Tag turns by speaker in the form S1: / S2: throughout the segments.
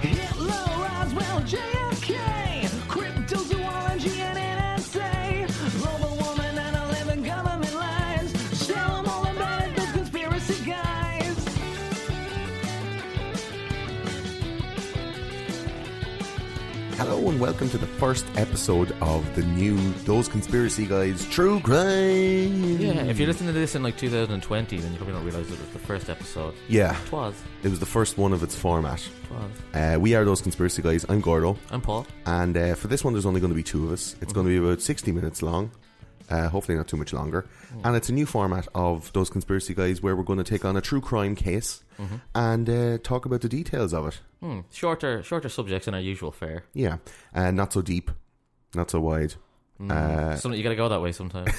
S1: Hitler, Roswell, JFK, cryptozoology and NSA, global woman and 11 government lies. Tell 'em all about it, those conspiracy guys.
S2: Hello and welcome to the first episode of the new Those Conspiracy Guys True Crime.
S3: Yeah, if you're
S2: Hmm.
S3: listening to this in like 2020, then you probably don't realise it was the first episode.
S2: Yeah,
S3: Twas,
S2: it was the first one of its format.
S3: twas.
S2: Uh, we are Those Conspiracy Guys. I'm Gordo,
S3: I'm Paul.
S2: and uh, for this one, there's only going to be two of us. It's going to be about 60 minutes long. Uh, hopefully, not too much longer. And it's a new format of Those Conspiracy Guys where we're going to take on a true crime case and uh, talk about the details of it.
S3: Hmm. Shorter, shorter subjects than our usual fare.
S2: Yeah, uh, not so deep, not so wide. Uh,
S3: Some Hmm, you gotta go that way sometimes.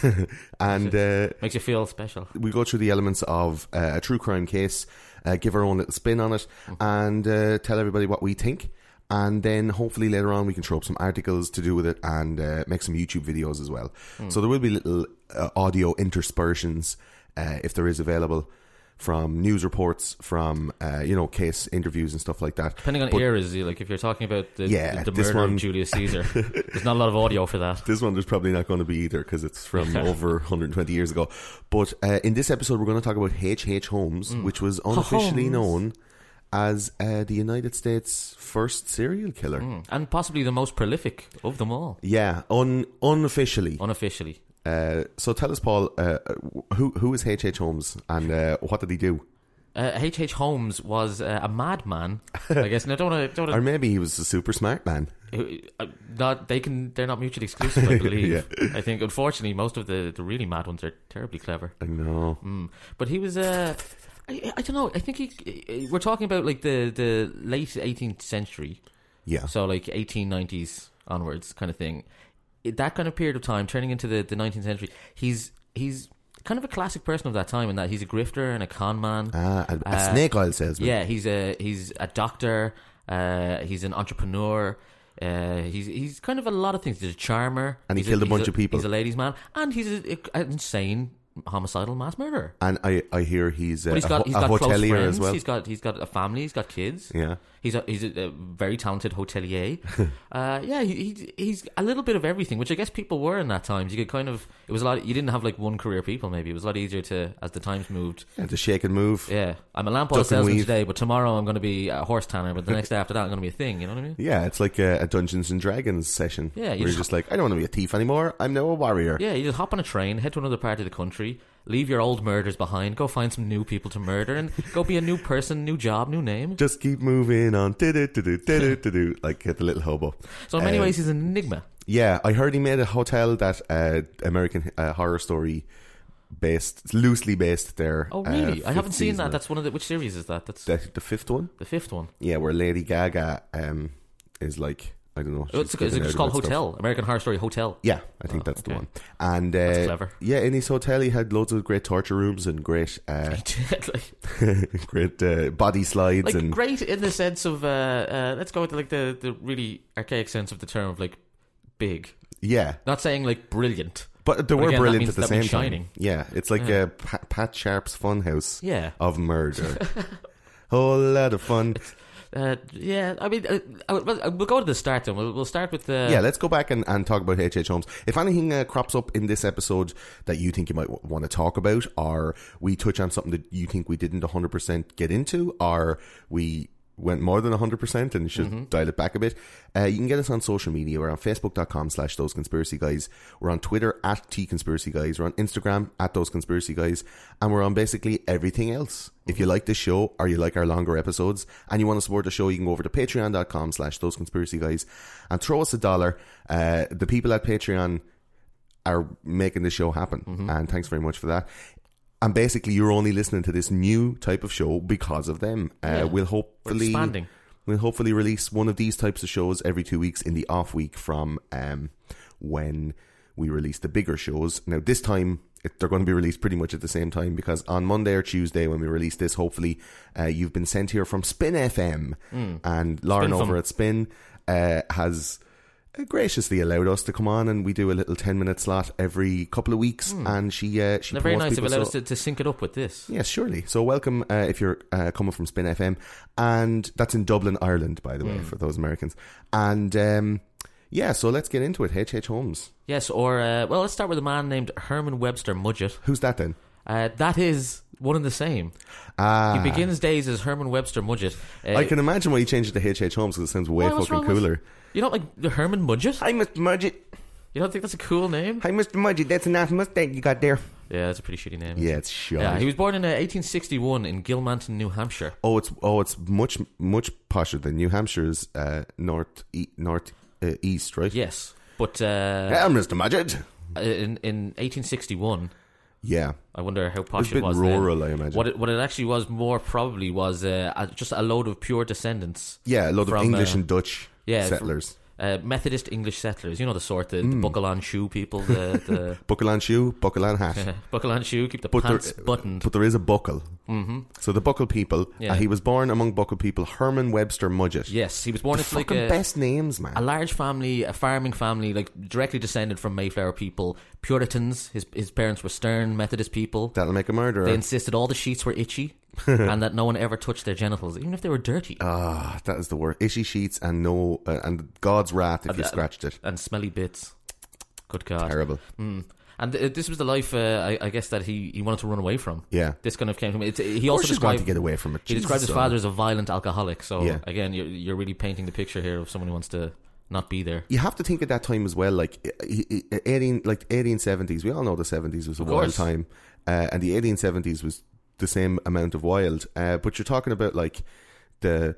S2: and. Uh,
S3: Makes you feel special.
S2: we go through the elements of uh, a true crime case, uh, give our own little spin on it,
S3: Mm-hmm.
S2: and uh, tell everybody what we think. And then hopefully later on we can throw up some articles to do with it and uh, make some YouTube videos as well.
S3: Hmm.
S2: So there will be little uh, audio interspersions uh, if there is available from news reports, from uh, you know case interviews and stuff like that.
S3: Depending on
S2: But
S3: eras, you- like if you're talking about the,
S2: Yeah,
S3: the, the
S2: this
S3: murder
S2: one-
S3: of Julius Caesar, there's not a lot of audio for that.
S2: This one there's probably not going to be either because it's from over 120 years ago. But uh, in this episode, we're going to talk about H. H. Holmes, which was unofficially
S3: Mm. Holmes.
S2: known as uh, the United States' first serial killer.
S3: And possibly the most prolific of them all,
S2: Yeah, un- unofficially.
S3: unofficially.
S2: Uh, so tell us, Paul, uh, who who is H. H. Holmes and uh, what did he do?
S3: Uh, H. H. Holmes was uh, a madman, I guess. No, don't want to.
S2: Or maybe he was a super smart man.
S3: Who- uh, not they can they're not mutually exclusive i believe i think unfortunately most of the the really mad ones are terribly clever Mm.
S2: I know.
S3: but he was uh I, I don't know. I think he. uh, We're talking about like the, the late 18th century,
S2: Yeah.
S3: so like 1890s onwards, kind of thing. It- That kind of period of time, turning into the, the 19th century. He's he's kind of a classic person of that time in that he's a grifter and a con man.
S2: Ah, a, a
S3: Uh,
S2: snake oil salesman.
S3: Yeah, he's a he's a doctor. Uh, he's an entrepreneur. Uh, he's he's kind of a lot of things. He's a charmer,
S2: And he
S3: He's
S2: killed a
S3: he's
S2: bunch of people.
S3: He's a ladies' man, and he's a, an insane homicidal mass murderer.
S2: And I, I hear he's, uh,
S3: But he's
S2: a
S3: got
S2: ho-
S3: he's
S2: a
S3: got close
S2: hotelier
S3: friends.
S2: as well.
S3: He's got he's got a family. He's got kids.
S2: Yeah.
S3: He's a he's a, a very talented hotelier. uh, yeah, he, he he's a little bit of everything, which I guess people were in that times. You could kind of it was a lot. You didn't have like one career. People maybe it was a lot easier to as the times moved.
S2: Yeah, the shake and move.
S3: Yeah, I'm a lamp oil
S2: Duck and
S3: salesman
S2: weave.
S3: today, but tomorrow I'm going to be a horse tanner. But the next day after that, I'm going to be a thing. You know what I mean?
S2: Yeah, it's like a, a Dungeons and Dragons session.
S3: Yeah,
S2: where
S3: you
S2: you're
S3: just-
S2: just like, I don't want to be a thief anymore. I'm now a warrior.
S3: Yeah, you just hop on a train, head to another part of the country, leave your old murders behind, go find some new people to murder, and go be a new person, new job, new name.
S2: Just keep moving on. Do-do, do-do, do-do, do-do, like uh, the little hobo.
S3: So in many
S2: Um,
S3: ways, he's an enigma.
S2: Yeah, I heard he made a hotel that uh, American uh, Horror Story based, loosely based there.
S3: Oh,
S2: uh,
S3: really? I
S2: fifth
S3: haven't seen
S2: season.
S3: that. That's one of the which series is that? That's
S2: the, the fifth one.
S3: the fifth one.
S2: Yeah, where Lady Gaga um, is like, I I don't know.
S3: Oh, It's,
S2: She's
S3: it's
S2: giving
S3: just
S2: out
S3: called
S2: about stuff.
S3: Hotel. American Horror Story Hotel.
S2: Yeah, I think that's the
S3: okay.
S2: one. And uh, that's
S3: clever.
S2: Yeah, in his hotel, he had loads of great torture rooms and great, uh,
S3: like,
S2: great uh, body slides
S3: like
S2: and
S3: great in the sense of uh, uh, let's go with like the, the really archaic sense of the term of like big.
S2: yeah.
S3: Not saying like brilliant.
S2: But they
S3: But
S2: were
S3: again, that
S2: brilliant
S3: means-
S2: at the
S3: that
S2: same
S3: means
S2: time.
S3: shining.
S2: Yeah, it's like Uh, Pa- Pat Sharp's Funhouse
S3: Yeah.
S2: of murder. Whole lot of fun.
S3: Uh, yeah, I mean, uh, I, well, we'll go to the start then. We'll, we'll start with uh, the.
S2: yeah, let's go back and, and talk about H.H. Holmes. If anything uh, crops up in this episode that you think you might w- want to talk about, or we touch on something that you think we didn't 100% get into, or we went more than 100% and should
S3: Mm-hmm.
S2: dial it back a bit, uh, you can get us on social media. We're on facebook.com slash those conspiracy guys. We're on Twitter at T Conspiracy Guys. We're on Instagram at those conspiracy guys. And we're on basically everything else. If you like this show or you like our longer episodes and you want to support the show, you can go over to patreon.com slash those conspiracy guys and throw us a dollar. Uh, the people at Patreon are making this show happen.
S3: Mm-hmm.
S2: And thanks very much for that. And basically, you're only listening to this new type of show because of them. Uh, We'll hopefully
S3: expanding.
S2: we'll hopefully release one of these types of shows every two weeks in the off week from um, when we release the bigger shows. Now, this time it, they're going to be released pretty much at the same time because on Monday or Tuesday when we release this, hopefully uh, you've been sent here from Spin FM, and Lauren
S3: Mm. Spin
S2: over
S3: FM.
S2: at Spin uh, has uh, graciously allowed us to come on and we do a little 10 minute slot every couple of weeks and she uh, she
S3: They're Hmm. very
S2: promotes
S3: nice of
S2: people,
S3: allowed
S2: so-
S3: us to, to sync it up with this.
S2: Yes, surely. So welcome uh, if you're uh, coming from Spin FM, and that's in Dublin, Ireland, by the
S3: Hmm.
S2: way, for those Americans. And um, yeah, so let's get into it. H. H. Holmes,
S3: Yes, or uh, well, let's start with a man named Herman Webster Mudgett.
S2: who's that then?
S3: Uh, that is one and the same.
S2: Ah,
S3: He begins days as Herman Webster Mudgett. Uh,
S2: I can imagine why you changed it to H. H. Holmes because it sounds way
S3: Why, what's
S2: fucking
S3: wrong with-
S2: cooler.
S3: You don't like the Herman Mudgett?
S2: Hi, Mr. Mudget.
S3: You don't think that's a cool name?
S2: Hi, Mr. Mudget. That's a nice Mustang you got there.
S3: Yeah, that's a pretty shitty name.
S2: Yeah, it's shy.
S3: Yeah, he was born in uh, 1861 in Gilmanton, New Hampshire.
S2: oh, it's oh, it's much much posher than New Hampshire's uh, north e- north uh, east, right?
S3: Yes, but uh,
S2: Yeah, Mr. Mudget.
S3: in in 1861,
S2: Yeah,
S3: I wonder how posh
S2: a
S3: it,
S2: bit
S3: was.
S2: rural,
S3: then.
S2: I imagine.
S3: What it, what it actually was more probably was uh, a- just a load of pure descendants.
S2: yeah, a lot of
S3: From,
S2: English
S3: uh,
S2: and Dutch
S3: yeah, fr-
S2: settlers.
S3: Uh, Methodist English settlers, you know the sort, the,
S2: Hmm.
S3: the buckle on shoe people, the,
S2: Buckle on shoe, buckle on hat.
S3: the uh, buckle on shoe, keep the
S2: But
S3: pants
S2: there,
S3: buttoned.
S2: but there is a buckle. Mm-hmm. So the buckle people.
S3: Yeah.
S2: uh, he was born among buckle people. Herman Webster Mudgett.
S3: yes, he was born into like
S2: fucking
S3: a,
S2: best names, man.
S3: a large family, a farming family, like directly descended from Mayflower people, Puritans. His his parents were stern Methodist people.
S2: That'll make a murderer.
S3: They insisted all the sheets were itchy and that no one ever touched their genitals, even if they were dirty
S2: Ah, that is the word. Ishy sheets and no uh, and God's wrath
S3: Uh,
S2: if you scratched it.
S3: and smelly bits. Good God.
S2: Terrible.
S3: And th- this was the life, uh, I, I guess, that he, he wanted to run away from.
S2: Yeah.
S3: This kind of came to him. It's, he
S2: Of
S3: also
S2: course she's wanting
S3: described,
S2: to get away from it.
S3: he
S2: Jesus,
S3: described his
S2: son.
S3: father as a violent alcoholic. So,
S2: Yeah.
S3: again, you're, you're really painting the picture here of someone who wants to not be there.
S2: You have to think at that time as well, like eh, he- he- eighteen, like eighteen seventies. We all know the seventies was a wild
S3: course.
S2: time, uh, and the eighteen seventies was the same amount of wild. Uh, but you're talking about like the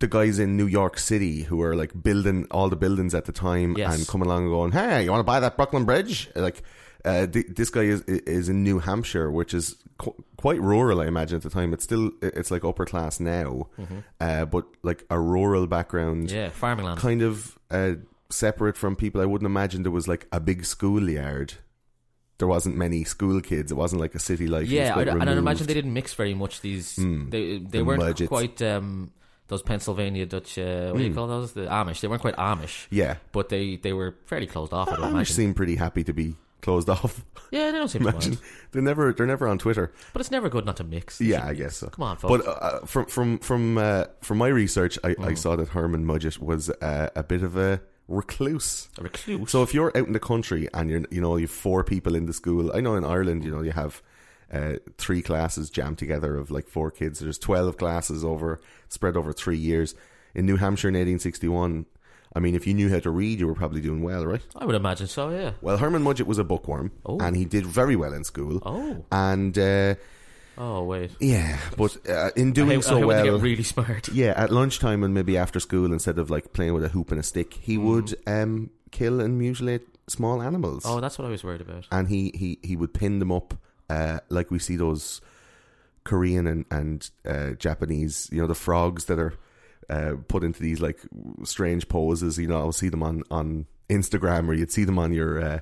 S2: the guys in New York City who are like building all the buildings at the time
S3: Yes.
S2: and coming along and going, "Hey, you want to buy that Brooklyn Bridge?" Like uh, th- this guy is is in New Hampshire, which is qu- quite rural, I imagine at the time. It's still it's like upper class now, uh, but like a rural background
S3: Mm-hmm. Yeah, farming land.
S2: kind of uh, separate from people. I wouldn't imagine there was like a big schoolyard. There wasn't many school kids. It wasn't like a city life. It was
S3: Yeah,
S2: quite
S3: I'd, and I'd
S2: removed. Hmm.
S3: imagine they didn't mix very much. These they they
S2: The
S3: weren't
S2: budgets.
S3: quite um, those Pennsylvania Dutch. Uh, what do you call those? The Amish. They weren't quite Amish.
S2: Hmm. Yeah.
S3: but they they were fairly closed off. I'd
S2: Amish
S3: imagine.
S2: seem pretty happy to be closed off.
S3: yeah, they don't seem to
S2: imagine
S3: mind.
S2: they're never they're never on Twitter.
S3: But it's never good not to mix.
S2: Yeah, I guess so.
S3: Come on, folks. Mm.
S2: But uh, from from from uh, from my research, I, I saw that Herman Mudgett was uh, a bit of a recluse.
S3: A recluse.
S2: So if you're out in the country and you're you know you've four people in the school, I know in Ireland you know you have uh, three classes jammed together of like four kids. There's twelve classes over spread over three years. In New Hampshire in 1861, I mean if you knew how to read, you were probably doing well, right?
S3: I would imagine so. Yeah.
S2: Well, Herman Mudgett was a bookworm,
S3: Oh.
S2: and he did very well in school.
S3: Oh.
S2: and uh,
S3: Oh wait.
S2: yeah, but uh, in
S3: I,
S2: doing
S3: I,
S2: so
S3: I
S2: well,
S3: want to get really smart.
S2: yeah, at lunchtime and maybe after school, instead of like playing with a hoop and a stick, he
S3: Mm.
S2: would um, kill and mutilate small animals.
S3: Oh, that's what I was worried about.
S2: and he he he would pin them up uh, like we see those Korean and and uh, Japanese, you know, the frogs that are. uh, put into these like strange poses. You know, I'll see them on on Instagram or you'd see them on your. Uh,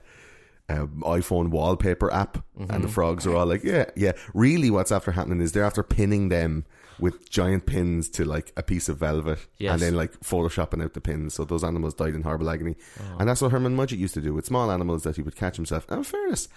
S2: uh, iPhone wallpaper app, and the frogs are all like, yeah, yeah. Really, what's after happening is they're after pinning them with giant pins to like a piece of velvet,
S3: Yes.
S2: and then like photoshopping out the pins. So those animals died in horrible agony, and that's what Herman Mudgett used to do with small animals that he would catch himself. And in fairness,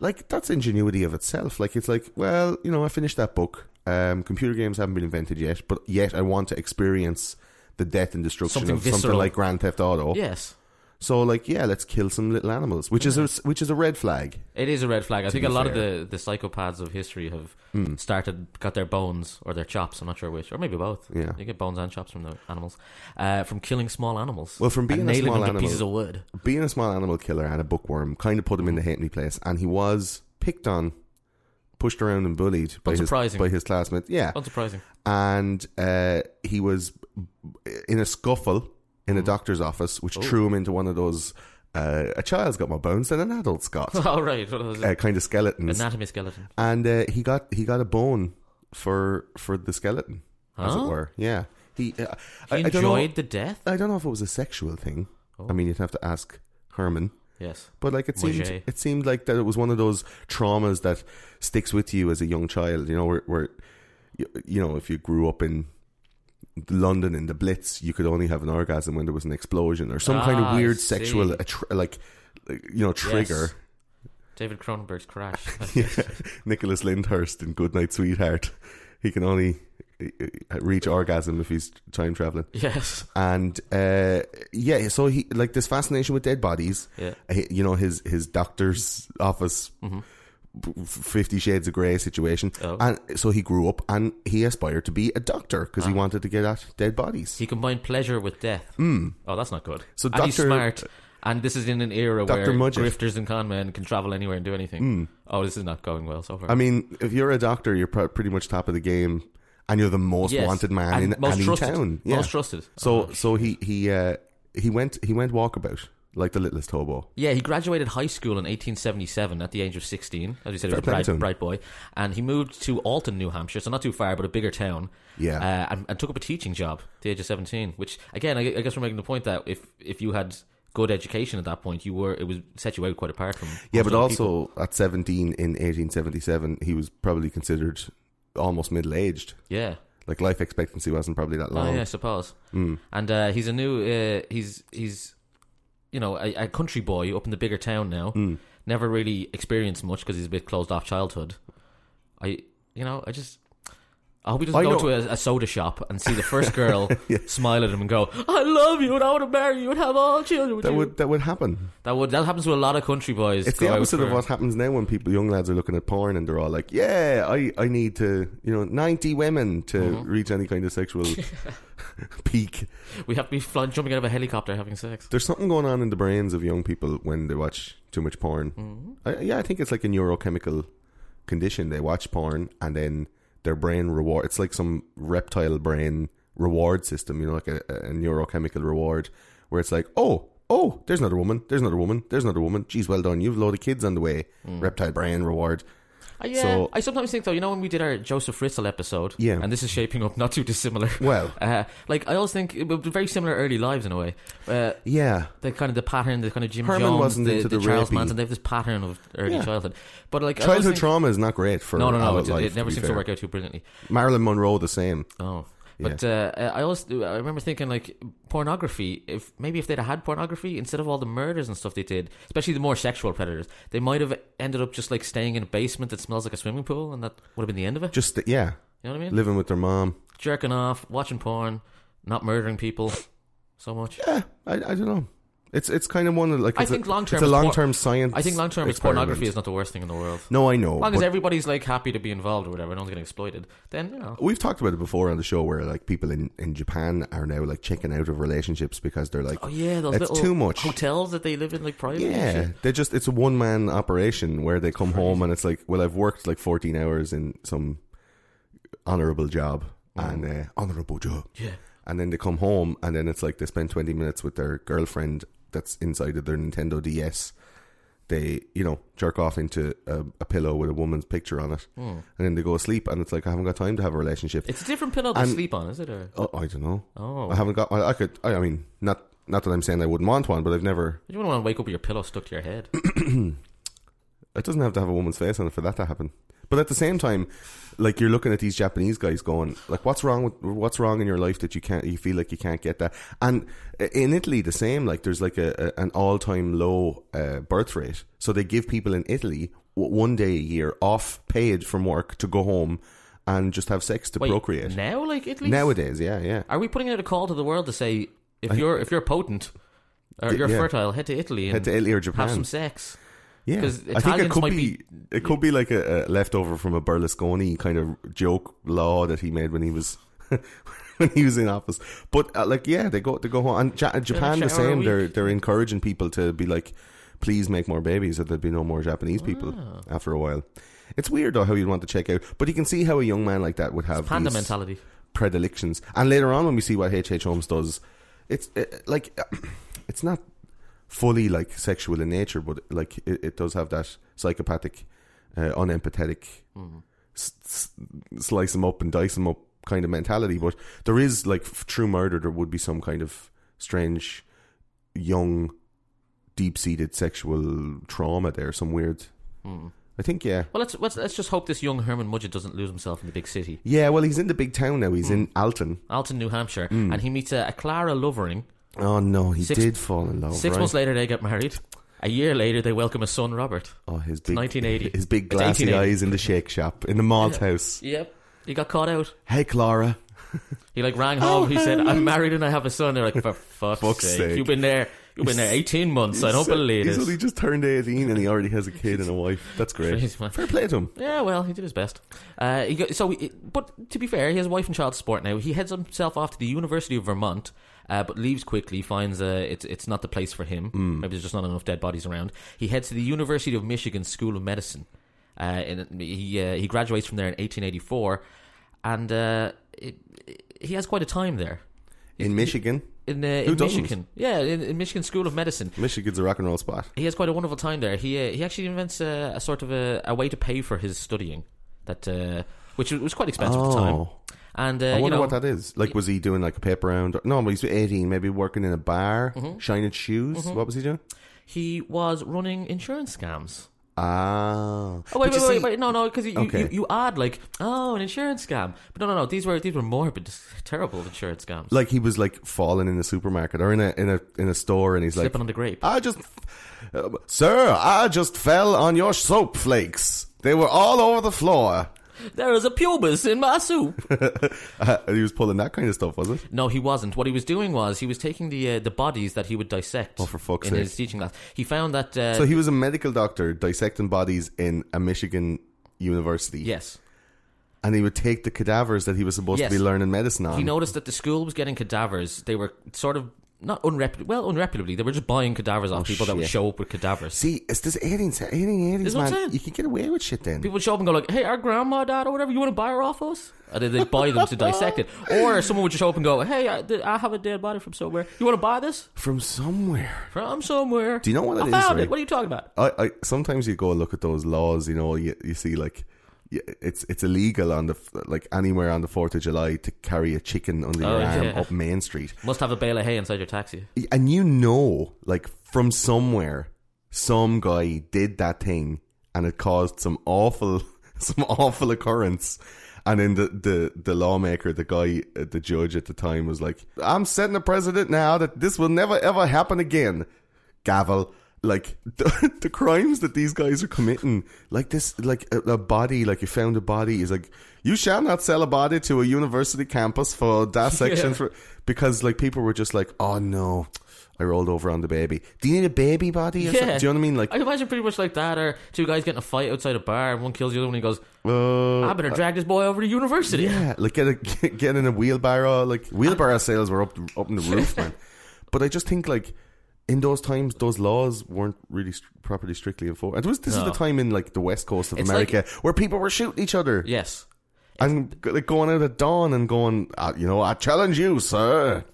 S2: like that's ingenuity of itself. Like it's like, well, you know, I finished that book. Um, computer games haven't been invented yet, but yet I want to experience the death and destruction
S3: Something
S2: of something
S3: visceral.
S2: like Grand Theft Auto.
S3: Yes.
S2: So like, yeah, let's kill some little animals, which is a, which is a red flag.
S3: It is a red flag. I think a
S2: be
S3: lot of
S2: fair. Hmm.
S3: the, the psychopaths of history have started, got their bones or their chops, I'm not sure which, or maybe both.
S2: Yeah.
S3: You get bones and chops from the animals, uh, from killing small animals.
S2: Well, from being
S3: and
S2: a
S3: nailing
S2: small
S3: them
S2: animal-
S3: to pieces of wood.
S2: Being a small animal killer and a bookworm kind of put him in
S3: Mm.
S2: the hateney place, and he was picked on, pushed around, and bullied by his
S3: Unsurprising.
S2: by his classmates. Yeah,
S3: Unsurprising.
S2: and uh, he was in a scuffle in
S3: Hmm.
S2: a doctor's office,
S3: Oh.
S2: which threw him into one of those. Uh, a child's got more bones than an adult's got.
S3: All right. What was it?
S2: Uh, kind of skeletons,
S3: Anatomy skeleton.
S2: and uh, he got he got a bone for for the skeleton, as it
S3: Huh?
S2: were. Yeah, he. Uh,
S3: He
S2: I, I don't know-
S3: enjoyed Oh. the death?
S2: I don't know if it was a sexual thing. I mean, you'd have to ask Herman.
S3: Yes.
S2: But like it seemed,
S3: Roger.
S2: it seemed like that it was one of those traumas that sticks with you as a young child. You know, where, where you, you know, if you grew up in London in the Blitz, you could only have an orgasm when there was an explosion or some kind of
S3: Ah, I
S2: weird
S3: see.
S2: sexual, attr- like, like, you know, trigger.
S3: David Cronenberg's Crash.
S2: Nicholas Lyndhurst in Goodnight Sweetheart, he can only uh, uh, reach orgasm if he's time traveling
S3: yes.
S2: and uh, yeah, so he like this fascination with dead bodies. Uh,
S3: Yeah. Mm-hmm.
S2: He- you know his his doctor's office, f- Fifty Shades of Grey situation,
S3: Oh.
S2: and so he grew up and he aspired to be a doctor because he wanted to get at dead bodies.
S3: Ah. He combined pleasure with death. Oh, that's not good.
S2: Hmm. So
S3: and he's
S2: Dr.
S3: smart. And this is in an era
S2: Dr.
S3: where
S2: Mudgett.
S3: grifters and con men can travel anywhere and do anything. Oh, this is not going well so far.
S2: Hmm. I mean, if you're a doctor, you're pr- pretty much top of the game, and you're the most
S3: Yes.
S2: wanted man
S3: And
S2: in
S3: most
S2: any
S3: trusted.
S2: town.
S3: Most trusted.
S2: So
S3: Oh,
S2: so he he uh, he went he went walkabout like the littlest hobo.
S3: Yeah, he graduated high school in 1877 at the age of 16. As you said, he
S2: Fair
S3: was a
S2: play to him.
S3: bright, bright boy. And he moved to Alton, New Hampshire, so not too far, but a bigger town.
S2: Yeah.
S3: Uh, and, and took up a teaching job at the age of 17, which, again, I, gu- I guess we're making the point that if, if you had good education at that point, you were it was set you out quite apart from.
S2: Yeah,
S3: most
S2: but
S3: other
S2: also
S3: people.
S2: at 17 in 1877, he was probably considered almost middle aged.
S3: Yeah.
S2: Like life expectancy wasn't probably that
S3: Oh,
S2: long.
S3: yeah, I suppose.
S2: hmm.
S3: And uh, he's a new, uh, he's he's, you know, a, a country boy up in the bigger town now.
S2: Hmm.
S3: Never really experienced much because he's a bit closed off childhood. I, you know, I just. I hope he doesn't
S2: I
S3: go
S2: know-
S3: to a, a soda shop and see the first girl smile at him and go, "I love you and I want to marry you and have all children with
S2: That
S3: you."
S2: would that would happen.
S3: that would that happens to a lot of country boys.
S2: It's the
S3: go out
S2: opposite of
S3: Mm-hmm. for-
S2: what happens now when people, young lads, are looking at porn and they're all like, "Yeah, I, I need to, you know, ninety women to
S3: Mm-hmm.
S2: reach any kind of sexual peak."
S3: we have to be flying, jumping out of a helicopter having sex.
S2: There's something going on in the brains of young people when they watch too much porn.
S3: Mm-hmm.
S2: I, yeah, I think it's like a neurochemical condition. They watch porn and then their brain reward. It's like some reptile brain reward system, you know, like a, a neurochemical reward where it's like, oh, oh, there's another woman, there's another woman, there's another woman. Geez, well done, you've a load of kids on the way.
S3: Mm.
S2: Reptile brain reward.
S3: Uh, yeah,
S2: So-
S3: I sometimes think though, you know, when we did our Joseph Ritzel episode,
S2: Yeah.
S3: and this is shaping up not too dissimilar.
S2: Well.
S3: uh, like I always think it would be very similar early lives in a way. Uh,
S2: Yeah,
S3: the kind of the pattern, the kind of Jim
S2: Herman
S3: Jones,
S2: wasn't
S3: the,
S2: into
S3: the
S2: the
S3: Charles
S2: rapey-
S3: Manson. They have this pattern of early
S2: Yeah.
S3: childhood, but like I always
S2: childhood
S3: think-
S2: trauma is not great for
S3: No, no, no.
S2: adult
S3: It,
S2: life,
S3: it never
S2: be
S3: seems to
S2: fair.
S3: work out too brilliantly.
S2: Marilyn Monroe the same.
S3: Oh. But uh, I always I remember thinking like pornography. If maybe if they'd have had pornography instead of all the murders and stuff they did, especially the more sexual predators, they might have ended up just like staying in a basement that smells like a swimming pool, and that would have been the end of it.
S2: Just yeah,
S3: you know what I mean?
S2: living with their mom.
S3: jerking off, watching porn, not murdering people so much.
S2: Yeah, I, I don't know. It's it's kind of one of like
S3: I
S2: it's
S3: think
S2: a,
S3: long term.
S2: It's a long term science.
S3: I think long term
S2: experiment.
S3: pornography is not the worst thing in the world.
S2: No, I know.
S3: as long as e-
S2: but
S3: everybody's like happy to be involved or whatever, no one's getting exploited. Then you know.
S2: We've talked about it before on the show, where like people in, in Japan are now like checking out of relationships because they're like,
S3: Oh yeah, those
S2: it's
S3: little
S2: too much.
S3: hotels that they live in, like private. and
S2: yeah,
S3: shit.
S2: they just it's a one man operation where they come home and it's like, well, I've worked like fourteen hours in some honorable job
S3: Mm.
S2: and uh, honorable job.
S3: Yeah.
S2: and then they come home and then it's like they spend 20 minutes with their girlfriend that's inside of their Nintendo DS they, you know, jerk off into a, a pillow with a woman's picture on it, and then they go asleep, and it's like I haven't got time to have a relationship.
S3: It's a different pillow to
S2: And-
S3: sleep on, is it? Or
S2: oh, I don't know.
S3: Oh.
S2: I haven't got. I, I could. I, I mean, not not that I'm saying I wouldn't want one, but I've never.
S3: you don't want to wake up with your pillow stuck to your head.
S2: It doesn't have to have a woman's face on it for that to happen. But at the same time, like you're looking at these Japanese guys going, like, what's wrong with what's wrong in your life that you can't, you feel like you can't get that? And in Italy, the same. Like, there's like a, a an all time low uh, birth rate, so they give people in Italy w- one day a year off, paid from work to go home and just have sex to
S3: Wait,
S2: procreate.
S3: now, like at least
S2: Nowadays, yeah, yeah.
S3: Are we putting out a call to the world to say if you're if you're potent or
S2: Y-
S3: you're
S2: yeah.
S3: fertile, head to Italy and
S2: Head to Italy or Japan.
S3: have some sex?
S2: Yeah, I
S3: 'Cause
S2: think it
S3: Italians
S2: could
S3: might
S2: be,
S3: be-
S2: it could be like a, a leftover from a Berlusconi kind of joke law that he made when he was when he was in office. But uh, like, yeah, they go they go home and ja- uh, Japan the
S3: shower a
S2: same.
S3: week.
S2: They're they're encouraging people to be like, please make more babies, that there'd be no more Japanese people
S3: Ah.
S2: after a while. It's weird though how you'd want to check out, but you can see how a young man like that would have
S3: Panda
S2: these
S3: mentality.
S2: predilections. And later on, when we see what H. H. Holmes does, it's uh, like it's not fully like sexual in nature, but like it, it does have that psychopathic, uh, unempathetic, s- s- slice them up and dice them up kind of mentality. But there is like f- true murder. There would be some kind of strange, young, deep-seated sexual trauma there. Some weird. I think yeah.
S3: Well, let's, let's let's just hope this young Herman Mudgett doesn't lose himself in the big city,
S2: Yeah, well, he's in the big town now. He's in Alton.
S3: Alton, New Hampshire,
S2: Mm.
S3: and he meets uh, a, a Clara Lovering.
S2: Oh no, he
S3: Six-
S2: did fall in love.
S3: Six
S2: Oh, right?
S3: months later, they get married. A year later, they welcome a son, Robert.
S2: Oh, his big
S3: 1980.
S2: His big
S3: It's
S2: glassy
S3: 1880.
S2: eyes in the shake shop in the malt house.
S3: Yep, he got caught out.
S2: Hey, Clara.
S3: He like rang home. he said, "I'm married and I have a son." They're like, "For fuck's,
S2: Oh, Fuck's
S3: sake.
S2: sake.
S3: you've been there, you've been there eighteen months. I don't believe
S2: he's only
S3: it."
S2: just turned eighteen and he already has a kid and a wife. That's great.
S3: Crazy man.
S2: Fair play to him.
S3: Yeah, well, he did his best. Uh, he got, so, he- but to be fair, he has a wife and child support now. He heads himself off to the University of Vermont, uh, but leaves quickly. Finds uh, it's it's not the place for him.
S2: Hmm.
S3: Maybe there's just not enough dead bodies around. He heads to the University of Michigan School of Medicine, uh, and he uh, he graduates from there in 1884, and uh, it, it- he has quite a time there
S2: In Michigan,
S3: in uh,
S2: Who
S3: in
S2: doesn't?
S3: Michigan. Yeah, in, in Michigan School of Medicine.
S2: Michigan's a rock and roll spot.
S3: He has quite a wonderful time there. He uh, he actually invents a, a sort of a, a way to pay for his studying that uh, which was quite expensive at the time.
S2: Oh.
S3: And uh,
S2: I
S3: you
S2: wonder
S3: know,
S2: what that is. Like, was he doing like a paper round? No, but he's eighteen. Maybe working in a bar,
S3: Mm-hmm.
S2: shining shoes. What was he doing?
S3: he was running insurance scams.
S2: Ah.
S3: Oh wait,
S2: But
S3: wait,
S2: you
S3: wait,
S2: see-
S3: wait, no, no, because you,
S2: Okay.
S3: you, you add like oh an insurance scam, but no, no, no, these were these were morbid, terrible insurance scams.
S2: Like he was like falling in a supermarket or in a in a in a store, and he's like
S3: Slipping on the grape.
S2: I just, uh, sir, I just fell on your soap flakes. They were all over the floor.
S3: there is a pubis in my soup.
S2: Uh, he was pulling that kind of stuff, was it?
S3: No, he wasn't. What he was doing was he was taking the uh, the bodies that he would dissect.
S2: Oh, for fuck's
S3: in
S2: sake.
S3: his teaching class, he found that. Uh,
S2: So he was a medical doctor dissecting bodies in a Michigan university.
S3: yes,
S2: And he would take the cadavers that he was supposed
S3: Yes.
S2: to be learning medicine on.
S3: he noticed that the school was getting cadavers. They were sort of not unreputable. Well, unreputably, they were just buying cadavers off people that would
S2: Oh, shit.
S3: show up with cadavers.
S2: See, it's this 1880s, 1880s
S3: That's what I'm
S2: man.
S3: saying.
S2: You can get away with shit then.
S3: People would show up and go like, "Hey, our grandma died or whatever. You want to buy her off us?" And then they'd buy them to dissect it. Or someone would just show up and go, "Hey, I, th- I have a dead body from somewhere. You want to buy this
S2: From somewhere.
S3: from somewhere?"
S2: Do you know what
S3: I
S2: it is,
S3: found
S2: right?
S3: it. What are you talking about?
S2: I, I sometimes you go look at those laws, you know, you, you see like y- it's it's illegal on the f- like anywhere on the Fourth of July to carry a chicken under
S3: Oh,
S2: your arm
S3: yeah.
S2: up Main Street,
S3: Must have a bale of hay inside your taxi.
S2: and you know, like from somewhere, some guy did that thing, and it caused some awful some awful occurrence. And then the, the, the lawmaker, the guy, uh, the judge at the time was like, I'm setting a precedent now that this will never ever happen again gavel like the, the crimes that these guys are committing like this like a, a body like you found a body is like you shall not sell a body to a university campus for dissection
S3: Yeah.
S2: for, because like people were just like oh no i rolled over on the baby do you need a baby body or something? do you know what i mean like
S3: I imagine pretty much like that, or two guys getting a fight outside a bar, and one kills the other one, and he goes,
S2: uh,
S3: "I better drag this boy over to university."
S2: Yeah, like get a get in a wheelbarrow. Like wheelbarrow sales were up up in the roof, man. But I just think like in those times, those laws weren't really st- properly strictly enforced. And it was this is
S3: No.
S2: the time in like the west coast of
S3: It's
S2: America where people were shooting each other
S3: Yes.
S2: "Ah, and g- like going out at dawn and going, uh, you know, I challenge you, sir.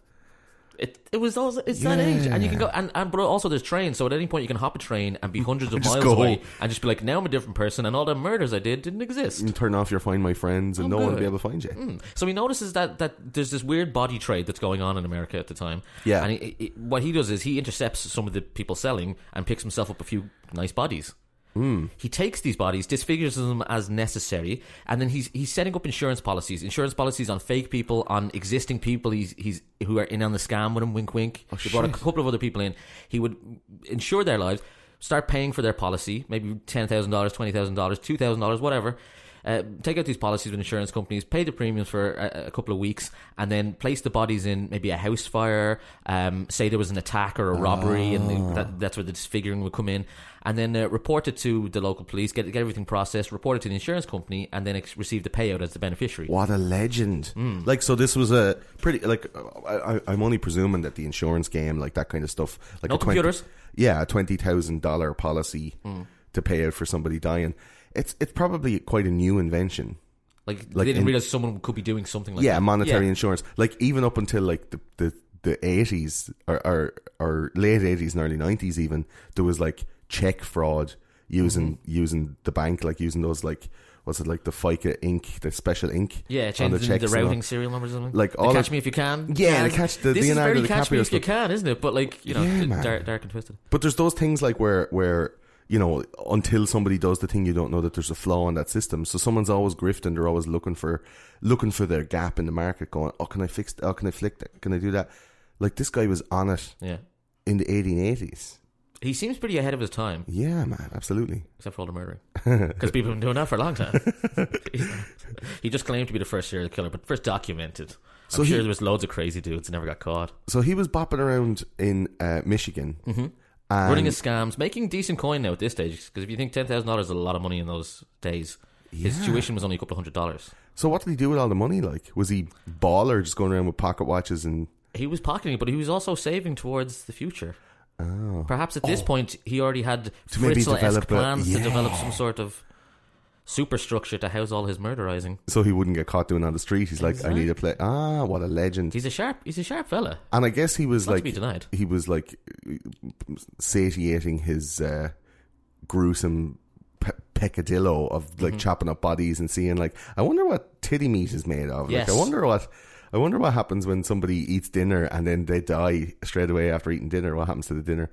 S3: It, it was those it's that
S2: Yeah.
S3: age, and you can go and, and but also there's trains, so at any point you can hop a train and be hundreds of
S2: Just
S3: miles
S2: go.
S3: away and just be like, now I'm a different person, and all the murders I did didn't exist.
S2: And turn off your find my friends, and no
S3: Oh,
S2: one will
S3: good.
S2: be able to find you.
S3: So he notices that that there's this weird body trade that's going on in America at the time.
S2: Yeah.
S3: and he, he, what he does is he intercepts some of the people selling and picks himself up a few nice bodies.
S2: Mm.
S3: He takes these bodies, disfigures them as necessary, and then he's he's setting up insurance policies, insurance policies on fake people, on existing people he's he's who are in on the scam with him. Wink, wink.
S2: Oh,
S3: he brought a couple of other people in. He would insure their lives, start paying for their policy, maybe ten thousand dollars, twenty thousand dollars, two thousand dollars, whatever. Uh, take out these policies with insurance companies, pay the premiums for a, a couple of weeks, and then place the bodies in maybe a house fire. Um, say there was an attack or a robbery, and
S2: Ah.
S3: that, that's where the disfiguring would come in. And then uh, report it to the local police, get get everything processed, report it to the insurance company, and then ex- receive the payout as the beneficiary.
S2: What a legend!
S3: Mm.
S2: Like, so this was a pretty like I, I, I'm only presuming that the insurance game, like that kind of stuff, like
S3: No
S2: a 20
S3: computers. Mm.
S2: yeah, a twenty thousand dollar policy to pay out for somebody dying. It's it's probably quite a new invention.
S3: Like, they
S2: Like
S3: didn't
S2: in-
S3: realize someone could be doing something like
S2: yeah,
S3: that.
S2: monetary
S3: Yeah.
S2: insurance. Like even up until like the the the eighties or, or or late eighties and early nineties, even there was like check fraud using
S3: Mm-hmm.
S2: using the bank, like using those like what's it like the FICA Inc, the special Inc.
S3: Yeah,
S2: on the
S3: changing the,
S2: checks and all.
S3: routing serial numbers or something.
S2: Like,
S3: The
S2: all
S3: catch
S2: of-
S3: me if you can.
S2: Yeah, the catch- the
S3: this
S2: Leonardo
S3: is very catch
S2: DiCaprio
S3: me if you
S2: stuff.
S3: can, isn't it? But like you know,
S2: Yeah,
S3: d-
S2: man.
S3: dark, dark and twisted.
S2: But there's those things like where where you know until somebody does the thing, you don't know that there's a flaw in that system. So someone's always grifting. They're always looking for looking for their gap in the market. Going, oh, can I fix? Oh, can I flick that? Can I do that? Like this guy was on it
S3: Yeah,
S2: in the eighteen eighties.
S3: he seems pretty ahead of his time,
S2: Yeah, man, absolutely.
S3: except for all the murdering, because people have been doing that for a long time. he just claimed to be the first serial killer, but first documented. I'm
S2: So he-
S3: sure there was loads of crazy dudes that never got caught,
S2: So he was bopping around in uh, Michigan, and
S3: Mm-hmm. running his scams, making decent coin now at this stage. Because if you think ten thousand dollars is a lot of money in those days, his tuition was only a couple of hundred dollars.
S2: so what did he do with all the money? Like, was he baller just going around with pocket watches and?
S3: He was pocketing it, but he was also saving towards the future. Oh. Perhaps at this point he already had
S2: To maybe develop
S3: Fritzl-esque
S2: a-
S3: plans to
S2: yeah.
S3: develop some sort of superstructure to house all his murderizing.
S2: So he wouldn't get caught doing it on the street. He's like, I need a play. Ah, what a legend!
S3: He's a sharp. He's a sharp fella.
S2: And I guess he was
S3: Not to
S2: like
S3: be denied.
S2: he was like satiating his uh, gruesome pe- peccadillo of
S3: Mm-hmm.
S2: like chopping up bodies and seeing like I wonder what titty meat is made of.
S3: Yes.
S2: Like I wonder what I wonder what happens when somebody eats dinner and then they die straight away after eating dinner. What happens to the dinner?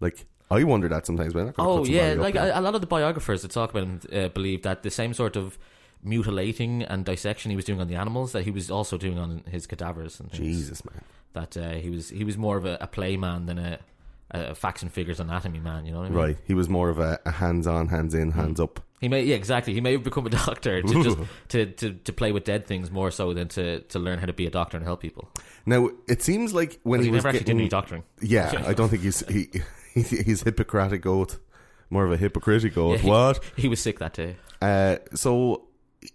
S2: Like I wonder that sometimes. But I'm not gonna
S3: Oh
S2: cut
S3: yeah,
S2: somebody up
S3: like
S2: now.
S3: a, a lot of the biographers that talk about him uh, believe that the same sort of mutilating and dissection he was doing on the animals that he was also doing on his cadavers and things.
S2: Jesus man.
S3: That uh, he was he was more of a, a play man than a, a facts and figures anatomy man. You know what I mean?
S2: Right, he was more of a, a hands on, hands in, hands up.
S3: He may, yeah, exactly. He may have become a doctor to just to, to, to play with dead things more so than to, to learn how to be a doctor and help people.
S2: Now it seems like when
S3: But
S2: he,
S3: he,
S2: was
S3: never actually did
S2: getting,
S3: any doctoring.
S2: Yeah, I don't think he's he, he he's Hippocratic oath, more of a Hippocratic oath.
S3: he-
S2: what?
S3: He was sick that day.
S2: Uh, so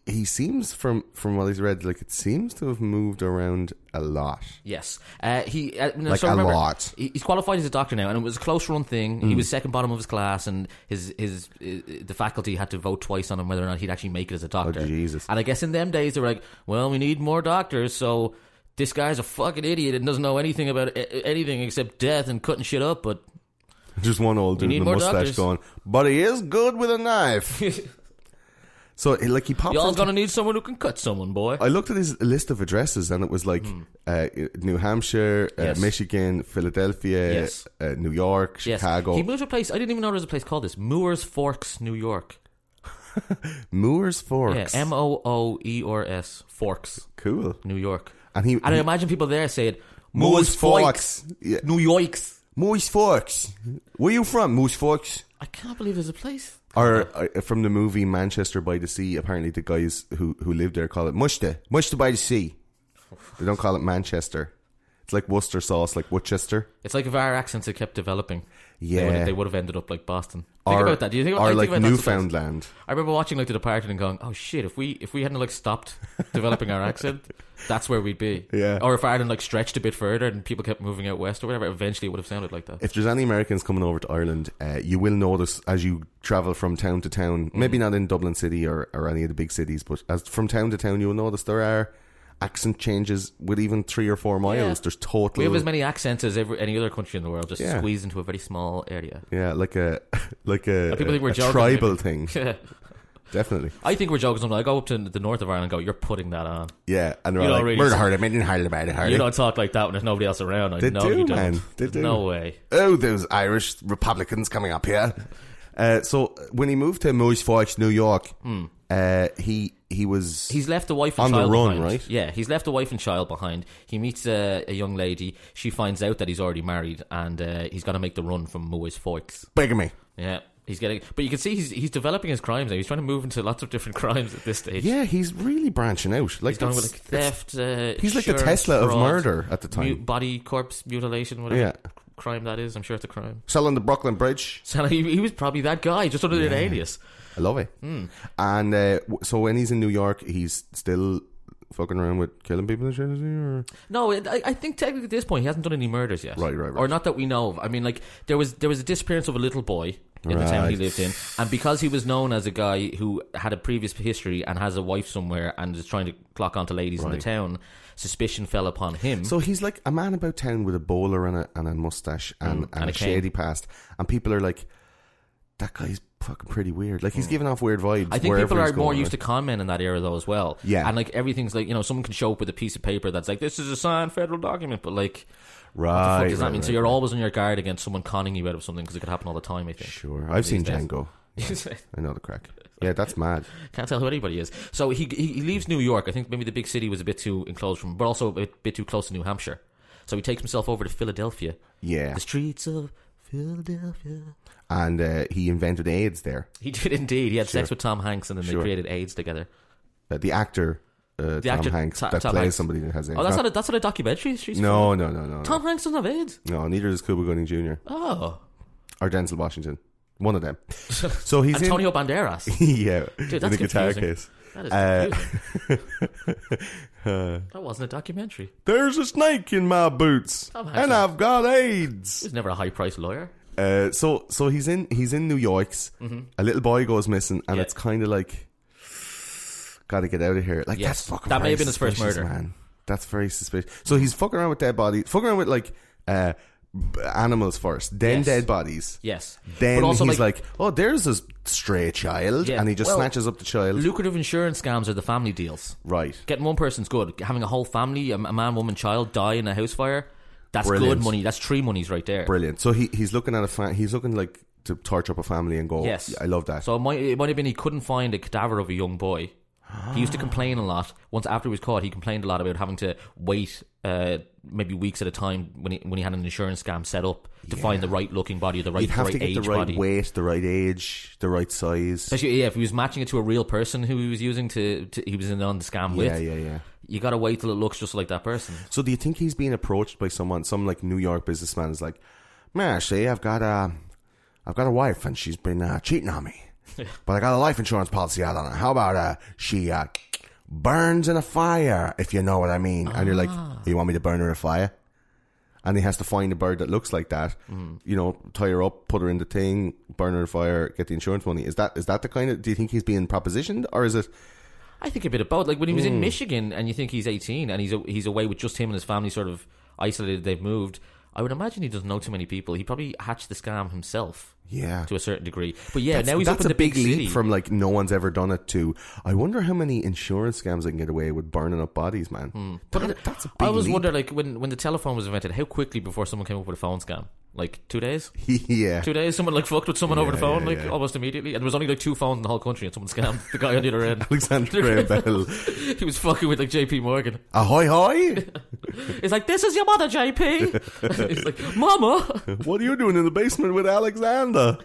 S2: he seems from from what he's read, like it seems to have moved around a lot.
S3: Yes, uh, he uh, no,
S2: Like
S3: so
S2: a
S3: remember,
S2: lot. Mm.
S3: he- He's qualified as a doctor now, and it was a close run thing. He was second bottom of his class, and his his uh, the faculty had to vote twice on him whether or not he'd actually make it as a doctor.
S2: Oh, Jesus.
S3: And I guess in them days they were like, well, we need more doctors, so this guy's a fucking idiot and doesn't know anything about a- anything except death and cutting shit up, but.
S2: Just one old dude
S3: need
S2: with a
S3: more
S2: mustache
S3: doctors.
S2: going, but he is good with a knife. so like he popped.
S3: Y'all
S2: into-
S3: gonna need someone who can cut someone, boy.
S2: I looked at his list of addresses and it was like uh, New Hampshire, uh,
S3: Hmm. Yes.
S2: Michigan, Philadelphia,
S3: Yes.
S2: uh, New York,
S3: Yes.
S2: Chicago.
S3: He moved to a place I didn't even know there was a place called this. Moores Forks, New York.
S2: Moores Forks.
S3: Yeah, M O O E R S Forks,
S2: cool.
S3: New York.
S2: And he
S3: And I
S2: he-
S3: imagine people there said
S2: Moores
S3: Moores Forks,
S2: Forks. Yeah.
S3: New Yorks.
S2: Moose Forks. Where you from, Moose Forks?
S3: I can't believe there's a place.
S2: Or uh, from the movie Manchester by the Sea, apparently the guys who, who live there call it Mushta. Mushta by the Sea. They don't call it Manchester. It's like Worcester sauce, like Worcester.
S3: It's like if our accents had kept developing, they would,
S2: Yeah.
S3: they would have ended up like Boston. Think about that. Do you think?
S2: or
S3: I think
S2: like
S3: about that sometimes.
S2: Newfoundland.
S3: I remember watching like The Departed and going, "Oh shit! If we if we hadn't like stopped developing our accent, that's where we'd be."
S2: Yeah.
S3: Or if Ireland like stretched a bit further and people kept moving out west or whatever, eventually it would have sounded like that.
S2: If there's any Americans coming over to Ireland, uh, you will notice as you travel from town to
S3: Mm.
S2: town, maybe not in Dublin City or, or any of the big cities, but as from town to town, you'll notice there are, accent changes with even three or four miles. There's total.
S3: We have as many accents as every, any other country in the world, just
S2: Yeah.
S3: squeezed into a very small area.
S2: yeah, like a like a,
S3: People think we're
S2: a
S3: joking,
S2: tribal
S3: maybe.
S2: thing. Definitely.
S3: I think we're joking. Sometimes I go up to the north of Ireland and go, You're putting that on.
S2: Yeah, and they're all
S3: You don't
S2: like,
S3: really
S2: "Murder
S3: say-
S2: heard him, I didn't heard about it, heard
S3: You
S2: him."
S3: don't talk like that when there's nobody else around. I
S2: They
S3: know
S2: do,
S3: you don't.
S2: man. They
S3: There's
S2: do.
S3: No way.
S2: Oh, those Irish Republicans coming up here. Uh, so when he moved to Moose Forge, New York, uh, he he was
S3: Hmm. He's left a wife and
S2: On the
S3: child
S2: run,
S3: behind.
S2: right?
S3: Yeah, he's left a wife and child behind. He meets a, a young lady. She finds out that he's already married, and uh, he's going to make the run from Moy's Forks.
S2: bigamy.
S3: Yeah, he's getting. But you can see he's he's developing his crimes now. He's trying to move into lots of different crimes at this stage.
S2: Yeah, he's really branching out. Like
S3: He's going with
S2: that's-
S3: like theft. Uh,
S2: he's like the
S3: insurance,
S2: Tesla of
S3: fraud,
S2: murder at the time.
S3: mu- body corpse mutilation, whatever
S2: Yeah.
S3: crime that is. I'm sure it's a crime.
S2: selling the Brooklyn Bridge.
S3: So he, he was probably that guy, just under an alias.
S2: I love it.
S3: Hmm.
S2: And uh, w- so when he's in New York, he's still fucking around with killing people and shit. Is he, or?
S3: No, it- I, I think technically at this point he hasn't done any murders yet.
S2: Right, right, right.
S3: Or not that we know of. I mean, like there was there was a disappearance of a little boy in the town he
S2: Right.
S3: lived in, and because he was known as a guy who had a previous history and has a wife somewhere and is trying to clock onto ladies in the
S2: Right.
S3: town, suspicion fell upon him.
S2: So he's like a man about town with a bowler and a and a mustache and, and,
S3: Hmm. and
S2: a,
S3: a cane.
S2: shady past, and people are like, "That guy's fucking pretty weird." Like he's giving off weird vibes.
S3: Hmm. I think
S2: wherever
S3: people are
S2: he's
S3: more
S2: going,
S3: used to con men in that era though as well.
S2: Yeah.
S3: and like everything's like you know someone can show up with a piece of paper that's like this is a signed federal document, but like what the
S2: right?
S3: fuck does that
S2: right,
S3: mean? so
S2: right,
S3: you're
S2: right.
S3: always on your guard against someone conning you out of something because it could happen all the time. I think.
S2: sure. I've seen
S3: days.
S2: Django. I know the crack. Yeah, that's mad.
S3: Can't tell who anybody is. So he, he he leaves New York. I think maybe the big city was a bit too enclosed from, but also a bit, bit too close to New Hampshire. So he takes himself over to Philadelphia.
S2: Yeah,
S3: The streets of Philadelphia.
S2: and uh, he invented AIDS there.
S3: He did indeed. He had sex with Tom Hanks, and then they created AIDS together.
S2: Uh, the actor, uh, Tom
S3: actor
S2: Hanks,
S3: Ta-
S2: that
S3: Tom
S2: plays
S3: Hanks.
S2: somebody that has AIDS.
S3: Oh, that's
S2: no,
S3: not a, that's not a documentary. Streets of
S2: no, no, no, no, no.
S3: Tom Hanks doesn't have AIDS.
S2: No, neither does Cuba Gooding Jr.
S3: Oh,
S2: or Denzel Washington. One of them. So he's in-
S3: Antonio Banderas.
S2: yeah,
S3: Dude,
S2: in
S3: that's
S2: the guitar
S3: confusing.
S2: case.
S3: That is
S2: Uh,
S3: confusing. that wasn't a documentary.
S2: There's a snake in my boots,
S3: Tom Hanks
S2: and
S3: is-
S2: I've got AIDS.
S3: He's never a high priced lawyer.
S2: Uh, so, so he's in he's in New York's. A little boy goes missing, and
S3: Mm-hmm. Yeah.
S2: it's kind of like, gotta get out of here. Like
S3: Yes.
S2: that's fucking.
S3: That may
S2: very
S3: have been his first
S2: suspicious,
S3: murder.
S2: man. That's very suspicious. So he's fucking around with dead bodies, fucking around with like uh, b- animals first, then
S3: Yes.
S2: dead bodies.
S3: Yes,
S2: Then
S3: But also,
S2: he's like, "Oh, there's a stray child,"
S3: Yeah,
S2: and he just
S3: well,
S2: snatches up the child.
S3: lucrative insurance scams are the family deals.
S2: right.
S3: Getting one person's good. Having a whole family, a a man, woman, child die in a house fire, that's
S2: Brilliant.
S3: good money. That's three monies right there.
S2: Brilliant. So he, he's looking at a fa- he's looking like to torch up a family and go.
S3: Yes.
S2: I love that.
S3: So it might, it might have been he couldn't find a cadaver of a young boy. He used to complain a lot. Once after he was caught, he complained a lot about having to wait uh, maybe weeks at a time when he, when he had an insurance scam set up to find the right looking body, the right,
S2: You'd have
S3: right
S2: to get
S3: age
S2: the right
S3: body.
S2: weight, the right age, the right size.
S3: Especially yeah, if he was matching it to a real person who he was using to, to he was in on the scam
S2: Yeah,
S3: with,
S2: yeah, yeah.
S3: you gotta wait till it looks just like that person.
S2: So do you think he's being approached by someone? Some like New York businessman is like, "Man, see, I've got a, I've got a wife and she's been uh, cheating on me, but I got a life insurance policy out on her. How about uh, she uh, burns in a fire, if you know what I mean?" And you're like, "You want me to burn her in a fire?" And he has to find a bird that looks like that, you know, tie her up, put her in the thing, burn her in a fire, get the insurance money. Is that is that the kind of? Do you think he's being propositioned, or is it?
S3: I think a bit of both. Like when he was
S2: Mm.
S3: in Michigan, and you think he's eighteen, and he's a, he's away with just him and his family, sort of isolated. They've moved. I would imagine he doesn't know too many people. He probably hatched the scam himself
S2: Yeah,
S3: to a certain degree. But yeah,
S2: That's-
S3: now he's
S2: that's
S3: up in
S2: a
S3: the big,
S2: leap
S3: city.
S2: from like no one's ever done it to. I wonder how many insurance scams I can get away with burning up bodies, man.
S3: Hmm.
S2: That- that's a big
S3: I always
S2: leap.
S3: wonder, like when when the telephone was invented, how quickly before someone came up with a phone scam? Like two days,
S2: yeah,
S3: two days. Someone like fucked with someone over the
S2: Yeah,
S3: phone,
S2: yeah,
S3: like
S2: yeah.
S3: almost immediately. And there was only like two phones in the whole country, and someone scammed the guy on the other end.
S2: Alexander Graham Bell.
S3: he was fucking with like J.P. Morgan.
S2: Ahoy, hoy!
S3: He's like, "This is your mother, J.P." He's like, "Mama."
S2: what are you doing in the basement with Alexander?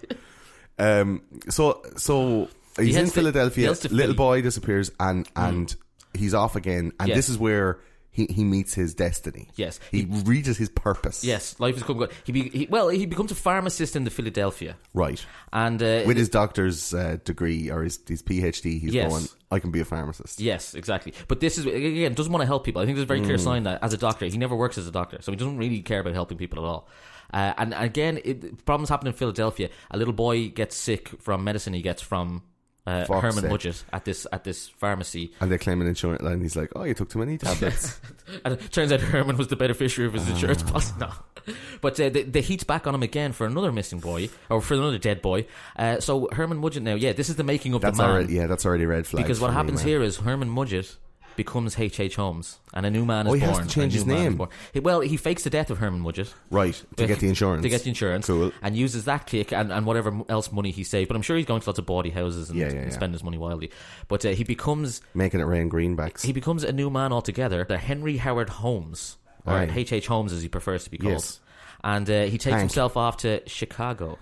S2: Um. So so he's
S3: heads
S2: in
S3: to- he
S2: Philadelphia.
S3: heads to Hmm.
S2: Little
S3: Philly.
S2: boy disappears, and and he's off again. And
S3: Yeah.
S2: this is where. He, he meets his destiny.
S3: Yes.
S2: He, reaches his purpose.
S3: Yes, life is coming good. He, be, he well, he becomes a pharmacist in the Philadelphia,
S2: Right.
S3: and uh,
S2: With his doctor's uh, degree or his, his PhD, he's
S3: Yes.
S2: going, I can be a pharmacist.
S3: yes, exactly. But this is again doesn't want to help people. I think there's a very clear
S2: Mm.
S3: sign that as a doctor, he never works as a doctor, so he doesn't really care about helping people at all. Uh, and again, it, problems happen in Philadelphia. A little boy gets sick from medicine he gets from uh, uh,
S2: Fuck's
S3: Herman
S2: sake.
S3: Mudgett at this at this pharmacy.
S2: And they claim an insurance line. He's like, oh, you took too many tablets.
S3: And it turns out Herman was the beneficiary of his
S2: Ah.
S3: insurance policy. No. But uh, the, the heat's back on him again for another missing boy, or for another dead boy. Uh, so Herman Mudgett now, yeah, this is the making of
S2: that's
S3: the man.
S2: already yeah, that's already a red flag.
S3: because
S2: for
S3: what
S2: me,
S3: happens
S2: man.
S3: here is Herman Mudgett becomes H.H. Holmes, and a new man is
S2: Oh, he has
S3: born.
S2: to change
S3: a new
S2: his
S3: man is
S2: name.
S3: born. He- well, he fakes the death of Herman Mudgett.
S2: right to get the insurance,
S3: To get the insurance.
S2: Cool.
S3: And uses that kick and, and whatever m- else money he saved. But I'm sure he's going to lots of bawdy houses and,
S2: Yeah, yeah,
S3: and
S2: yeah.
S3: spending his money wildly. But uh, he becomes
S2: making it rain greenbacks.
S3: he becomes a new man altogether. The Henry Howard Holmes, or
S2: Aye.
S3: H.H. Holmes as he prefers to be called.
S2: Yes.
S3: And uh, he takes
S2: Hank.
S3: himself off to Chicago.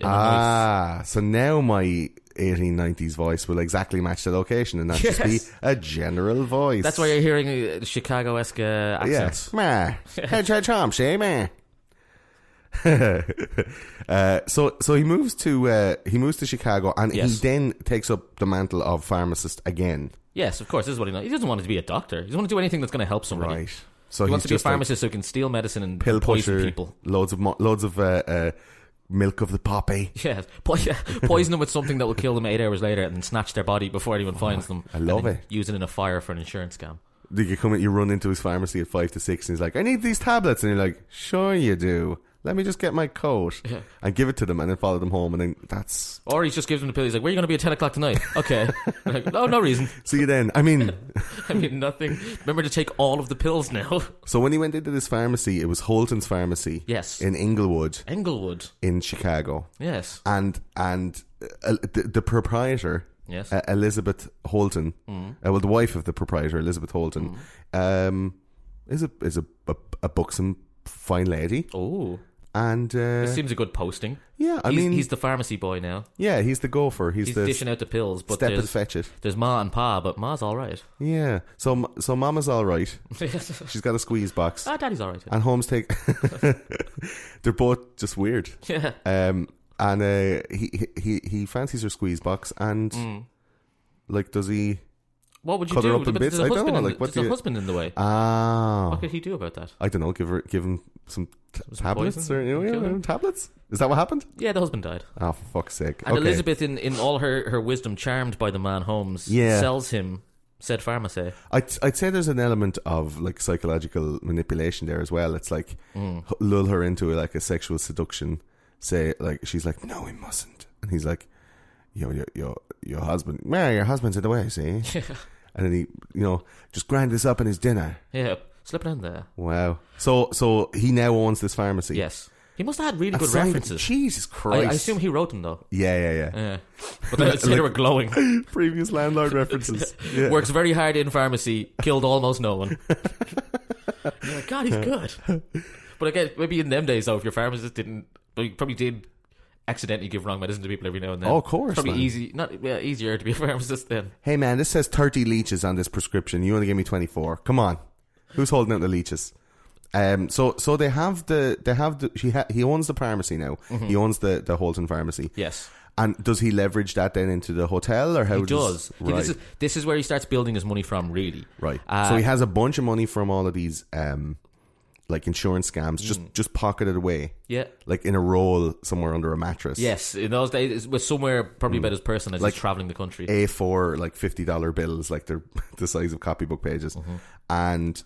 S3: Illinois.
S2: ah, so now my 1890s voice will exactly match the location, and not just be
S3: Yes.
S2: a general voice.
S3: That's why you're hearing uh, Chicago-esque uh, accents.
S2: Yes, meh. Hedge, hedge, Tom, say meh. uh, so, so he moves to uh, he moves to Chicago, and
S3: Yes.
S2: he then takes up the mantle of pharmacist again.
S3: Yes, of course. This is what he knows. He doesn't want to be a doctor. He doesn't want to do anything that's going to help somebody.
S2: Right. So
S3: he
S2: he's
S3: wants to be a
S2: just like
S3: pharmacist who can steal medicine and
S2: pill
S3: poison
S2: pusher,
S3: people.
S2: loads of mo- loads of uh, uh, milk of the poppy.
S3: Yes, po- yeah. poison them with something that will kill them eight hours later and snatch their body before anyone finds them.
S2: Oh I love
S3: and then
S2: it.
S3: Use it in a fire for an insurance scam.
S2: Like you come in, you run into his pharmacy at five to six, and he's like, "I need these tablets," and you're like, "Sure you do. Let me just get my coat and give it to them, and then follow them home." And then that's
S3: Or he just gives them the pill. He's like, "Where are you going to be at ten o'clock tonight?" okay. Like, no, no reason.
S2: see you then. I mean,
S3: I mean, nothing. Remember to take all of the pills now.
S2: so when he went into this pharmacy, it was Holton's pharmacy,
S3: Yes.
S2: in Inglewood,
S3: Englewood.
S2: in Chicago,
S3: Yes.
S2: and and uh, the, the proprietor,
S3: Yes.
S2: uh, Elizabeth Holton,
S3: Mm.
S2: uh, well, the wife of the proprietor, Elizabeth Holton, um, is a is a, a, a buxom fine lady,
S3: Oh,
S2: and uh,
S3: this seems a good posting.
S2: yeah, I
S3: he's,
S2: mean,
S3: he's the pharmacy boy now.
S2: yeah, he's the gopher, he's,
S3: He's
S2: the
S3: dishing out the pills, but
S2: step and
S3: there's,
S2: fetch it,
S3: there's ma and pa, but ma's all right.
S2: yeah. So m- so Mama's all right, she's got a squeeze box,
S3: Ah, daddy's all right.
S2: and Holmes take, they're both just weird,
S3: Yeah.
S2: um, and uh, he he- he he fancies her squeeze box, and
S3: Mm.
S2: like, does he?
S3: What would you
S2: Cut her
S3: do?
S2: up in
S3: But
S2: bits?
S3: there's a
S2: I don't
S3: husband
S2: know,
S3: in the-
S2: like, what
S3: there's
S2: do
S3: a
S2: you-
S3: husband in the way.
S2: Ah,
S3: What could he do about that?
S2: I don't know. Give her, give him some, t-
S3: Some
S2: tablets
S3: poison?
S2: or you know,
S3: Kill him?
S2: tablets. Is that what happened?
S3: Yeah, the husband died.
S2: Oh, for fuck's sake!
S3: And
S2: Okay.
S3: Elizabeth, in, in all her, her wisdom, charmed by the man Holmes,
S2: Yeah.
S3: sells him said pharmacy.
S2: I'd, I'd say there's an element of like psychological manipulation there as well. It's like
S3: Mm.
S2: h- lull her into like a sexual seduction. Say like she's like, no, we mustn't, and he's like, yo, your your your husband, yeah, your husband's in the way, see, and then he, you know, just grind this up in his dinner.
S3: Yeah, slip it in there.
S2: Wow. So so he now owns this pharmacy.
S3: Yes, he must have had really
S2: Aside-
S3: good references.
S2: Jesus
S3: I,
S2: Christ.
S3: I assume he Uh, wrote them though.
S2: Yeah, yeah, yeah.
S3: Yeah, but then it's- they were glowing.
S2: Previous landlord references. Yeah.
S3: Works very hard in pharmacy. Killed almost no one. You're like, God, he's good. But again, maybe in them days though, if your pharmacist didn't, well, he probably did accidentally give wrong medicine to people every now and then.
S2: Oh, of course,
S3: Probably
S2: man.
S3: easy, not yeah, easier to be a pharmacist then.
S2: Hey man, this says 30 leeches on this prescription. You only give me 24. Come on. Who's holding out the leeches? Um, so so they have the they have the he ha- he owns the pharmacy now.
S3: Mm-hmm.
S2: He owns the the Holton pharmacy.
S3: Yes.
S2: And does he leverage that then into the hotel or how
S3: He does. He-
S2: right
S3: this, is, this is where he starts building his money from, really.
S2: right?
S3: Uh,
S2: so he has a bunch of money from all of these um like insurance scams just
S3: Mm.
S2: just pocketed away.
S3: Yeah.
S2: Like in a roll somewhere under a mattress.
S3: Yes, in those days, it was somewhere probably
S2: Hmm.
S3: about his person as he's traveling the country.
S2: A4 like fifty dollar bills, like they're the size of copybook pages,
S3: Mm-hmm.
S2: and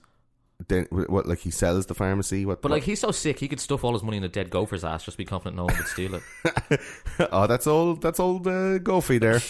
S2: then wh- what? Like he sells the pharmacy. What?
S3: but like, he's so sick, he could stuff all his money in a dead gopher's ass. Just be confident no one would steal it.
S2: oh, that's old. That's old uh, Goofy there.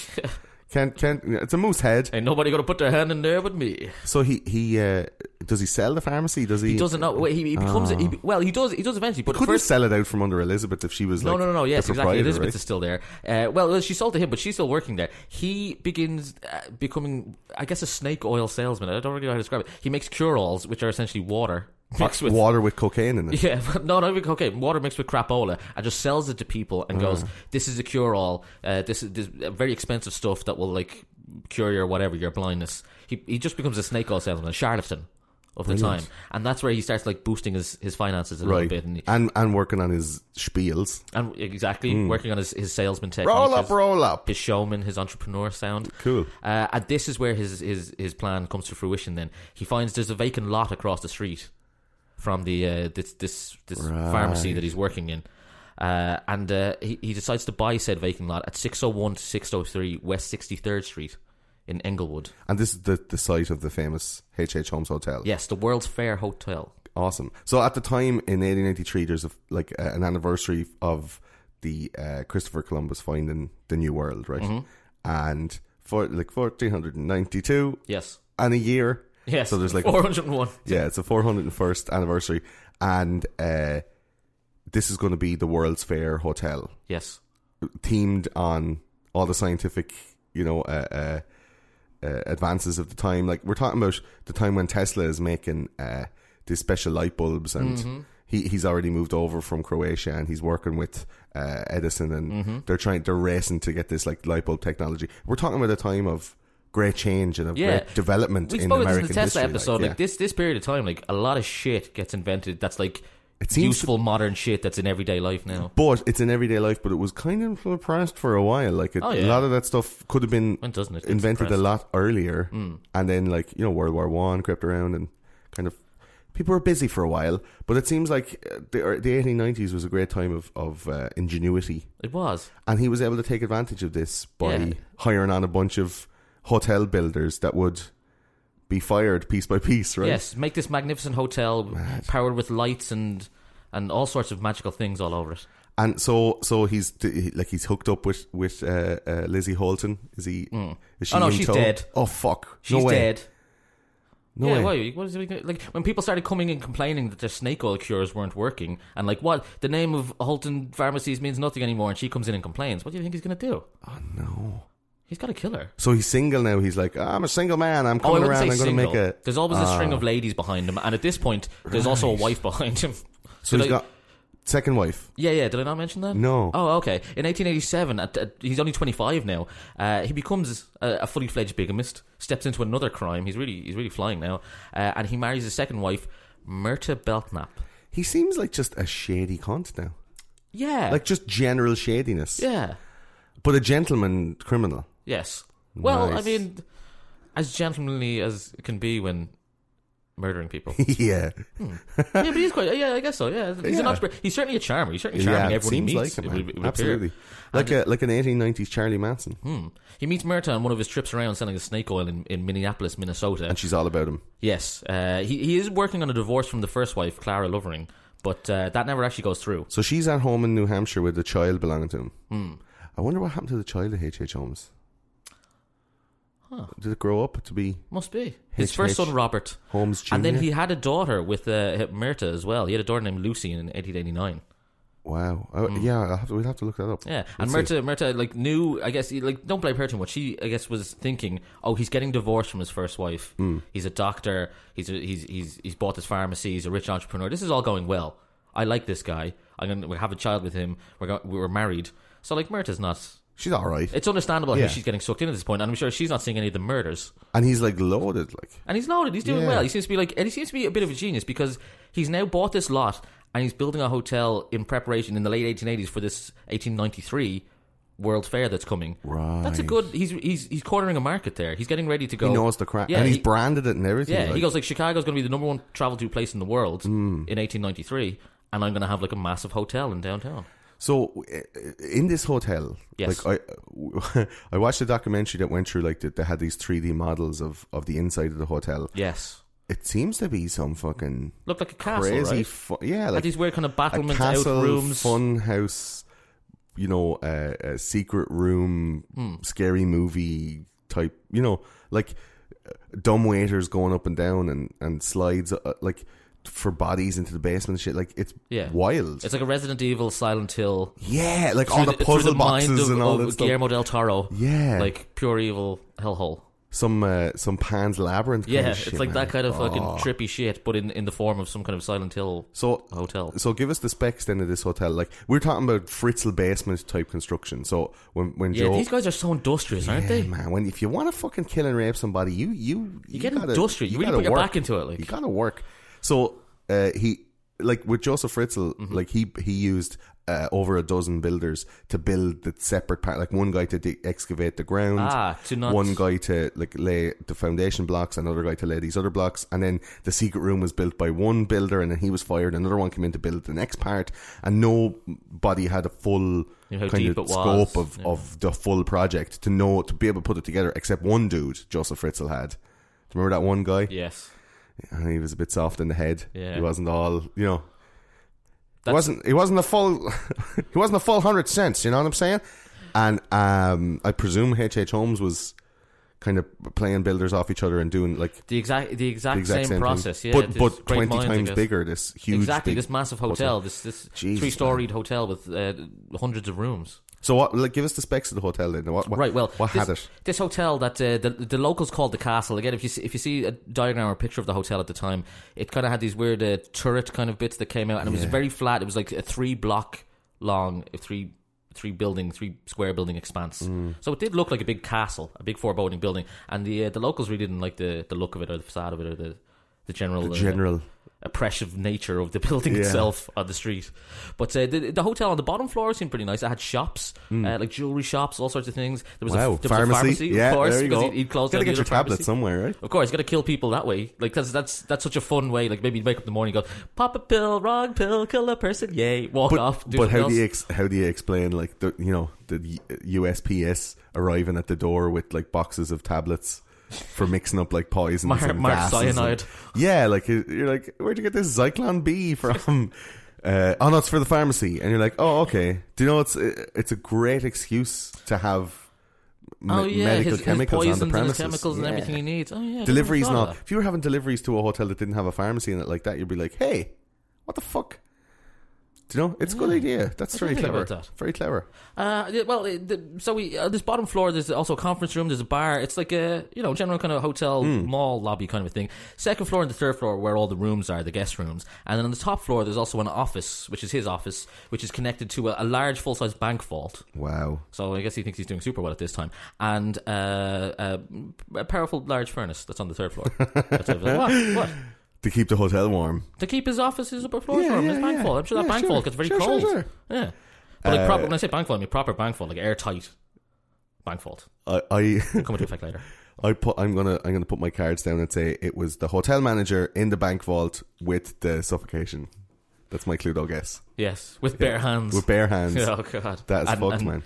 S2: Can't can't. It's a moose head.
S3: Ain't nobody gonna put their hand in there but me.
S2: So he he uh, does he sell the pharmacy? Does he?
S3: He doesn't know. Wait, he, he becomes. he
S2: Ah.
S3: be- well, he does. He does eventually. But
S2: Couldn't
S3: first,
S2: sell it out from under Elizabeth if she was
S3: no,
S2: like
S3: no, no, no.
S2: the
S3: Yes, exactly.
S2: proprietor,
S3: Elizabeth
S2: right?
S3: is still there. Uh, well, well, she sold to him, but she's still working there. He begins uh, becoming, I guess, a snake oil salesman. I don't really know how to describe it. He makes cure-alls, which are essentially water mixed with
S2: water with cocaine in it.
S3: Yeah, but no, no, okay. Water mixed with crapola, and just sells it to people
S2: Mm.
S3: and goes, "This is a cure-all. Uh, this is this is very expensive stuff that will like cure your whatever your blindness." He he just becomes a snake oil salesman, a charlatan of the time, and that's where he starts like boosting his, his finances a little
S2: Right
S3: bit, and,
S2: and,
S3: he-
S2: and working on his spiels.
S3: and exactly working on his his salesman technique,
S2: Mm. Roll up,
S3: his,
S2: roll up.
S3: his showman, his entrepreneur sound.
S2: Cool.
S3: Uh, and this is where his, his his plan comes to fruition. Then he finds there's a vacant lot across the street from the uh, this this this pharmacy that he's working in, Uh, and uh, he, he decides to buy said vacant lot at 601 to 603 West 63rd Street in Englewood.
S2: And this is the, the site of the famous HH Holmes Hotel.
S3: Yes, the World's Fair Hotel.
S2: Awesome. So at the time in 1893, there's a, like uh, an anniversary of the uh, Christopher Columbus finding the New World, right? And for like 1492
S3: Yes.
S2: and a year.
S3: Yes.
S2: So there's like a-
S3: 401.
S2: yeah, it's a 401st anniversary, and uh, this is going to be the World's Fair Hotel,
S3: Yes.
S2: themed on all the scientific, you know, uh, uh, uh, advances of the time. Like we're talking about the time when Tesla is making uh, these special light bulbs, and
S3: Mm-hmm.
S2: he, he's already moved over from Croatia, and he's working with uh, Edison, and
S3: Mm-hmm.
S2: they're trying, they're racing to get this like light bulb technology. We're talking about a time of great change and of
S3: Yeah.
S2: great development
S3: We
S2: in
S3: spoke about this
S2: American
S3: in the Tesla
S2: history,
S3: episode. Like,
S2: yeah.
S3: this, this period of time, like a lot of shit gets invented. That's like
S2: It seems to-
S3: useful modern shit that's in everyday life now.
S2: But it's in everyday life, but it was kind of repressed for a while. Like it,
S3: Oh, yeah.
S2: a lot of that stuff could have been
S3: When doesn't it get
S2: invented a
S3: suppressed? Mm.
S2: lot earlier, and then like you know World War One crept around and kind of people were busy for a while. But it seems like uh, the or the eighteen nineties was a great time of of uh, ingenuity,
S3: It was.
S2: and he was able to take advantage of this by
S3: Yeah.
S2: hiring on a bunch of hotel builders that would be fired piece by piece, right?
S3: Yes, make this magnificent hotel powered with lights and and all sorts of magical things all over it.
S2: And so, so he's he- like he's hooked up with with uh, uh, Lizzie Holton. Is he? Is she
S3: Oh, no,
S2: in
S3: she's
S2: tow?
S3: dead.
S2: Oh fuck!
S3: She's
S2: no way.
S3: dead.
S2: No
S3: yeah,
S2: way.
S3: why? What is it, we do? like when people started coming and complaining that their snake oil cures weren't working, and like what the name of Holton Pharmacies means nothing anymore, and she comes in and complains. What do you think he's gonna do?
S2: Oh no.
S3: He's got to kill her.
S2: So he's single now. He's like, "Ah, I'm a single man. I'm
S3: Oh, I
S2: coming
S3: wouldn't
S2: around.
S3: say
S2: I'm going to
S3: single.
S2: make a.
S3: There's always a string
S2: Ah.
S3: of ladies behind him, and at this point, there's also a wife behind him.
S2: So
S3: Did
S2: he's
S3: I-
S2: got second wife.
S3: Yeah, yeah. Did I not mention that?
S2: No.
S3: Oh, okay. In 1887, at, at, he's only 25 now. Uh, he becomes a, a fully fledged bigamist. Steps into another crime. He's really, he's really flying now. Uh, and he marries his second wife, Myrta Belknap.
S2: He seems like just a shady cunt now.
S3: Yeah.
S2: Like just general shadiness.
S3: yeah.
S2: But a gentleman criminal.
S3: Yes. Well,
S2: Nice.
S3: I mean, as gentlemanly as it can be when murdering people. yeah,
S2: yeah.
S3: but he's quite. Yeah, I guess so. Yeah, he's an
S2: Yeah.
S3: entrepreneur. He's certainly a charmer. He's certainly charming.
S2: yeah. it
S3: everyone he
S2: seems
S3: meets.
S2: like
S3: it
S2: him,
S3: would-
S2: man.
S3: it would appear.
S2: Absolutely. Like a like an 1890s Charlie Manson,
S3: Hmm. He meets Myrta on one of his trips around selling snake oil in, in Minneapolis, Minnesota.
S2: and she's all about him.
S3: Yes, uh, he he is working on a divorce from the first wife, Clara Lovering, but uh, that never actually goes through.
S2: So she's at home in New Hampshire with a child belonging to him.
S3: Hmm.
S2: I wonder what happened to the child of H.H. Holmes.
S3: Huh.
S2: Did it grow up to be
S3: Must be his
S2: H-
S3: first
S2: H.
S3: son, Robert,
S2: Holmes Jr.?
S3: and then he had a daughter with uh, Myrta as well. He had a daughter named Lucy in 1889.
S2: Wow. Oh, Yeah, I'll have to, we'll have to look that up.
S3: Hmm. Yeah, and
S2: Let's see.
S3: Myrta, Myrta, like knew, I guess, he- like don't blame her too much. She, I guess, was thinking, oh, he's getting divorced from his first wife.
S2: Hmm.
S3: He's a doctor. He's a, he's he's he's bought this pharmacy. He's a rich entrepreneur. This is all going well. I like this guy. I'm gonna we have a child with him. We're go- we're married. So like Myrta's not
S2: She's all right.
S3: It's understandable
S2: Yeah.
S3: how she's getting sucked in at this point, and I'm sure she's not seeing any of the murders.
S2: and he's like loaded. Like,
S3: And he's loaded. He's doing
S2: Yeah.
S3: well. He seems to be like, and he seems to be a bit of a genius because he's now bought this lot and he's building a hotel in preparation in the late 1880s for this 1893 World Fair that's coming.
S2: Right.
S3: That's a good. He's he's he's cornering a market there. He's getting ready to go.
S2: he knows the crap.
S3: Yeah,
S2: and he's
S3: he-
S2: branded it and everything.
S3: Yeah, he
S2: like.
S3: goes like Chicago's going to be the number one travel to place in the world
S2: Mm.
S3: in 1893, and I'm going to have like a massive hotel in downtown.
S2: So i- i- in this hotel,
S3: Yes.
S2: like I, I watched a documentary that went through like that. They had these 3D models of of the inside of the hotel.
S3: Yes,
S2: It seems to be some fucking
S3: looked like a castle,
S2: crazy,
S3: right?
S2: fu- yeah,
S3: like
S2: like
S3: these weird kind of
S2: a
S3: battlements, out
S2: castle,
S3: rooms,
S2: fun house, you know, uh, a secret room,
S3: Hmm.
S2: scary movie type, you know, like uh, dumb waiters going up and down and and slides uh, like for bodies into the basement and shit. Like it's
S3: Yeah.
S2: wild.
S3: It's like a Resident Evil, Silent Hill.
S2: yeah, like
S3: through
S2: all the,
S3: through
S2: puzzle
S3: mind
S2: boxes
S3: of-
S2: and all
S3: of
S2: that stuff.
S3: Guillermo del Toro.
S2: Yeah.
S3: Like pure evil hellhole.
S2: some uh, some Pan's Labyrinth.
S3: Yeah,
S2: kind of
S3: it's
S2: shit,
S3: like
S2: man.
S3: that kind of fucking
S2: Oh.
S3: trippy shit, but in, in the form of some kind of Silent Hill
S2: So
S3: hotel.
S2: So give us the specs then of this hotel. Like we're talking about Fritzl basement type construction. So when when
S3: yeah,
S2: Joe
S3: these guys are so industrious, aren't
S2: Yeah,
S3: they?
S2: man. When if you want to fucking kill and rape somebody, you you
S3: You get industrious. You really put your back into it, like.
S2: you
S3: Mm-hmm.
S2: gotta work. So uh, he like with Joseph Fritzl, like he he used uh, over a dozen builders to build the separate part. Like one guy to de- excavate the ground,
S3: Ah, to not-
S2: one guy to like lay the foundation blocks, another guy to lay these other blocks, and then the secret room was built by one builder, and then he was fired. Another one came in to build the next part, and nobody had a full
S3: You know, how
S2: kind
S3: deep
S2: of
S3: it was.
S2: scope of,
S3: Yeah.
S2: of the full project to know to be able to put it together, except one dude, Joseph Fritzl had. Do you remember that one guy?
S3: Yes.
S2: And he was a bit soft in the head.
S3: Yeah.
S2: He wasn't all you know. He
S3: That's-
S2: wasn't he wasn't a full he wasn't a full hundred cents, you know what I'm saying? And um I presume H. H. Holmes was kind of playing builders off each other and doing like
S3: The exact the exact,
S2: the exact
S3: same,
S2: same, thing.
S3: process, yeah.
S2: But
S3: this
S2: but
S3: great
S2: twenty
S3: minds, I
S2: times
S3: guess.
S2: bigger, this huge
S3: exactly,
S2: big
S3: this massive hotel, this this
S2: Jesus,
S3: three storied hotel with uh, hundreds of rooms.
S2: So what like give us the specs of the hotel then. What, what
S3: right. Well,
S2: what
S3: this,
S2: had it?
S3: This hotel that uh, the the locals called the castle. Again, if you see, if you see a diagram or a picture of the hotel at the time, it kind of had these weird uh, turret kind of bits that came out, and it was very flat. It was like a three block long, a three three building, three square building expanse.
S2: Mm.
S3: So it did look like a big castle, a big foreboding building, and the uh, the locals really didn't like the the look of it or the facade of it or the the general
S2: The
S3: uh,
S2: general
S3: oppressive nature of the building
S2: Yeah.
S3: itself on the street. But uh, the, the hotel on the bottom floor seemed pretty nice. It had shops,
S2: Hmm.
S3: uh, like jewelry shops, all sorts of things. There was, a, there was a pharmacy,
S2: yeah,
S3: of course,
S2: there you
S3: because
S2: go.
S3: He'd, he'd closed
S2: Gotta
S3: down the
S2: get your
S3: other
S2: tablet
S3: pharmacy.
S2: somewhere, right?
S3: Of course, you got to kill people that way. Like that's that's that's such a fun way. Like maybe you wake up in the morning, and go pop a pill, wrong pill, kill a person, yay, walk
S2: But,
S3: off. Do
S2: but how
S3: something
S2: do you
S3: else.
S2: ex- how do you explain like the you know the USPS arriving at the door with like boxes of tablets for mixing up like poisons
S3: Mar-
S2: and
S3: Mark
S2: gases and-
S3: cyanide.
S2: yeah, like you- you're like, where'd you get this Zyklon B from? Uh, oh no, it's for the pharmacy, and you're like, oh okay. Do you know it's it's a great excuse to have me-
S3: Oh yeah,
S2: medical
S3: his, his
S2: chemicals
S3: poisons
S2: on the
S3: and
S2: premises,
S3: his chemicals
S2: Yeah.
S3: and everything he needs. Oh yeah, I
S2: Deliveries
S3: never thought
S2: not.
S3: of
S2: If you were having deliveries to a hotel that didn't have a pharmacy in it like that, you'd be like, "Hey, what the fuck?" Do you know? It's a good idea. That's
S3: I
S2: very
S3: didn't think
S2: clever.
S3: about that.
S2: Very clever.
S3: that. Uh, yeah, well, uh, the, so we uh, this bottom floor. There's also a conference room. There's a bar. It's like a you know general kind of hotel mall lobby kind of a thing. Second floor and the third floor are where all the rooms are, the guest rooms, and then on the top floor there's also an office, which is his office, which is connected to a, a large full size bank vault.
S2: Wow.
S3: So I guess he thinks he's doing super well at this time, and uh, uh, a powerful large furnace that's on the third floor. That's what I was like, what? What?
S2: To keep the hotel warm.
S3: To keep his office his upper floor
S2: Yeah,
S3: for him,
S2: yeah,
S3: his bank
S2: yeah.
S3: vault. I'm sure that
S2: Yeah,
S3: bank
S2: sure.
S3: vault gets very
S2: Sure, sure,
S3: cold.
S2: sure. Uh,
S3: Yeah. But like proper, when I say bank vault, I mean proper bank vault, like airtight bank vault.
S2: I, I,
S3: Come into effect later.
S2: I put. I'm gonna. I'm gonna put my cards down and say it was the hotel manager in the bank vault with the suffocation. That's my Cluedo guess.
S3: Yes, with bare hands.
S2: With bare hands.
S3: Oh god,
S2: That is
S3: And-
S2: fucked,
S3: and
S2: man.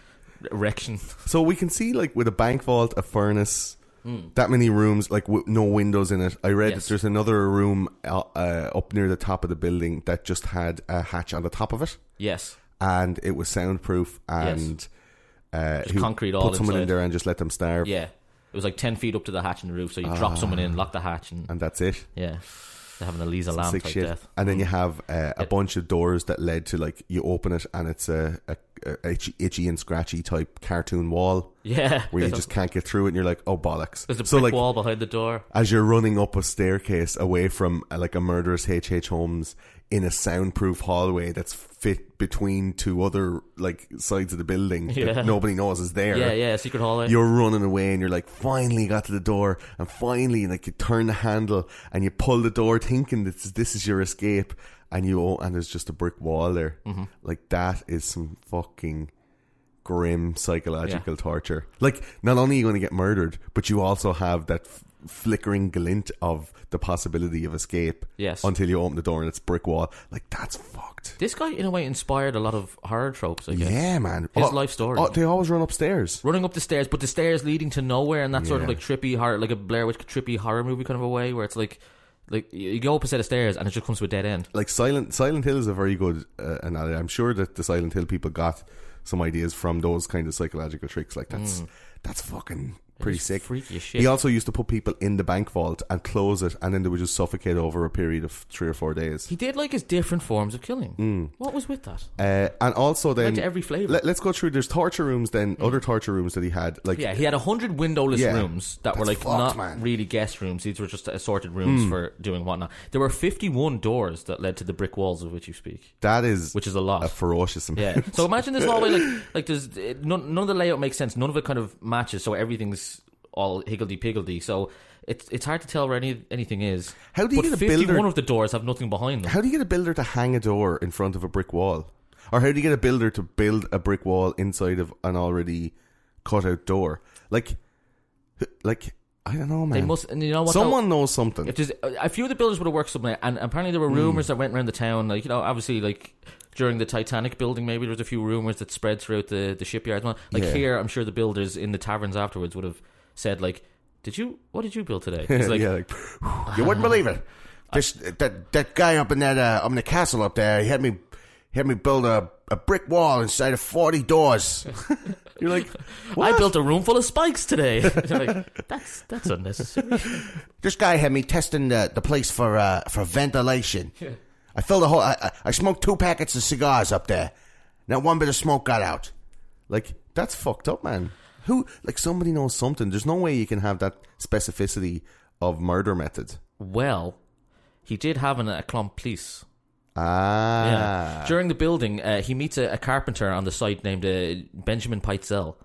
S3: Erection.
S2: So we can see, like, with a bank vault, a furnace, that many rooms, like, w- no windows in it. I read
S3: Hmm. Yes.
S2: that there's another room uh, uh, up near the top of the building that just had a hatch on the top of it,
S3: Yes,
S2: and it was soundproof, and uh,
S3: Just concrete
S2: put
S3: all
S2: someone in
S3: inside.
S2: there and just let them starve,
S3: yeah. It was like ten feet up to the hatch in the roof, so you drop someone in, lock the hatch, and
S2: Ah. and that's it.
S3: yeah, they have an Eliza Lamb
S2: Sick
S3: type
S2: shit.
S3: death. Hmm.
S2: And then you have uh, a bunch of doors that led to like you open it and it's a, a, a itchy, itchy and scratchy type cartoon wall
S3: Yeah,
S2: where you just can't get through it, and you're like, oh bollocks.
S3: there's a brick
S2: so like
S3: wall behind the door.
S2: as you're running up a staircase away from uh, like a murderous H.H. H. Holmes in a soundproof hallway that's fit between two other like sides of the building
S3: Yeah.
S2: that nobody knows is there.
S3: Yeah, yeah, secret hallway.
S2: You're running away and you're like, finally got to the door, and finally, like you turn the handle and you pull the door, thinking this is, this is your escape, and you oh, and there's just a brick wall there.
S3: Mm-hmm.
S2: Like that is some fucking grim psychological torture. Like, not only are you going to get murdered, but you also have that f- flickering glint of the possibility of escape.
S3: Yes.
S2: Until you open the door and it's brick wall. Like that's fucked.
S3: This guy, in a way, inspired a lot of horror tropes. I guess.
S2: Yeah, man.
S3: His life story.
S2: Oh, they always run upstairs.
S3: running up the stairs, but the stairs leading to nowhere, and that sort of
S2: Yeah.
S3: like trippy horror, like a Blair Witch trippy horror movie kind of a way, where it's like, like you you go up a set of stairs and it just comes to a dead end.
S2: like Silent Silent Hill is a very good uh, analogy. I'm sure that the Silent Hill people got some ideas from those kind of psychological tricks. Like that's that's fucking pretty
S3: Mm. is
S2: sick.
S3: freaky as shit.
S2: He also used to put people in the bank vault and close it, and then they would just suffocate over a period of three or four days.
S3: He did like his different forms of killing.
S2: Hmm.
S3: What was with that?
S2: uh, and also then
S3: Went to every flavour.
S2: Let, us go through. There's torture rooms. Then other torture rooms that he had. Like
S3: Yeah, he had a hundred windowless
S2: Yeah.
S3: rooms that were like
S2: That's
S3: not
S2: fucked, man. Hmm.
S3: really guest rooms. These were just assorted rooms for doing whatnot. There were fifty-one doors that led to the brick walls of which you speak,
S2: that is
S3: which is a lot.
S2: a ferocious amount.
S3: Yeah. So imagine this hallway, like, like there's uh, none, none of the layout makes sense. None of it kind of matches. So everything's all higgledy piggledy. So it's it's hard to tell where any anything is.
S2: How do you
S3: but
S2: get a builder-
S3: of the doors have nothing behind them?
S2: How do you get a builder to hang a door in front of a brick wall? Or how do you get a builder to build a brick wall inside of an already cut out door? Like, like I don't know, man.
S3: They must, and you know what? though?
S2: Someone knows something.
S3: If there's a few of the builders would have worked something, out, and apparently
S2: Hmm.
S3: there were rumors that went around the town. Like you know, obviously, like during the Titanic building, maybe there was a few rumors that spread throughout the the shipyard. Like
S2: Yeah.
S3: here, I'm sure the builders in the taverns afterwards would have said like. Did you? What did you build today? It's like,
S2: yeah, like, you wouldn't believe it. This that that guy up in that uh, up in the castle up there, he had me he had me build a, a brick wall inside of forty doors. You're like,
S3: I
S2: what?
S3: built a room full of spikes today. like, that's that's unnecessary.
S2: this guy had me testing the, the place for uh, for ventilation. I filled a whole. I, I- I smoked two packets of cigars up there. Not one bit of smoke got out. Like that's fucked up, man. Who like somebody knows something? There's no way you can have that specificity of murder method.
S3: Well, he did have an accomplice.
S2: Ah,
S3: Yeah. During the building, uh, he meets a, a carpenter on the site named uh, Benjamin Peitzel.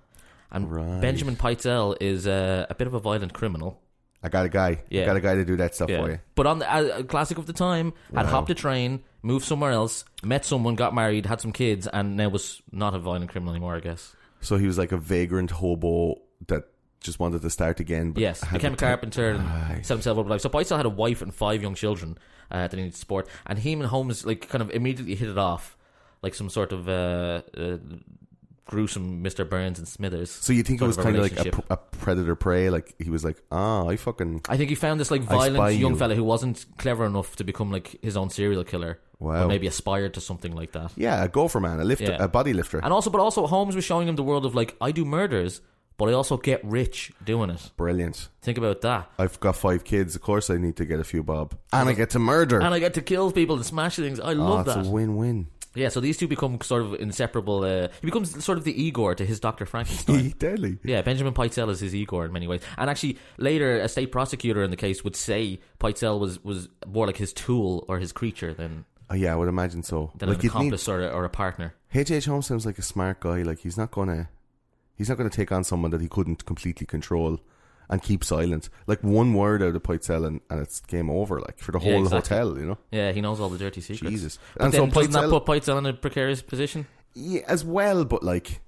S3: And
S2: Right.
S3: Benjamin Peitzel is uh, a bit of a violent criminal.
S2: I got a guy.
S3: Yeah.
S2: I got a guy to do that stuff for you.
S3: But on the uh, classic of the time, had hopped a train, moved somewhere else, met someone, got married, had some kids, and now was not a violent criminal anymore, I guess.
S2: So he was like a vagrant hobo that just wanted to start again. But
S3: Yes,
S2: had
S3: became a
S2: the type-
S3: carpenter and set himself up life. So Peitzel had a wife and five young children uh, that he needed to support, and he and Holmes like kind of immediately hit it off, like some sort of uh, uh, gruesome Mr. Burns and Smithers.
S2: So you think it
S3: sort
S2: was
S3: a
S2: kind of like a,
S3: relationship.
S2: pr- a predator prey? Like he was like, ah, I fucking
S3: I think he found this like
S2: I spy
S3: violent young
S2: you.
S3: fella who wasn't clever enough to become like his own serial killer,
S2: Wow.
S3: or maybe aspired to something like that.
S2: yeah, a gopher man, a lifter,
S3: Yeah.
S2: a body lifter.
S3: And also, but also Holmes was showing him the world of like I do murders, but I also get rich doing it.
S2: Brilliant.
S3: Think about that.
S2: I've got five kids. Of course, I need to get a few bob, and I get to murder.
S3: And I get to kill people and smash things. I
S2: oh,
S3: love
S2: it's
S3: that.
S2: a win-win.
S3: Yeah, so these two become sort of inseparable. Uh, he becomes sort of the Igor to his Dr. Frankenstein.
S2: Deadly.
S3: yeah, Benjamin Peitzel is his Igor in many ways. And actually, later, a state prosecutor in the case would say Peitzel was, was more like his tool or his creature than,
S2: Oh, yeah, I would imagine so.
S3: than an
S2: you'd need-
S3: accomplice or, a, or a partner.
S2: H. H. Holmes sounds like a smart guy. Like he's not gonna, he's not gonna take on someone that he couldn't completely control, and keep silent. Like one word out of Poitzel and, and it's game over. Like for the
S3: Yeah,
S2: whole
S3: exactly.
S2: hotel, you know.
S3: Yeah, he knows all the dirty secrets.
S2: Jesus.
S3: But
S2: And
S3: then
S2: so
S3: doesn't that
S2: Peitzel-
S3: put Peitzel in a precarious position?
S2: Yeah, as well, but like,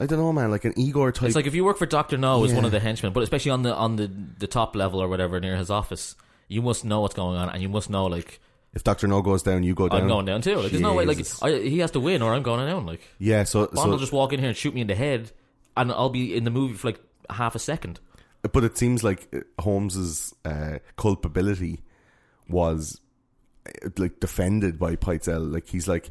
S2: I don't know, man. Like an Igor type.
S3: It's like if you work for Doctor No as
S2: Yeah.
S3: one of the henchmen, but especially on the on the, the top level or whatever near his office, you must know what's going on, and you must know like
S2: if Doctor No goes down, you go down.
S3: I'm going down too. Like, there's no way like
S2: Jesus.
S3: I, he has to win or I'm going down. Like
S2: yeah. So,
S3: Bond
S2: so
S3: will just walk in here and shoot me in the head, and I'll be in the movie for like half a second.
S2: but it seems like uh, Holmes's uh, culpability was uh, like defended by Peitzel. Like he's like,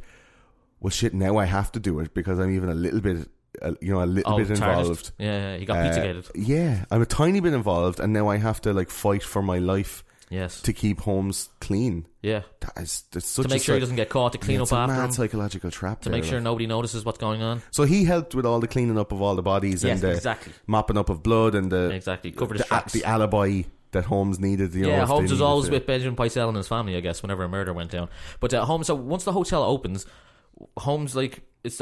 S2: well, shit. Now I have to do it because I'm even a little bit, uh, you know, a little
S3: Oh,
S2: bit
S3: tarnished.
S2: involved.
S3: Yeah, yeah, he got
S2: Uh,
S3: pizzagated.
S2: yeah, I'm a tiny bit involved, and now I have to like fight for my life
S3: Yes,
S2: to keep Holmes clean.
S3: yeah.
S2: That is that's such
S3: To
S2: a
S3: make sure he
S2: psych-
S3: doesn't get caught, to clean
S2: Yeah,
S3: up
S2: it's a
S3: after
S2: mad
S3: him,
S2: psychological trap.
S3: to
S2: there,
S3: make sure
S2: like.
S3: nobody notices what's going on.
S2: So he helped with all the cleaning up of all the bodies
S3: Yes,
S2: and the
S3: exactly.
S2: mopping up of blood and the
S3: Exactly, covered
S2: the,
S3: his tracks.
S2: the alibi that Holmes needed. You know,
S3: yeah,
S2: if they
S3: Holmes was
S2: needed
S3: always
S2: to-
S3: with Benjamin Picel and his family, I guess, whenever a murder went down. But uh, Holmes, so once the hotel opens, Holmes like it's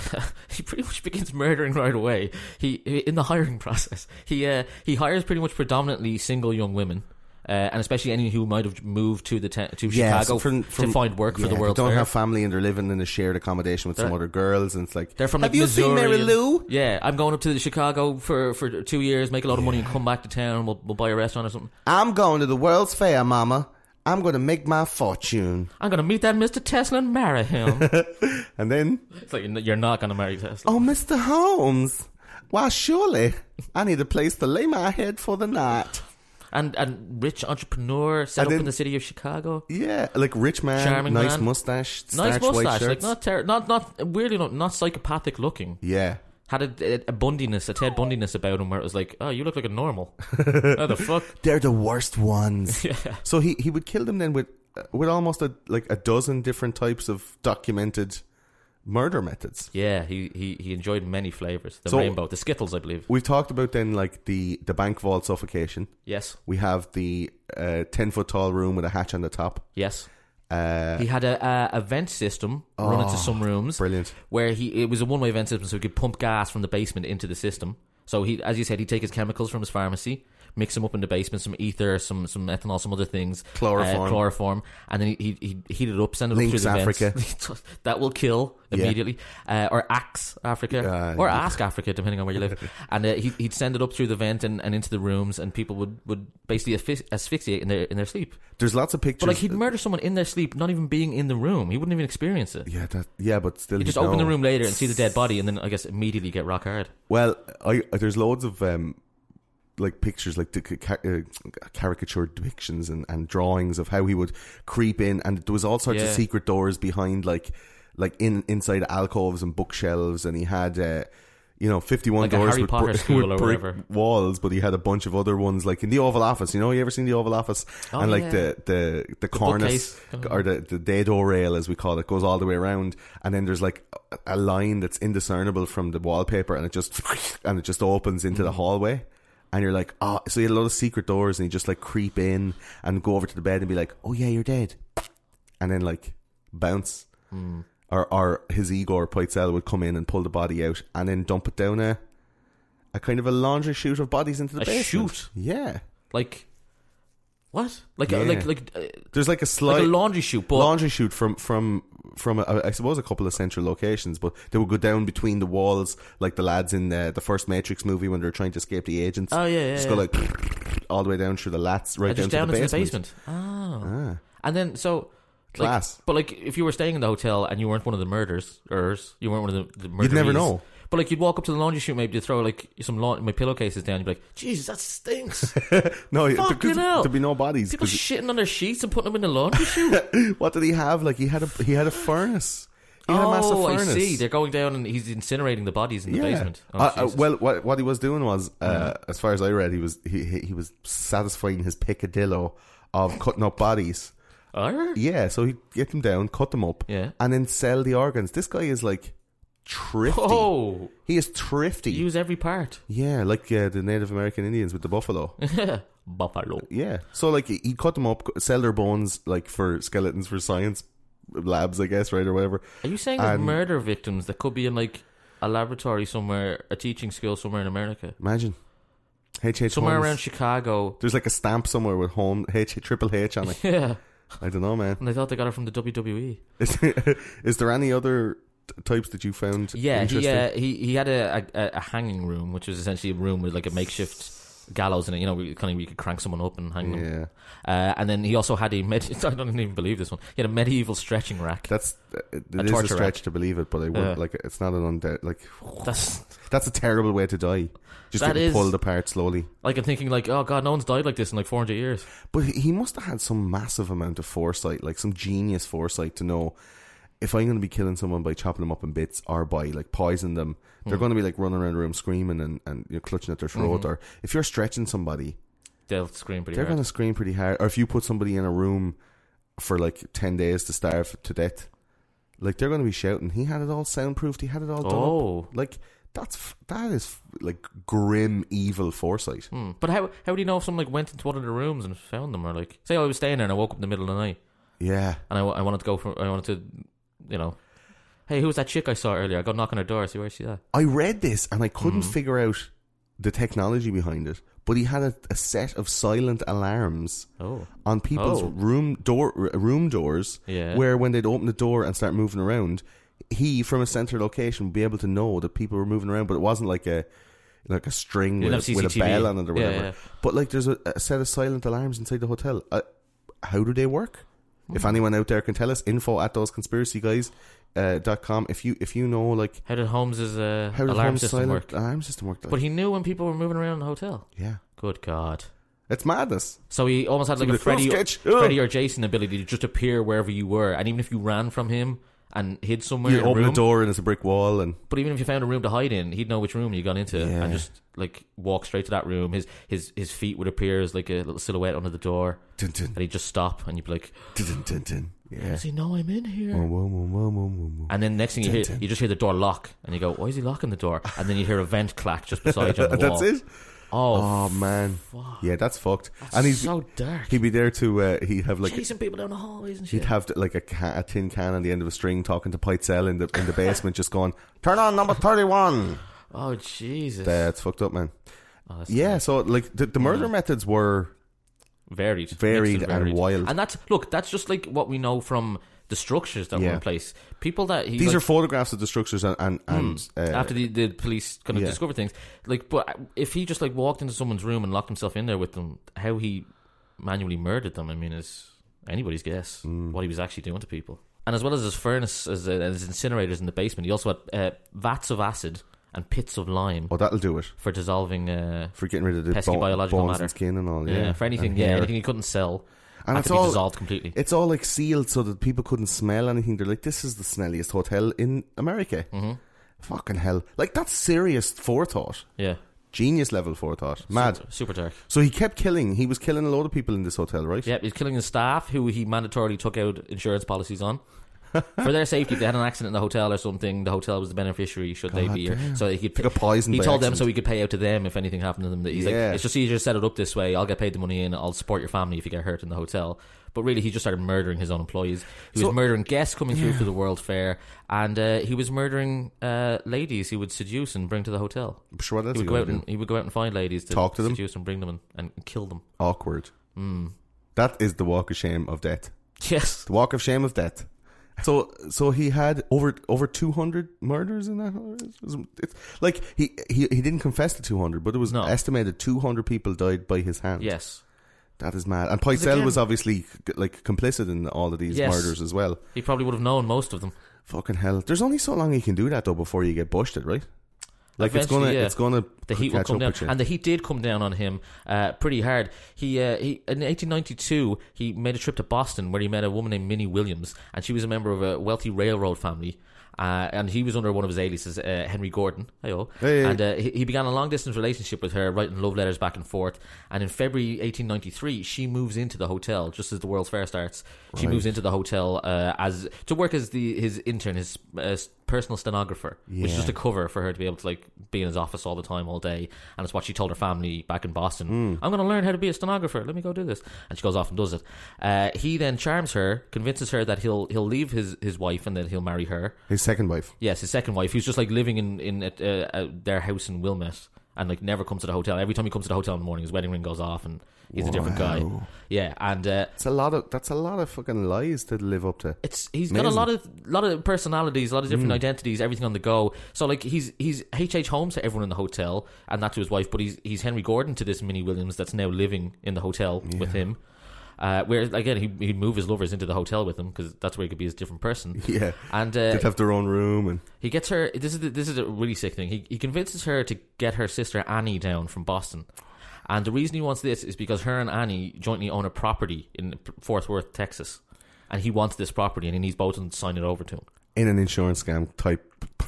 S3: he pretty much begins murdering right away. He in the hiring process, he uh, he hires pretty much predominantly single young women. Uh, and especially anyone who might have moved to the te- to
S2: Yeah,
S3: Chicago
S2: so from- from-
S3: to find work
S2: yeah,
S3: for the World's
S2: They don't
S3: Fair.
S2: have family and they're living in a shared accommodation with some
S3: They're-
S2: other girls, and it's like
S3: They're from
S2: Have
S3: like
S2: you
S3: Missouri.
S2: seen Mary
S3: and-
S2: Lou?
S3: Yeah, I'm going up to Chicago for, for two years, make a lot of money, and come back to town. We'll, we'll buy a restaurant or something.
S2: I'm going to the World's Fair, Mama. I'm going to make my fortune,
S3: I'm gonna meet that Mr. Tesla and marry him.
S2: and then
S3: it's like you're n- you're not gonna marry Tesla.
S2: oh, Mister Holmes, why surely I need a place to lay my head for the night.
S3: and and rich entrepreneur set
S2: And
S3: up
S2: then-
S3: in the city of Chicago.
S2: Yeah, like rich man,
S3: Charming
S2: nice
S3: man.
S2: mustache,
S3: Nice
S2: starched white
S3: mustache,
S2: shirts.
S3: like not ter- not not weirdly not not psychopathic looking.
S2: yeah,
S3: Had a, a, a Bundiness, a Ted Bundiness about him, where it was like, oh, you look like a normal. oh, the fuck.
S2: They're the worst ones. So he, he would kill them then with uh, with almost a, like a dozen different types of documented murder methods.
S3: Yeah, he, he, he enjoyed many flavors. The
S2: So-
S3: rainbow, the Skittles, I believe.
S2: We've talked about then like the the bank vault suffocation.
S3: Yes,
S2: We have the uh, ten foot tall room with a hatch on the top.
S3: yes.
S2: Uh,
S3: He had a, a, a vent system run into some
S2: Oh,
S3: rooms.
S2: brilliant.
S3: Where he it was a one way vent system, so he could pump gas from the basement into the system. So he, as you said, he'd take his chemicals from his pharmacy, mix them up in the basement, some ether, some some ethanol, some other things, uh,
S2: Chloroform.
S3: chloroform, and then he he he heat it up, send it
S2: Lynx
S3: up through the
S2: Africa.
S3: vents. that will kill
S2: Yeah.
S3: immediately, uh, or axe Africa,
S2: Uh,
S3: or
S2: yeah.
S3: ask Africa, depending on where you live. and uh, he, he'd send it up through the vent and, and into the rooms, and people would would basically asphy- asphyxiate in their in their sleep.
S2: There's lots of pictures.
S3: But like he'd murder someone in their sleep, not even being in the room. He wouldn't even experience it.
S2: yeah, that, yeah, but still.
S3: You just
S2: you'd
S3: open the
S2: know.
S3: room later and see the dead body, and then I guess immediately get rock hard.
S2: Well, I, I- there's loads of um, like pictures, like the ca- uh, caricature depictions and, and drawings of how he would creep in, and there was all sorts of
S3: Yeah.
S2: secret doors behind, like like in inside alcoves and bookshelves, and he had. Uh, you know, fifty-one
S3: Like a
S2: doors
S3: Harry
S2: with,
S3: Potter
S2: brick-
S3: school
S2: with
S3: or
S2: brick
S3: whatever.
S2: walls, but he had a bunch of other ones, like in the Oval Office. You know, you ever seen the Oval Office?
S3: Oh,
S2: and like
S3: yeah.
S2: the the the, cornice
S3: bookcase.
S2: or the the day door rail, as we call it, goes all the way around, and then there's like a- a line that's indiscernible from the wallpaper, and it just and it just opens into the hallway. And you're like, oh, so he had a lot of secret doors, and he just like creep in and go over to the bed and be like, oh yeah, you're dead, and then like bounce, or or his Igor Poitzel would come in and pull the body out and then dump it down a, a kind of a laundry chute of bodies into the
S3: A
S2: basement.
S3: chute?
S2: yeah.
S3: Like what? Like
S2: Yeah.
S3: like like uh,
S2: There's like a slide,
S3: like a laundry chute, but
S2: laundry chute from from from a, I suppose a couple of central locations, but they would go down between the walls like the lads in uh, the, the first Matrix movie when they're trying to escape the agents.
S3: Oh, yeah, yeah,
S2: just
S3: yeah.
S2: go like all the way down through the lats,
S3: uh,
S2: right
S3: just down
S2: to the
S3: into
S2: basement. Ah.
S3: the basement. Oh. And then so like,
S2: Class.
S3: But like if you were staying in the hotel and you weren't one of the murderers, you weren't one of the, the murderers.
S2: You'd never know.
S3: But like you'd walk up to the laundry chute, maybe you'd throw like some laun- my pillowcases down. You'd be like, "Jesus, that stinks!
S2: No, yeah,
S3: Fucking
S2: because
S3: hell.
S2: there'd be no bodies.
S3: People
S2: 'cause-
S3: shitting on their sheets and putting them in the laundry chute."
S2: what did he have? Like he had a he had a furnace. He had a massive
S3: oh, I
S2: furnace.
S3: see. They're going down and he's incinerating the bodies in the basement. Oh,
S2: Uh, uh,
S3: Jesus. Mm-hmm.
S2: well, what what he was doing was, uh, as far as I read, he was he he, he was satisfying his picadillo of cutting up bodies.
S3: Arr?
S2: Yeah, so he'd get them down, cut them up,
S3: Yeah.
S2: and then sell the organs. This guy is like thrifty.
S3: oh,
S2: He is thrifty.
S3: use every part.
S2: yeah, like uh, the Native American Indians with the buffalo.
S3: Buffalo.
S2: yeah, so like he- he'd cut them up, c- sell their bones like for skeletons for science labs, I guess, right or whatever.
S3: Are you saying there's
S2: And-
S3: murder victims that could be in like a laboratory somewhere, a teaching school somewhere in America,
S2: Imagine. H H
S3: somewhere
S2: Holmes.
S3: around Chicago?
S2: There's like a stamp somewhere with home H triple H on it.
S3: Yeah,
S2: I don't know, man.
S3: and they thought they got it from the E. WWE.
S2: Is there, is there any other t- types that you found?
S3: Yeah, he,
S2: interesting?
S3: uh, he he had a, a a hanging room, which was essentially a room with like a makeshift gallows in it. You know, where you kind of you could crank someone up and hang them.
S2: yeah.
S3: Uh, and then he also had a med- I don't even believe this one. He had a medieval stretching rack.
S2: That's uh, it is a
S3: torture
S2: stretch
S3: rack.
S2: to believe it, but I would
S3: Yeah.
S2: like it's not an unde like
S3: That's
S2: that's a terrible way to die. Just
S3: That
S2: getting
S3: is-
S2: pulled apart slowly.
S3: like I'm thinking like, oh god, no one's died like this in like 400 years.
S2: But he- he must have had some massive amount of foresight, like some genius foresight to know if I'm going to be killing someone by chopping them up in bits or by like poisoning them,
S3: Hmm.
S2: they're going to be like running around the room screaming and, and you know, clutching at their throat. Or if you're stretching somebody,
S3: They'll scream pretty
S2: they're
S3: Mm-hmm. hard.
S2: going to scream pretty hard. Or if you put somebody in a room for like 10 days to starve to death, like they're going to be shouting. He had it all soundproofed. He had it all done. up.
S3: Oh.
S2: Like that's f- that is f- like grim evil foresight.
S3: Hmm. But how how would you know if someone like went into one of the rooms and found them or like say I was staying there and I woke up in the middle of the night
S2: Yeah.
S3: and I, wa- I wanted to go for I wanted to you know hey who was that chick I saw earlier I go knock on her door see where she at
S2: I read this and I couldn't figure out the technology behind it, but he had a, a set of silent alarms
S3: oh
S2: on people's
S3: Oh.
S2: room door r- room doors
S3: Yeah.
S2: where when they'd open the door and start moving around he from a center location would be able to know that people were moving around but it wasn't like a like a string
S3: You'd
S2: with,
S3: have
S2: with a
S3: CCTV.
S2: bell on it or
S3: Yeah,
S2: whatever
S3: yeah.
S2: but like there's a, a set of silent alarms inside the hotel uh, how do they work
S3: Hmm.
S2: if anyone out there can tell us info at those conspiracy guys uh, dot com if you if you know like
S3: how did Holmes's uh,
S2: how does
S3: alarm
S2: home
S3: system
S2: silent
S3: work
S2: alarm system work like,
S3: but he knew when people were moving around in the hotel
S2: yeah
S3: good god
S2: it's madness
S3: so he almost had like a
S2: Somebody,
S3: Freddy
S2: "Oh, sketch, oh."
S3: Freddy or Jason ability to just appear wherever you were and even if you ran from him and hid somewhere
S2: you
S3: in a
S2: open the
S3: room-
S2: door and it's a brick wall and
S3: But even if you found a room to hide in, he'd know which room you got into
S2: Yeah.
S3: and just like walk straight to that room. His his his feet would appear as like a little silhouette under the door,
S2: dun, dun,
S3: and he'd just stop, and you'd be like,
S2: dun, dun, dun. yeah
S3: "Does he know I'm in here?"
S2: Whoa, whoa, whoa, whoa, whoa, whoa, whoa.
S3: And then next thing you hear, you just hear the door lock, and you go, "Why is he locking the door?" And then you hear a vent clack just beside you on the wall.
S2: That's it.
S3: Oh,
S2: Oh man, yeah, that's fucked. and he's
S3: so dark.
S2: he'd be there to uh, he'd have like
S3: chasing people down the hallways and shit.
S2: he'd have like a, ca- a tin can on the end of a string talking to Pitzel in the in the basement, just going, "Turn on number thirty one,
S3: Oh Jesus!
S2: That's fucked up, man.
S3: Oh, that's
S2: Yeah, so like the, the murder methods were
S3: varied, mixed
S2: Varied and wild.
S3: And that's look, that's just like what we know from the structures that were
S2: Yeah.
S3: in place. People that he,
S2: these
S3: like, Hmm. mm,
S2: are photographs of the structures and and, and uh,
S3: after the, the police kind of
S2: yeah.
S3: discover things. Like, but if he just like walked into someone's room and locked himself in there with them, how he manually murdered them, I mean, is anybody's guess
S2: Mm.
S3: what he was actually doing to people. And as well as his furnace, as, uh, as his incinerators in the basement, he also had uh, vats of acid and pits of lime
S2: oh that'll do it
S3: for dissolving. Uh,
S2: for getting rid of the
S3: Pesky
S2: bone-
S3: biological
S2: bones
S3: matter.
S2: and skin and all.
S3: yeah,
S2: Yeah,
S3: for anything,
S2: And
S3: yeah,
S2: hair.
S3: anything he couldn't sell.
S2: And
S3: had
S2: it's
S3: to be
S2: all-
S3: dissolved completely.
S2: It's all like sealed so that people couldn't smell anything. They're like, this is the smelliest hotel in America.
S3: Mm-hmm.
S2: Fucking hell! Like that's serious forethought,
S3: yeah,
S2: genius level forethought, mad.
S3: Super- super dark.
S2: So he kept killing. He was killing a lot of people in this hotel, right?
S3: Yep, he's killing his staff who he mandatorily took out insurance policies on. For their safety, if they had an accident in the hotel or something, the hotel was the beneficiary. Should they be here? So he could
S2: Took a poison
S3: He
S2: by
S3: told them
S2: accident.
S3: so he could pay out to them if anything happened to them. That he's
S2: Yeah.
S3: like, it's just easier to set it up this way. I'll get paid the money and I'll support your family if you get hurt in the hotel. But really, he just started murdering his own employees. He
S2: So-
S3: was murdering guests coming through for the World Fair, and uh, he was murdering uh, ladies he would seduce and bring to the hotel.
S2: I'm sure that's
S3: He
S2: a
S3: would go
S2: good
S3: out
S2: idea.
S3: and he would go out and find ladies to
S2: Talk to them?
S3: seduce and bring them in and kill them.
S2: awkward.
S3: Mm.
S2: That is the walk of shame of death.
S3: Yes,
S2: The walk of shame of death. So, so he had over over two hundred murders in that. It was- It's like he, he he didn't confess to two hundred, but it was
S3: No.
S2: estimated two hundred people died by his hand.
S3: yes.
S2: that is mad. And Poisel
S3: again-
S2: was obviously like complicit in all of these
S3: Yes.
S2: murders as well.
S3: He probably would have known most of them.
S2: Fucking hell! There's only so long you can do that though before you get busted, right? Like
S3: Eventually,
S2: it's gonna,
S3: yeah.
S2: it's gonna
S3: The heat will
S2: catch
S3: come
S2: up
S3: down,
S2: with you.
S3: and the heat did come down on him uh, pretty hard. He, uh, he in 1892 he made a trip to Boston where he met a woman named Minnie Williams, and she was a member of a wealthy railroad family. Uh, and he was under one of his aliases, uh, Henry Gordon. Hey-o.
S2: Hey.
S3: And uh, he, he began a long distance relationship with her, writing love letters back and forth. And in February 1893, she moves into the hotel just as the World's Fair starts. She moves into the hotel uh, as to work as the his intern, his uh, personal stenographer, which is
S2: Yeah.
S3: just a cover for her to be able to like be in his office all the time, all day. And it's what she told her family back in Boston. I'm going to learn how to be a stenographer. Let me go do this. And she goes off and does it. Uh, he then charms her, convinces her that he'll he'll leave his his wife and that he'll marry her.
S2: His second wife.
S3: Yes, his second wife, who's just like living in in at, uh, uh, their house in Wilmette, and like never comes to the hotel. Every time he comes to the hotel in the morning, his wedding ring goes off, and he's a different guy. Yeah, and uh,
S2: It's a lot of that's a lot of fucking lies to live up to.
S3: it's he's got a
S2: Amazing. Mm.
S3: lot of lot of personalities, a lot of different identities, everything on the go. So like he's he's H H Holmes to everyone in the hotel, and that to his wife. But he's he's Henry Gordon to this Minnie Williams that's now living in the hotel with him. Uh, where again he he'd move his lovers into the hotel with him because that's where he could be his different person.
S2: Yeah.
S3: and uh,
S2: They'd have their own room and
S3: He gets her. This is the, this is a really sick thing. He he convinces her to get her sister Annie down from Boston, and the reason he wants this is because her and Annie jointly own a property in Fort Worth, Texas, and he wants this property and he needs both of them to sign it over to him.
S2: in an insurance scam type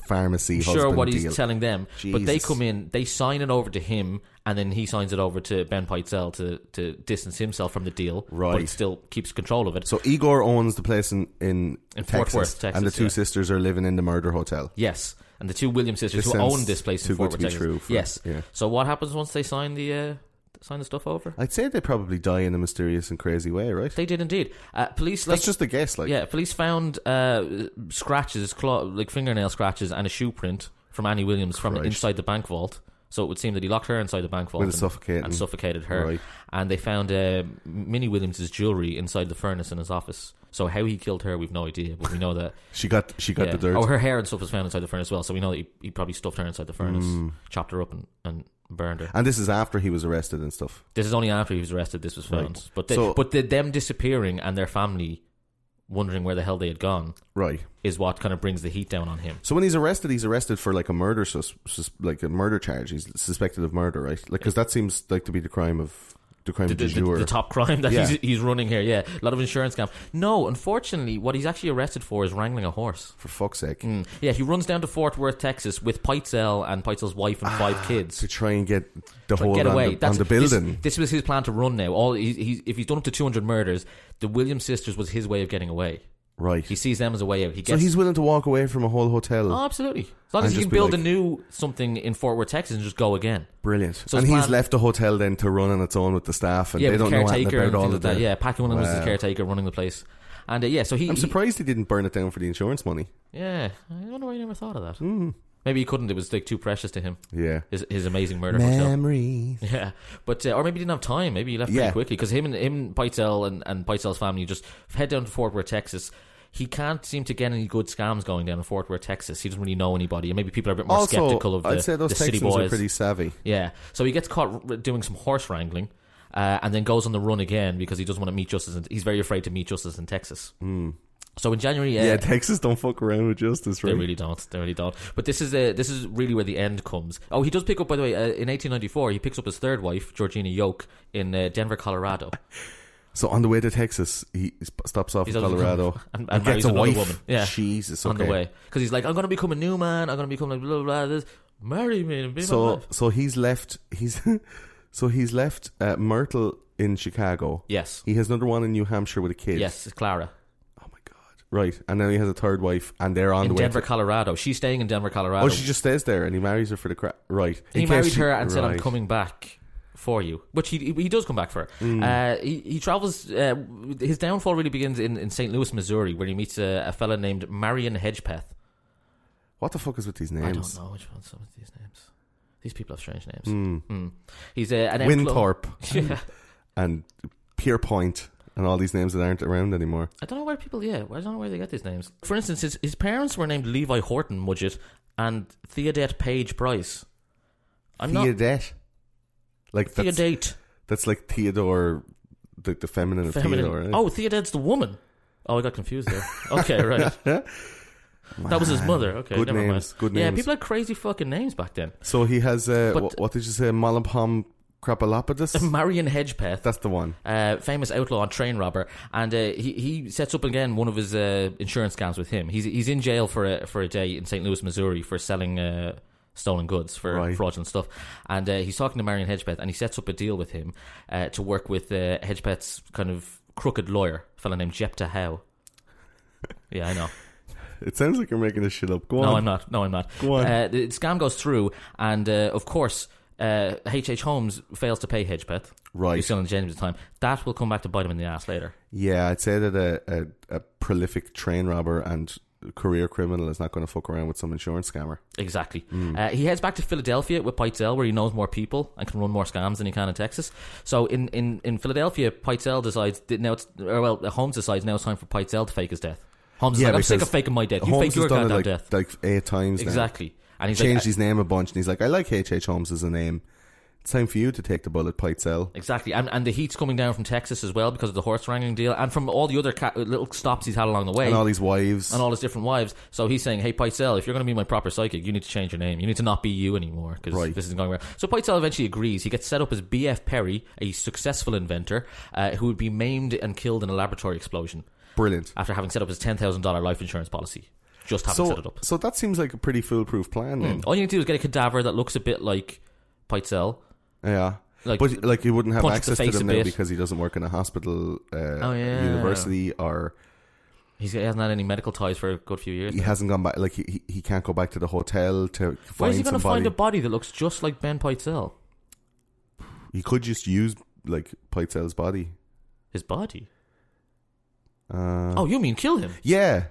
S2: pharmacy.
S3: Sure,
S2: husband
S3: what he's
S2: deal.
S3: telling them, but they
S2: Jesus.
S3: come in, they sign it over to him, and then he signs it over to Ben Peitzel to to distance himself from the deal, but he
S2: Right.
S3: still keeps control of it.
S2: So Igor owns the place in in,
S3: In Fort
S2: Texas,
S3: Worth, Texas,
S2: and the two
S3: yeah.
S2: sisters are living in the murder hotel.
S3: Yes, and the two Williams sisters
S2: This
S3: who
S2: sounds
S3: own this place
S2: too
S3: in Fort
S2: good to
S3: Worth,
S2: be
S3: Texas.
S2: true for-
S3: yes.
S2: yeah.
S3: So what happens once they sign the uh, sign the stuff over?
S2: I'd say they probably die in a mysterious and crazy way, right?
S3: They did indeed. Uh, police like
S2: That's just a guess, like
S3: yeah, police found uh, scratches, claw, like fingernail scratches, and a shoe print from Annie Williams from
S2: Christ.
S3: inside the bank vault. So it would seem that he locked her inside the bank vault
S2: With a
S3: and,
S2: suffocating-
S3: and suffocated her.
S2: Right.
S3: And they found uh, Minnie Williams' jewelry inside the furnace in his office. So how he killed her, we've no idea, but we know that.
S2: she got she got
S3: yeah.
S2: the dirt.
S3: Oh, her hair and stuff was found inside the furnace as well. So we know that he, he probably stuffed her inside the furnace,
S2: Mm.
S3: chopped her up, and, and burned her.
S2: and this is after he was arrested and stuff.
S3: This is only after he was arrested. This was found,
S2: Right.
S3: but they,
S2: So-
S3: but the, them disappearing and their family wondering where the hell they had gone
S2: Right.
S3: is what kind of brings the heat down on him.
S2: So when he's arrested, he's arrested for like a murder, sus- sus- like a murder charge. He's suspected of murder, right? Like because that seems like to be the crime of the crime
S3: The,
S2: of de
S3: the, the-
S2: jure.
S3: the top crime that
S2: Yeah.
S3: he's, he's running here, yeah, a lot of insurance scams. No, unfortunately, what he's actually arrested for is wrangling a horse.
S2: for fuck's sake,
S3: Mm. Yeah, he runs down to Fort Worth, Texas, with Peitzel and Peitzel's wife and five kids.
S2: Ah, to try and get the
S3: But
S2: whole
S3: get
S2: on,
S3: away.
S2: The, on the
S3: this-
S2: building.
S3: This, was his plan to run now. All he, he, if he's done up to 200 murders, the Williams sisters was his way of getting away.
S2: right.
S3: He sees them as a way out. He
S2: so
S3: gets
S2: he's willing to walk away from a whole hotel.
S3: Oh, absolutely. As long
S2: And
S3: as you
S2: just
S3: can
S2: be
S3: build
S2: like-
S3: a new something in Fort Worth, Texas, and just go again.
S2: Brilliant.
S3: So
S2: and
S3: his
S2: he's
S3: plan-
S2: left the hotel then to run on its own with the staff, and
S3: yeah,
S2: they
S3: with
S2: don't know anything
S3: caretaker
S2: about
S3: and
S2: all
S3: things
S2: of
S3: like that.
S2: that.
S3: Yeah, Packy Williams was his
S2: Wow.
S3: caretaker running the place, and uh, yeah, so he.
S2: I'm
S3: he-
S2: surprised he didn't burn it down for the insurance money. Mm.
S3: yeah, I don't know why you never thought of that. Maybe he couldn't. It was like too precious to him.
S2: Yeah.
S3: His, his amazing murder. hotel.
S2: Memories.
S3: Yeah, but uh, or maybe he didn't have time. Maybe he left
S2: Yeah.
S3: pretty quickly because him and him Pytel and and Pytel's family just head down to Fort Worth, Texas. He can't seem to get any good scams going down in Fort Worth, Texas. He doesn't really know anybody, and maybe people are a bit more
S2: Also,
S3: skeptical of the,
S2: I'd say those
S3: the city
S2: Texans
S3: boys.
S2: are pretty savvy.
S3: Yeah, so he gets caught r- doing some horse wrangling. Uh, and then goes on the run again because he doesn't want to meet justice. In, he's very afraid to meet justice in Texas. So in January, uh,
S2: Hmm. Yeah, Texas don't fuck around with justice,
S3: they
S2: right?
S3: really don't. They really don't. But this is uh, this is really where the end comes. Oh, he does pick up, by the way, uh, in 1894, he picks up his third wife, Georgina Yoke, in uh, Denver, Colorado.
S2: So on the way to Texas, he sp- stops off
S3: He's
S2: in
S3: out of-
S2: Colorado
S3: and,
S2: and
S3: and
S2: gets
S3: marries
S2: a
S3: another
S2: wife.
S3: woman. Yeah,
S2: Jesus,
S3: on
S2: okay.
S3: the way because he's like, I'm going to become a new man. I'm going to become like blah blah. blah this. Marry me. and Be my
S2: So
S3: wife."
S2: so he's left. He's so he's left uh, Myrtle in Chicago.
S3: yes,
S2: He has another one in New Hampshire with a kid.
S3: yes, Clara
S2: Oh my god. Right, and then he has a third wife, and they're on
S3: in
S2: the way.
S3: Denver,
S2: to-
S3: Colorado. She's staying in Denver, Colorado.
S2: oh, she just stays there, and he marries her for the crap. Right.
S3: he
S2: In case
S3: married
S2: she-
S3: her and said, "I'm
S2: right.
S3: coming back for you," which he he does come back for. her.
S2: Mm.
S3: Uh, he he travels. Uh, his downfall really begins in, in St. Louis, Missouri, where he meets a, a fella named Marion Hedgepeth.
S2: What the fuck is with these
S3: I
S2: names?
S3: don't know which one's some of these names. These people have strange
S2: Mm.
S3: names. Hmm. He's a an
S2: Winthorpe
S3: Yeah.
S2: and Pierpoint and all these names that aren't around anymore.
S3: I don't know where people. Yeah, I don't know where they get these names. For instance, his, his parents were named Levi Horton Mudgett and Theodate Page Price. I'm not
S2: Theodette. Like that's,
S3: Theodate.
S2: that's like Theodore, the, the feminine of
S3: Feminine.
S2: Theodore. eh?
S3: Oh, Theodate's the woman. Oh, I got confused there. Okay, right. That was his mother. Okay,
S2: Good
S3: never
S2: names,
S3: mind.
S2: good
S3: Yeah,
S2: names.
S3: people had crazy fucking names back then.
S2: So he has uh,
S3: But-
S2: what, what did you say? Malapam crapalopodus.
S3: Marion Hedgepeth.
S2: That's the one.
S3: uh, famous outlaw and train robber, and uh, he he sets up again one of his uh, insurance scams with him. He's he's in jail for a for a day in St. Louis, Missouri, for selling uh, stolen goods for
S2: Right.
S3: fraudulent stuff, and uh, he's talking to Marion Hedgepeth, and he sets up a deal with him uh, to work with uh, Hedgepeth's kind of crooked lawyer, a fella named Jepta Howe. Yeah, I know.
S2: It sounds like you're making this shit up. Go
S3: No,
S2: on.
S3: I'm not. No, I'm not.
S2: Go on.
S3: Uh, the scam goes through, and uh, of course, uh, H.H. Holmes fails to pay Hedgepeth.
S2: Right.
S3: He's still in jail at the time. That will come back to bite him in the ass later.
S2: Yeah, I'd say that a, a, a prolific train robber and career criminal is not going to fuck around with some insurance scammer.
S3: Exactly.
S2: Hmm.
S3: Uh, he heads back to Philadelphia with Pytel, where he knows more people and can run more scams than he can in Texas. So in, in, in Philadelphia, Pytel decides that now it's or well, Holmes decides now it's time for Pytel to fake his death. Holmes is like, I'm sick
S2: because
S3: of faking my death. You
S2: Holmes
S3: fake
S2: has
S3: your
S2: done it
S3: goddamn
S2: like,
S3: death.
S2: like eight times. now.
S3: Exactly. And he's
S2: changed
S3: like,
S2: his name a bunch, and he's like, "I like H. H. Holmes as a name. It's time for you to take the bullet, Pitzel."
S3: Exactly, and and the heat's coming down from Texas as well because of the horse wrangling deal, and from all the other ca- little stops he's had along the way,
S2: And all these wives.
S3: and all his different wives. So he's saying, "Hey, Pytel, if you're going to be my proper psychic, you need to change your name. You need to not be you anymore because
S2: Right.
S3: this isn't going well." So Pytel eventually agrees. He gets set up as B.F. Perry, a successful inventor uh, who would be maimed and killed in a laboratory explosion
S2: Brilliant.
S3: after having set up his ten thousand dollar life insurance policy. Just having set
S2: So, Hmm.
S3: it up. Hmm.
S2: so that seems like a pretty foolproof plan. Then.
S3: All you need to do is get a cadaver that looks a bit like Pytel.
S2: Yeah.
S3: Hmm. Like-
S2: but like he wouldn't have
S3: Punch the
S2: access to
S3: face
S2: them
S3: a
S2: now
S3: bit. Oh,
S2: because he doesn't work in a hospital, uh,
S3: yeah.
S2: university, or
S3: He's, he hasn't had any medical ties for a good few years.
S2: he hasn't gone back. Like he, he- he can't go back to the hotel to find
S3: Where's he going to
S2: somebody.
S3: find a body that looks just like Ben Pytel?
S2: he could just use like Pitzel's body.
S3: His body.
S2: Uh,
S3: Oh, you mean kill him?
S2: yeah.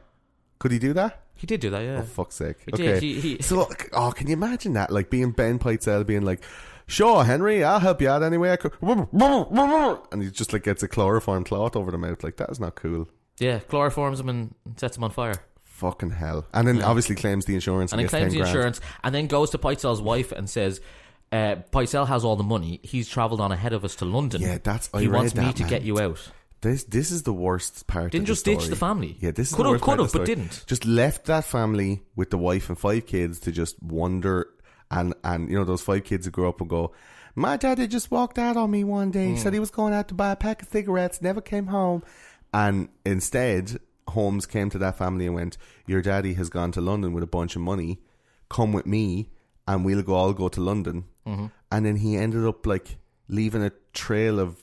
S2: Could he do that?
S3: He did do that, yeah.
S2: Oh, fuck's sake.
S3: He
S2: Okay.
S3: did. He, he,
S2: So, look, oh, can you imagine that? Like being Ben Pitzel being like, sure, Henry, I'll help you out anyway. I could. And he just like gets a chloroform cloth over the mouth. Like, that is not cool.
S3: yeah, chloroforms him and sets him on fire.
S2: Fucking hell. And then obviously claims the insurance.
S3: And then
S2: gets 10
S3: claims the
S2: grand.
S3: insurance and then goes to Pytel's wife and says, uh, Pytel has all the money. He's travelled on ahead of us to London.
S2: Yeah, that's- I
S3: He wants
S2: read
S3: me
S2: that,
S3: to
S2: man.
S3: get you out.
S2: This this is the worst part.
S3: Didn't
S2: of
S3: just
S2: the
S3: ditch
S2: story.
S3: the family.
S2: Yeah, this is
S3: Could've-
S2: the worst part of
S3: could've,
S2: the
S3: but
S2: story.
S3: didn't.
S2: Just left that family with the wife and five kids to just wander, and and you know those five kids who grow up and go. My daddy just walked out on me one day. He said
S3: Hmm.
S2: he was going out to buy a pack of cigarettes. Never came home, and instead Holmes came to that family and went, "Your daddy has gone to London with a bunch of money. Come with me, and we'll go all go to London."
S3: Mm-hmm.
S2: And then he ended up like leaving a trail of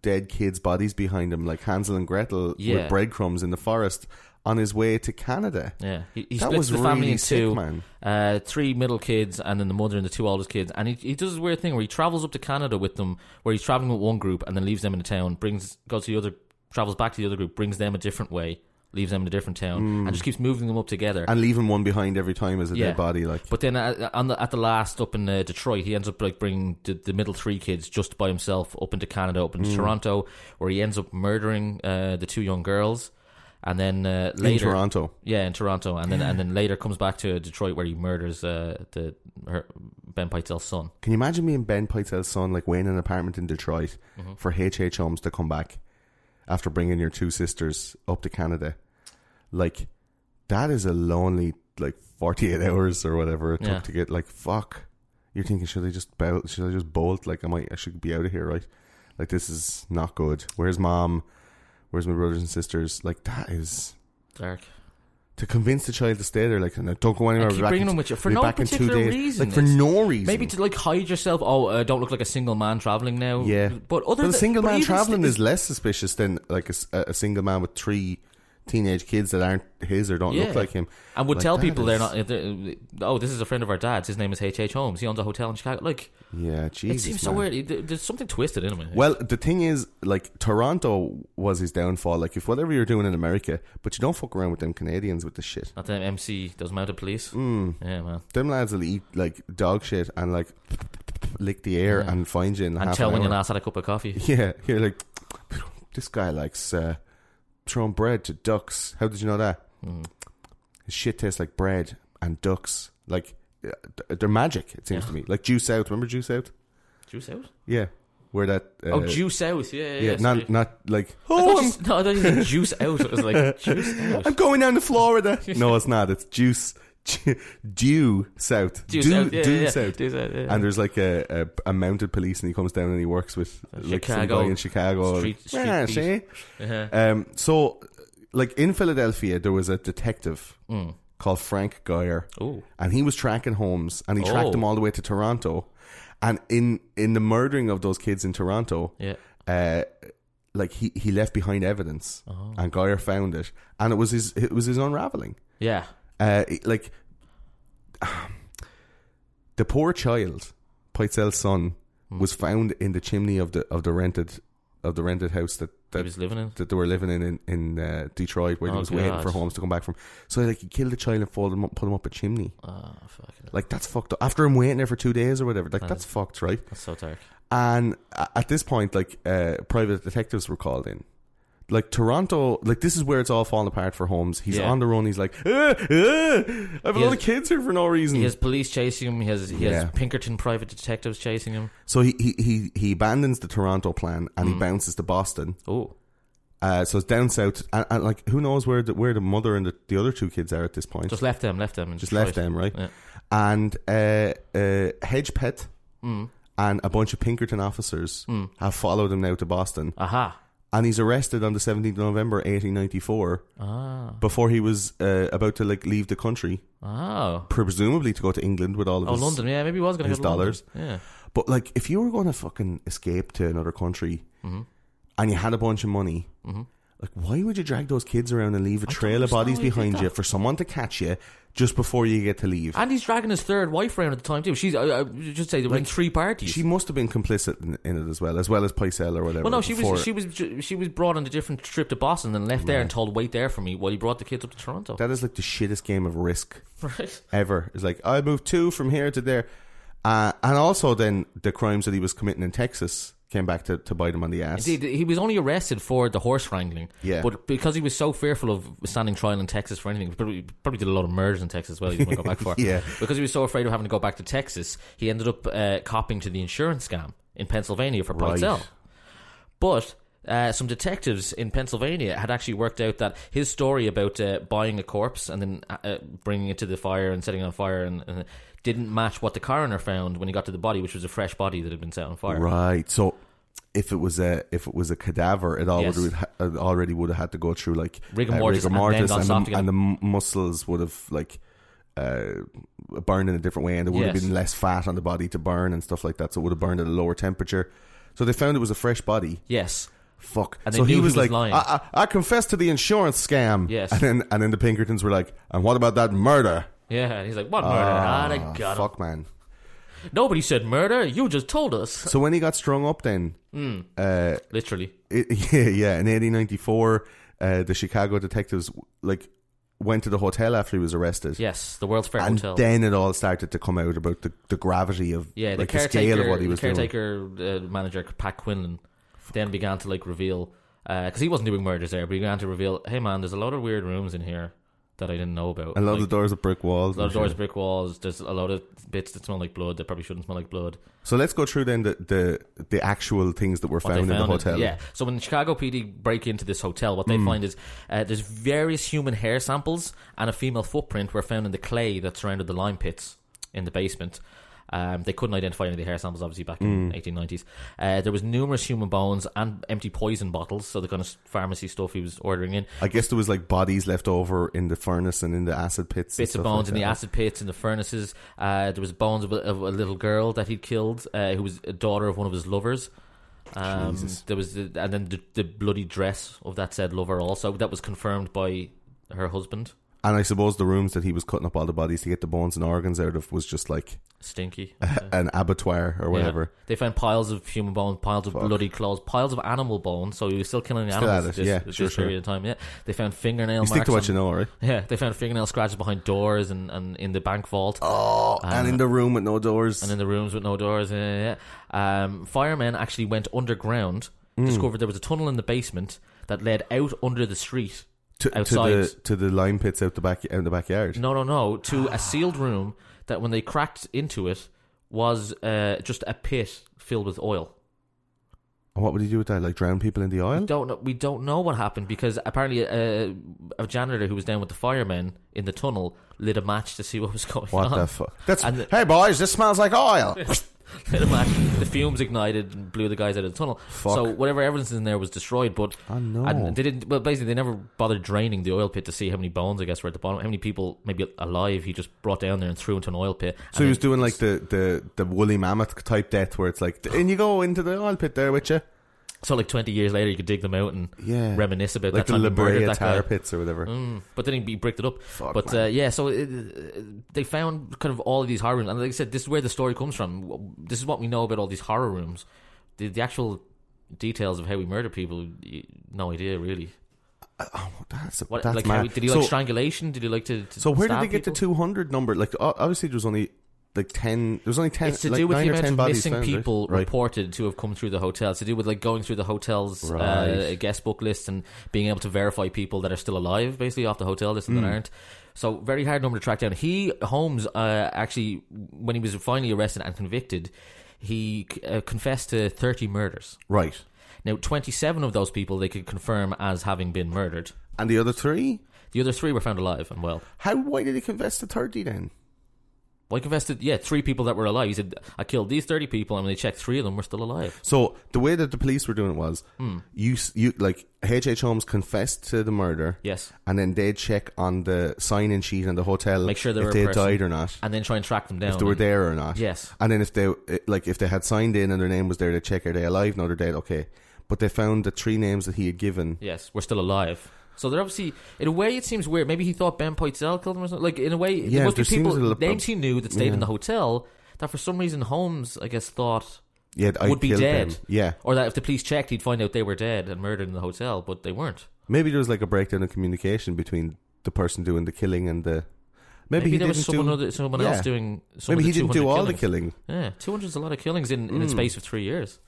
S2: dead kids' bodies behind him, like Hansel and Gretel
S3: Yeah.
S2: with breadcrumbs in the forest on his way to Canada.
S3: Yeah, he, he
S2: That
S3: splits
S2: was
S3: the family
S2: really
S3: in two,
S2: sick, man.
S3: Uh, three middle kids, and then the mother and the two oldest kids. And he, he does this weird thing where he travels up to Canada with them, where he's traveling with one group and then leaves them in a town, brings goes to the other, travels back to the other group, brings them a different way, leaves them in a different town, and just keeps moving them up together.
S2: Mm. and leaving one behind every time as a
S3: Yeah.
S2: dead body. Like,
S3: But then uh, on the, at the last up in uh, Detroit, he ends up like bringing the, the middle three kids just by himself up into Canada, up into
S2: Mm.
S3: Toronto, where he ends up murdering uh, the two young girls, and then uh,
S2: in
S3: later,
S2: Toronto,
S3: yeah, in Toronto, and then and then later comes back to Detroit where he murders uh, the her, Ben Pytel's son.
S2: can you imagine me and Ben Pytel's son like waiting in an apartment in Detroit
S3: Mm-hmm.
S2: for HH Holmes to come back after bringing your two sisters up to Canada? Like, that is a lonely like forty eight hours or whatever it
S3: Yeah.
S2: took to get like fuck. You're thinking should I just bolt? Should I just bolt? Like I might I should be out of here, right? Like this is not good. Where's mom? Where's my brothers and sisters? Like that is
S3: Dark.
S2: to convince the child to stay there. Like, no, don't go anywhere. I'll
S3: And
S2: be
S3: keep
S2: back
S3: bringing
S2: in-
S3: them with you for
S2: I'll be
S3: no
S2: back in two
S3: particular
S2: days."
S3: reason.
S2: Like for no reason.
S3: Maybe to like hide yourself. Oh, uh, don't look like a single man traveling now.
S2: yeah.
S3: Oh, but other
S2: a
S3: than-
S2: single
S3: but
S2: man
S3: even
S2: traveling
S3: sti-
S2: is less suspicious than like a, s- a- a single man with three teenage kids that aren't his or don't look
S3: Yeah.
S2: like him.
S3: and would
S2: Like,
S3: tell
S2: that
S3: people they're
S2: is-
S3: not. if they're- oh, this is a friend of our dad's. His name is H. H. Holmes. He owns a hotel in Chicago. Like
S2: Yeah, Jesus.
S3: it seems so
S2: man.
S3: weird. There- There's something twisted in him. I think.
S2: Well, the thing is, like Toronto was his downfall. Like, if whatever you're doing in America, but you don't fuck around with them Canadians with the shit.
S3: not the MC, those mounted police.
S2: Hmm.
S3: Yeah, man.
S2: Them lads will eat like dog shit and like lick the air and find you in
S3: And
S2: half
S3: tell
S2: an
S3: when
S2: hour.
S3: your last had a cup of coffee.
S2: Yeah, you're like, this guy likes uh, throwing bread to ducks. How did you know that?
S3: Mm.
S2: His shit tastes like bread and ducks. Like, uh, th- they're magic, it seems to me. Like Juice Out. Remember Juice Out?
S3: Juice out?
S2: Yeah. Where that. Uh,
S3: oh, juice out. Yeah, yeah.
S2: Yeah,
S3: yeah,
S2: not,
S3: sorry.
S2: not like,
S3: I thought
S2: oh,
S3: you
S2: I'm,
S3: s- no, I thought you said juice out. It was like juice out.
S2: I'm going down to Florida. no, it's not. It's Juice. Due south,
S3: Juice
S2: Due-
S3: out. Yeah,
S2: due
S3: yeah, yeah.
S2: south,
S3: Juice out, yeah.
S2: and there's like a, a, a mounted police, and he comes down and he works with like some
S3: Uh, Chicago.
S2: guy in Chicago.
S3: Street- street
S2: yeah,
S3: beat.
S2: see?
S3: Uh-huh.
S2: Um, so, like in Philadelphia, there was a detective
S3: Mm.
S2: called Frank Geyer,
S3: Ooh.
S2: and he was tracking Holmes, and he tracked
S3: Oh.
S2: him all the way to Toronto. And in in the murdering of those kids in Toronto,
S3: Yeah. Oh.
S2: uh, like he, he left behind evidence, and Geyer found it, and it was his it was his unraveling.
S3: Yeah.
S2: Uh, it- like the poor child, Peitzel's son,
S3: Hmm.
S2: was found in the chimney of the of the rented of the rented house that
S3: He
S2: that
S3: was living in.
S2: that they were living in in, in uh, Detroit, where he
S3: Oh,
S2: was waiting
S3: God.
S2: for Holmes to come back from. So like he killed the child and folded him up, put him up a chimney.
S3: Ah, fucking.
S2: Like that's fucked up. After him waiting there for two days or whatever, like that's fucked, right?
S3: That's so dark.
S2: And a- at this point, like uh, private detectives were called in. Like Toronto, like this is where it's all falling apart for Holmes. He's
S3: Yeah.
S2: on the run. He's like, "Ah, ah, I have a
S3: He
S2: lot
S3: has-
S2: of kids here for no reason.
S3: He has police chasing him. He has he
S2: Hmm. Yeah.
S3: has Pinkerton private detectives chasing him.
S2: so he, he he he abandons the Toronto plan and
S3: Mm.
S2: he bounces to Boston.
S3: Oh,
S2: Uh, so it's down south, and, and like who knows where the, where the mother and the, the other two kids are at this point.
S3: just left them, left them, and
S2: just left them right,
S3: Yeah.
S2: and uh, uh, hedge pet
S3: Mm.
S2: and a bunch of Pinkerton officers have followed him now to Boston,
S3: Aha.
S2: and he's arrested on the seventeenth of November, eighteen ninety four,
S3: Ah.
S2: before he was uh, about to like leave the country,
S3: Oh.
S2: presumably to go to England with all of
S3: Oh,
S2: his
S3: London. Yeah, maybe he was going
S2: his
S3: to go to London.
S2: dollars.
S3: Yeah.
S2: But like, if you were going to fucking escape to another country
S3: Mm-hmm.
S2: and you had a bunch of money, like, why would you drag those kids around and leave a trail of
S3: understand
S2: bodies
S3: why he did
S2: behind you
S3: that.
S2: for someone to catch you just before you get to leave?
S3: And he's dragging his third wife around at the time too. She's I, I just say they were in three parties.
S2: she must have been complicit in, in it as well, as well as Picel or whatever.
S3: well, no, she
S2: before-
S3: was she was ju- she was brought on a different trip to Boston and left there and told wait there for me while he brought the kids up to Toronto.
S2: That is like the shittest game of risk
S3: right.
S2: ever. It's like I moved two from here to there, uh, and also then the crimes that he was committing in Texas came back to, to bite him on the ass.
S3: Indeed, he was only arrested for the horse wrangling.
S2: Yeah.
S3: But because he was so fearful of standing trial in Texas for anything, he probably, probably did a lot of murders in Texas as well. He didn't want to go back for.
S2: Yeah.
S3: Because he was so afraid of having to go back to Texas, he ended up uh, copying to the insurance scam in Pennsylvania for
S2: Right.
S3: Pytel. But uh, some detectives in Pennsylvania had actually worked out that his story about uh, buying a corpse and then uh, uh, bringing it to the fire and setting it on fire and, and didn't match what the coroner found when he got to the body, which was a fresh body that had been set on fire.
S2: Right. So if it was a if it was a cadaver, it already
S3: Yes.
S2: would ha- it already would have had to go through like uh,
S3: Rigor mortis and then gone
S2: and,
S3: soft
S2: the,
S3: again.
S2: and the m- muscles would have like uh, burned in a different way, and there would have
S3: Yes.
S2: been less fat on the body to burn and stuff like that. So it would have burned at a lower temperature. So they found it was a fresh body.
S3: Yes.
S2: Fuck.
S3: And they
S2: so
S3: knew
S2: he
S3: he
S2: was
S3: was
S2: like,
S3: lying.
S2: I, I, I confess to the insurance scam.
S3: Yes.
S2: And then and then the Pinkertons were like, and what about that murder?
S3: Yeah, and he's like, "What murder? ah, they
S2: Ah,
S3: got him.
S2: fuck, man.
S3: Nobody said murder. You just told us,
S2: So when he got strung up, then
S3: literally."
S2: it, yeah, yeah, in 1894, uh, the Chicago detectives like went to the hotel after he was arrested.
S3: Yes, the World's Fair
S2: And
S3: Hotel.
S2: then it all started to come out about the, the gravity of
S3: yeah,
S2: like
S3: the
S2: the
S3: caretaker,
S2: scale of what he
S3: the
S2: was doing.
S3: caretaker uh, manager Pat Quinlan then began to like reveal because he wasn't doing murders there, but he began to reveal, hey man, there's a lot of weird rooms in here that I didn't know about.
S2: A lot
S3: Like,
S2: of the doors with brick walls.
S3: a lot of
S2: and
S3: doors,
S2: shit.
S3: brick walls. There's a lot of bits that smell like blood that probably shouldn't smell like blood.
S2: So let's go through then the the, the actual things that were
S3: what
S2: found,
S3: they
S2: in the
S3: found
S2: hotel. Mm.
S3: yeah. So when Chicago PD break into this hotel, what they find is uh, there's various human hair samples and a female footprint were found in the clay that surrounded the lime pits in the basement. Um, they couldn't identify any of the hair samples, obviously, back
S2: Mm.
S3: in 1890s. Uh, there was numerous human bones and empty poison bottles, so the kind of pharmacy stuff he was ordering in.
S2: I guess there was like bodies left over in the furnace and in the acid pits. and
S3: bits of
S2: stuff like
S3: bones in the
S2: that.
S3: acid pits in the furnaces. Uh, there was bones of a, of a little girl that he'd killed, uh, who was a daughter of one of his lovers. Um, there was, the, and then the, the bloody dress of that said lover also that was confirmed by her husband,
S2: And I suppose the rooms that he was cutting up all the bodies to get the bones and organs out of was just like
S3: Stinky.
S2: an abattoir or whatever.
S3: Yeah. They found piles of human bones, piles of bloody clothes, piles of animal bones. So he was still killing animals
S2: at
S3: at
S2: it,
S3: this,
S2: yeah,
S3: at this
S2: sure, sure.
S3: period of time. Yeah, they found fingernail.
S2: You stick
S3: marks
S2: to what you
S3: on-
S2: know, all right?
S3: Yeah, they found fingernail scratches behind doors and, and in the bank vault.
S2: Oh, and in the room with no doors.
S3: and in the rooms with no doors. Yeah, yeah, yeah. Um, firemen actually went underground,
S2: Mm.
S3: discovered there was a tunnel in the basement that led out under the street
S2: to, to
S3: outside.
S2: the to the lime pits out the back out in the backyard.
S3: No, no, no, to a sealed room that when they cracked into it was uh, just a pit filled with oil.
S2: And what would he do with that? Like drown people in the oil?
S3: Don't know, we don't know what happened because apparently a, a janitor who was down with the firemen in the tunnel lit a match to see what was going
S2: What
S3: on.
S2: the fuck? That's
S3: And the-
S2: hey boys, this smells like oil.
S3: Lit a match. The fumes ignited and blew the guys out of the tunnel. So whatever evidence in there was destroyed. But
S2: I know.
S3: And they didn't. Well, basically, they never bothered draining the oil pit to see how many bones, I guess, were at the bottom. How many people, maybe alive, he just brought down there and threw into an oil pit.
S2: so he was doing like the, the, the woolly mammoth type death where it's like and you go into the oil pit there with you.
S3: So, like twenty years later, you could dig them out and
S2: Yeah.
S3: reminisce about
S2: Like
S3: that
S2: the
S3: time
S2: La
S3: you murdered
S2: Brea
S3: that guy.
S2: tar pits or whatever.
S3: Mm, but then he be- bricked it up.
S2: Fuck,
S3: but
S2: man.
S3: Uh, yeah, so it, it- they found kind of all of these horror rooms, and like I said, this is where the story comes from. This is what we know about all these horror rooms. The, the actual details of how we murder people, y- no idea really.
S2: That's, a,
S3: What
S2: that's
S3: like
S2: mad.
S3: how, he- did he like
S2: so,
S3: strangulation? Did he like to? to
S2: so where did
S3: stab
S2: they get
S3: people?
S2: the two hundred number? Like o- obviously there was only like ten there was only ten
S3: It's to
S2: like
S3: do with
S2: nine or
S3: the amount
S2: ten
S3: of
S2: bodies
S3: missing
S2: found, right?
S3: people
S2: right?
S3: reported to have come through the hotel. It's to do with like going through the hotel's uh,
S2: Right.
S3: guest book list and being able to verify people that are still alive, basically off the hotel list and
S2: Hmm.
S3: that aren't. So very hard number to track down. He Holmes uh, actually, when he was finally arrested and convicted, he uh, confessed to thirty murders.
S2: Right.
S3: Now, twenty-seven of those people they could confirm as having been murdered.
S2: And the other three?
S3: The other three were found alive and well.
S2: How why did he confess to thirty then?
S3: Well, he confessed to yeah three people that were alive. He said, "I killed these thirty people, and when they checked, three of them were still alive."
S2: So the way that the police were doing it was
S3: Hmm.
S2: you s- you like H H Holmes confessed to the murder.
S3: Yes.
S2: And then they check on the sign-in sheet in the hotel,
S3: Make sure they
S2: if
S3: were a
S2: they
S3: person.
S2: died or not,
S3: and then try and track them down.
S2: if they were
S3: and-
S2: there or not.
S3: Yes.
S2: And then if they like if they had signed in and their name was there, they check are they alive? No, they're dead. Okay. But they found the three names that he had given.
S3: Yes, we're still alive. So they're obviously, in a way, it seems weird. Maybe he thought Ben Poitzell killed him or something. Like in a way,
S2: Yeah,
S3: there must be
S2: there seems
S3: people
S2: a little-
S3: names he knew that stayed in the hotel that for some reason Holmes, I guess, thought
S2: Yeah, I
S3: would be
S2: killed
S3: dead.
S2: them. Yeah.
S3: or that if the police checked, he'd find out they were dead and murdered in the hotel, but they weren't.
S2: Maybe there was like a breakdown in communication between the person doing the killing and the. Maybe,
S3: Maybe,
S2: he
S3: there was
S2: didn't
S3: someone,
S2: do,
S3: other, someone
S2: Yeah.
S3: else doing. Some
S2: Maybe
S3: of
S2: he
S3: the
S2: didn't do
S3: 200
S2: all the
S3: killings.
S2: killing. Hmm.
S3: Yeah, two hundred is a lot of killings in in the space of three years.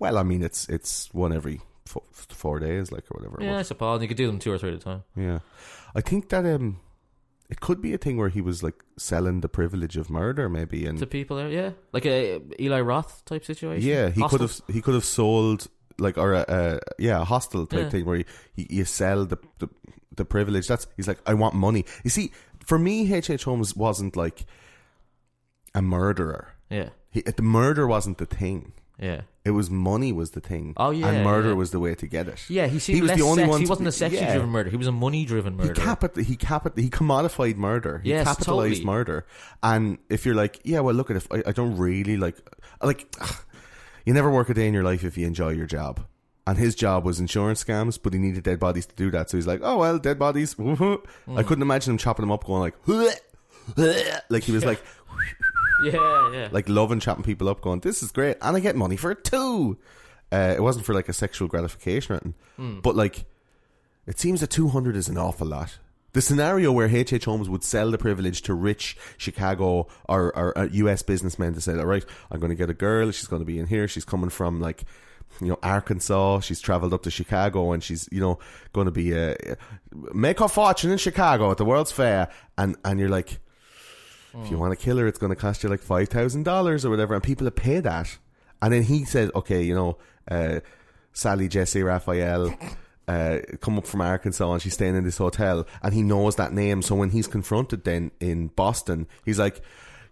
S2: Well, I mean, it's it's one every four, four days, like or whatever. it was.
S3: Yeah, I suppose you could do them two or three at a time.
S2: Yeah, I think that um, it could be a thing where he was like selling the privilege of murder, maybe, and
S3: To people there, yeah, like a Eli Roth type situation.
S2: yeah, he could
S3: Hostile.
S2: have he could have sold like or a, a yeah a hostel type
S3: Yeah.
S2: thing where you, you, you sell the, the the privilege. That's he's like I want money. You see, for me, H. H. Holmes wasn't like a murderer.
S3: Yeah,
S2: He, the murder wasn't the thing.
S3: yeah.
S2: It was money was the thing.
S3: Oh, yeah,
S2: and murder
S3: yeah.
S2: was the way to get it.
S3: Yeah, he seemed
S2: was
S3: less
S2: the only
S3: sex-
S2: one.
S3: He
S2: to-
S3: wasn't a sexually
S2: yeah.
S3: driven murder. He was a money driven murder.
S2: He capit- he capit- he commodified murder. He
S3: Yes,
S2: capitalized
S3: totally.
S2: murder. And if you're like, yeah, well, look at if I, I don't really like, like, you never work a day in your life if you enjoy your job. And his job was insurance scams, but he needed dead bodies to do that. So he's like, oh well, dead bodies.
S3: Mm.
S2: I couldn't imagine him chopping them up, going like, like he was like,
S3: yeah, yeah.
S2: like loving chopping people up, going, this is great, and I get money for it too. Uh, it wasn't for like a sexual gratification or anything, but like. It seems that 200 is an awful lot. The scenario where H.H. Holmes would sell the privilege to rich Chicago or, or uh, US businessmen to say, all right, I'm going to get a girl. She's going to be in here. She's coming from like, you know, Arkansas. She's traveled up to Chicago and she's, you know, going to be, uh, make her fortune in Chicago at the World's Fair. And, and you're like, if you want to kill her, it's going to cost you like five thousand dollars or whatever, and people have paid that. And then he said, "Okay, you know, uh, Sally, Jesse, Raphael, uh, come up from Arkansas, and she's staying in this hotel." And he knows that name, so when he's confronted then in Boston, he's like,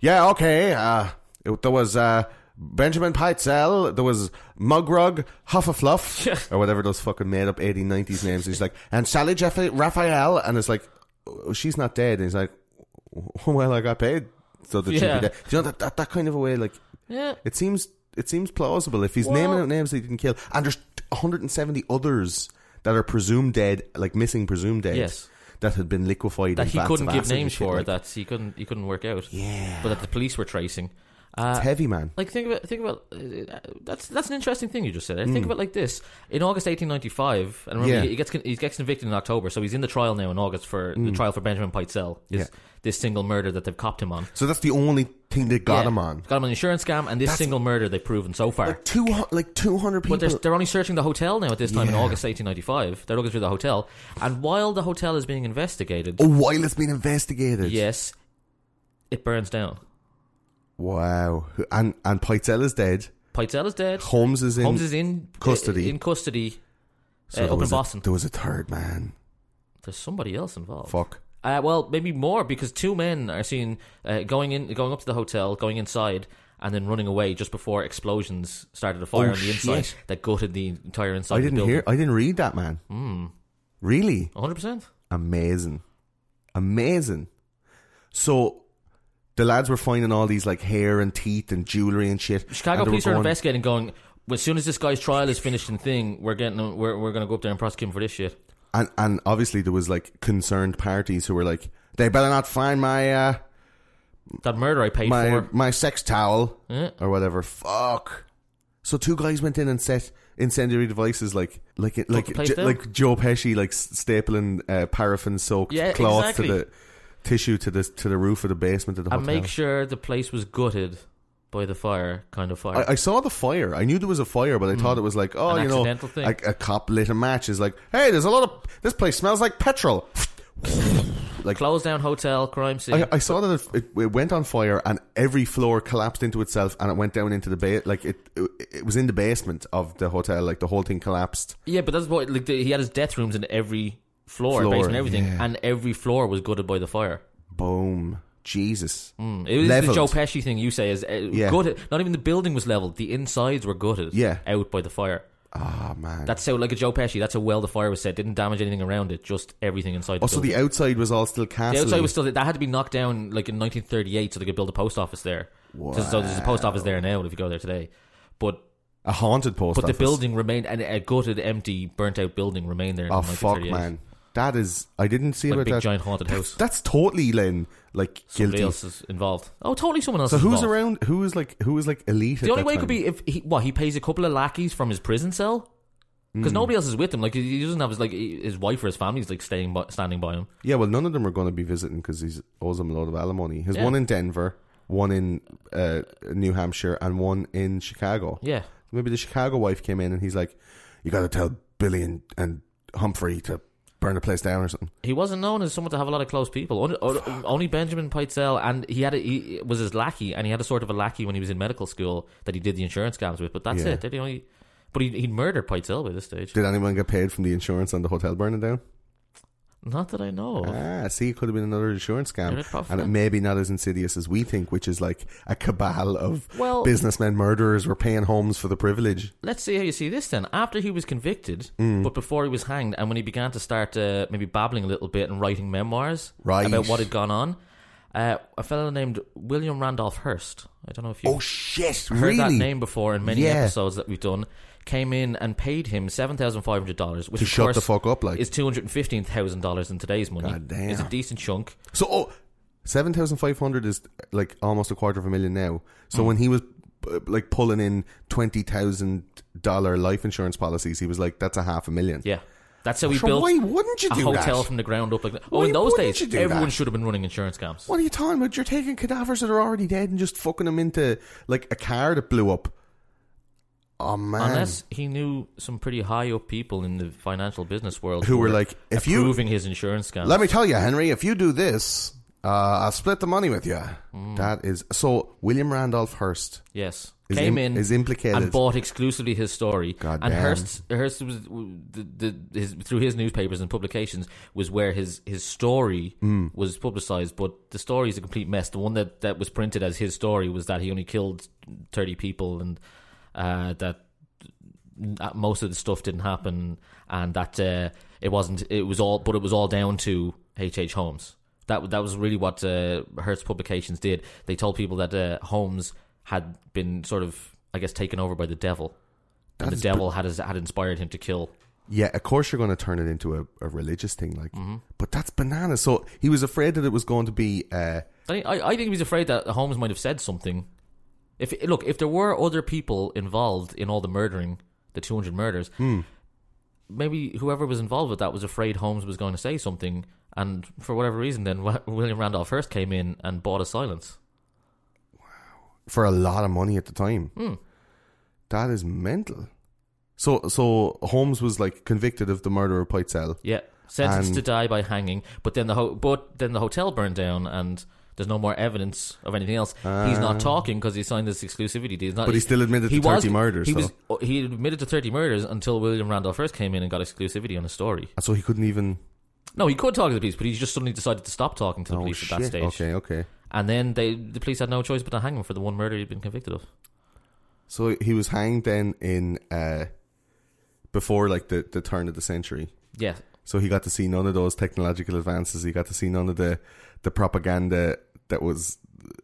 S2: "Yeah, okay, uh, it, there was." Uh, Benjamin Pitzel, there was Mugrug, Huffafluff, or whatever those fucking made up 80s, 90s names. And he's like, and Sally Jeffy, Raphael, and it's like, "Oh, she's not dead. And he's like, well, I got paid, so that
S3: Yeah.
S2: should be that. Do you know that, that that kind of a way? Like,
S3: Yeah.
S2: it seems it seems plausible if he's
S3: Well-
S2: naming out names that he didn't kill, and there's 170 others that are presumed dead, like missing presumed dead,
S3: Yes.
S2: that had been liquefied.
S3: that
S2: in
S3: he
S2: vats
S3: couldn't
S2: of
S3: give
S2: acid and
S3: names
S2: shit,
S3: for
S2: like,
S3: that he couldn't he couldn't work out. Yeah, but that the police were tracing. Uh,
S2: It's heavy, man.
S3: like think about think about uh, that's that's an interesting thing you just said. I think about like this in August 1895, and remember
S2: Mm. Yeah.
S3: he, he gets con- he gets convicted in October, so he's in the trial now in August for the trial for Benjamin Pitzel, is
S2: Mm. Yeah.
S3: this single murder that they've copped him on.
S2: So that's the only thing that got
S3: Yeah.
S2: him on.
S3: got him on the insurance scam, and this single murder they've proven so far.
S2: Like two, hu- like 200 people.
S3: But they're, they're only searching the hotel now at this time in
S2: Yeah.
S3: August 1895. They're looking through the hotel, and while the hotel is being investigated,
S2: oh, while it's been investigated.
S3: yes, it burns down.
S2: Wow. And and Pitzel is dead.
S3: Pitzel is dead.
S2: Holmes is in.
S3: Holmes is in
S2: custody.
S3: In custody,
S2: So
S3: uh,
S2: there
S3: up in
S2: was a-
S3: Boston.
S2: there was a third man.
S3: There's somebody else involved.
S2: Fuck.
S3: Uh, well, maybe more because two men are seen uh, going in, going up to the hotel, going inside, and then running away just before explosions started a fire
S2: Oh,
S3: on the inside
S2: shit.
S3: that gutted the entire inside.
S2: I
S3: of the
S2: didn't
S3: building. Hmm.
S2: hear. I didn't read that, man. Really
S3: 100. percent
S2: amazing, amazing. So the lads were finding all these like hair and teeth and jewelry and shit.
S3: Chicago
S2: and they were
S3: police are
S2: going,
S3: investigating, going. "Well, As soon as this guy's trial is finished and thing, we're getting him- we're we're gonna go up there and prosecute him for this shit.
S2: and and obviously there was like concerned parties who were like, they better not find my uh,
S3: That murder I paid
S2: my
S3: for.
S2: my sex towel
S3: Yeah.
S2: or whatever. Fuck. So two guys went in and set incendiary devices like like it- like
S3: the place
S2: J-
S3: down?
S2: like Joe Pesci like s- stapling uh, paraffin soaked
S3: Yeah,
S2: cloth to
S3: exactly.
S2: the tissue to the to the roof of the basement of the
S3: And
S2: hotel.
S3: make sure the place was gutted by the fire, kind of fire.
S2: I, I saw the fire. I knew there was a fire, but I thought it was like, oh,
S3: Mm. An
S2: you know,
S3: accidental thing.
S2: like a cop lit a match. Is like, hey, there's a lot of this place smells like petrol. like-
S3: Closed down hotel, crime scene.
S2: I, I saw that it, it, it went on fire and every floor collapsed into itself and it went down into the ba- like it, it it was in the basement of the hotel like the whole thing collapsed.
S3: Yeah, but that's what like the, he had his death rooms in every floor,
S2: Floor,
S3: basement, everything,
S2: yeah.
S3: and every floor was gutted by the fire.
S2: Boom, Jesus.
S3: Mm. It was the
S2: Leveled.
S3: Joe Pesci thing you say is uh,
S2: Yeah.
S3: gutted. Not even the building was leveled; the insides were gutted.
S2: Yeah.
S3: out by the fire.
S2: Ah man.
S3: That's how, like a Joe Pesci. That's how well the fire was set. Didn't damage anything around it; just everything inside.
S2: also,
S3: the,
S2: the
S3: building.
S2: outside was all still cast.
S3: the outside was still that had to be knocked down like in 1938 so they could build a post office there. So, so there's a post office there now if you go there today. But
S2: a haunted post.
S3: but the
S2: office.
S3: building remained and a gutted, empty, burnt out building remained there.
S2: Oh
S3: in
S2: fuck,
S3: 1938.
S2: man. That is. I didn't see
S3: Like a
S2: about
S3: big
S2: that.
S3: giant haunted
S2: That's-
S3: house.
S2: That's, totally Len like
S3: Somebody
S2: guilty.
S3: else is involved. Oh, totally, someone else.
S2: So
S3: is
S2: who's
S3: involved.
S2: around? Who is like who is like elite?
S3: The only way could be if he what he pays a couple of lackeys from his prison cell because
S2: Hmm.
S3: nobody else is with him. Like he doesn't have his like his wife or his family's like staying by, standing by him.
S2: Yeah, well, none of them are going to be visiting because he owes them a load of alimony. His
S3: Yeah.
S2: one in Denver, one in uh, New Hampshire, and one in Chicago.
S3: Yeah,
S2: Maybe the Chicago wife came in and he's like, "You got to tell Billy and, and Humphrey to burn the place down or something."
S3: he wasn't known as someone to have a lot of close people. Only, o- only Benjamin Pitzel, and he had a, he was his lackey, and he had a sort of a lackey when he was in medical school that he did the insurance scams with. But that's
S2: Yeah.
S3: it. They're the only. But he he murdered Pitzel by this stage.
S2: Did anyone get paid from the insurance on the hotel burning down?
S3: Not that I know. of.
S2: Ah, see, it could have been another insurance
S3: Could it
S2: scam,
S3: profit?
S2: and it may be not as insidious as we think, which is like a cabal of
S3: Well-
S2: businessmen murderers were paying homes for the privilege.
S3: Let's see how you see this then. After he was convicted,
S2: Mm.
S3: but before he was hanged, and when he began to start uh, maybe babbling a little bit and writing memoirs
S2: Right.
S3: about what had gone on, uh, a fellow named William Randolph Hearst, I don't know if you
S2: Oh shit!
S3: heard
S2: Really?
S3: that name before in many
S2: Yeah.
S3: episodes that we've done, came in and paid him $7,500, which
S2: To
S3: of
S2: shut the
S3: course,
S2: fuck up, like.
S3: is $215,000 in today's money.
S2: God damn.
S3: It's a decent chunk.
S2: So oh, 7,500 is like almost a quarter of a million now. So when he was uh, like pulling in $20,000 life insurance policies, he was like, that's a half a million.
S3: Yeah. That's how we
S2: Sure,
S3: built
S2: why wouldn't you
S3: a
S2: do
S3: hotel
S2: that?
S3: from the ground up like that. Oh,
S2: Why
S3: in those
S2: wouldn't
S3: days,
S2: you do
S3: everyone
S2: that?
S3: should have been running insurance scams.
S2: What are you talking about? You're taking cadavers that are already dead and just fucking them into like a car that blew up. Oh man!
S3: Unless he knew some pretty high up people in the financial business world
S2: Who were like, if you-
S3: approving his insurance scams.
S2: Let me tell you, Henry, if you do this, uh, I'll split the money with you.
S3: Mm.
S2: That is so. William Randolph Hearst.
S3: Yes.
S2: Is
S3: Came
S2: im-
S3: in
S2: is implicated.
S3: and bought exclusively his story.
S2: God
S3: and
S2: damn.
S3: Hearst, Hearst was the, the, his, through his newspapers and publications was where his his story
S2: Hmm.
S3: was publicized. But the story is a complete mess. The one that, that was printed as his story was that he only killed thirty people and uh, that uh, most of the stuff didn't happen and that uh, it wasn't it was all but it was all down to H.H. Holmes. That that was really what uh, Hearst publications did. They told people that uh, Holmes had been sort of I guess taken over by the devil. And the
S2: That's
S3: devil had his, had inspired him to kill.
S2: Yeah, of course you're going to turn it into a, a religious thing, like.
S3: Mm-hmm.
S2: But that's bananas. So he was afraid that it was going to be. Uh,
S3: I, I I think he was afraid that Holmes might have said something. If look, if there were other people involved in all the murdering, the two hundred murders, maybe whoever was involved with that was afraid Holmes was going to say something, and for whatever reason, then Wa- William Randolph Hearst came in and bought a silence.
S2: for a lot of money at the time.
S3: Hmm.
S2: That is mental. So so Holmes was like convicted of the murder of Poitzel.
S3: Yeah, sentenced
S2: And-
S3: to die by hanging, but then the ho- but then the hotel burned down and. There's no more evidence of anything else. he's not talking because he signed this exclusivity deal. He's not-
S2: Ah. But he still admitted to 30 murders,
S3: He
S2: though.
S3: was oh, he admitted to 30 murders until William Randolph first came in and got exclusivity on his story.
S2: And so he couldn't even.
S3: No, he could talk to the police, but he just suddenly decided to stop talking to the
S2: Oh
S3: police
S2: shit!
S3: at that stage.
S2: Okay, okay.
S3: And then they the police had no choice but to hang him for the one murder he'd been convicted of.
S2: So he was hanged then in uh, before like the, the turn of the century.
S3: Yeah.
S2: So he got to see none of those technological advances. He got to see none of the, the propaganda that was,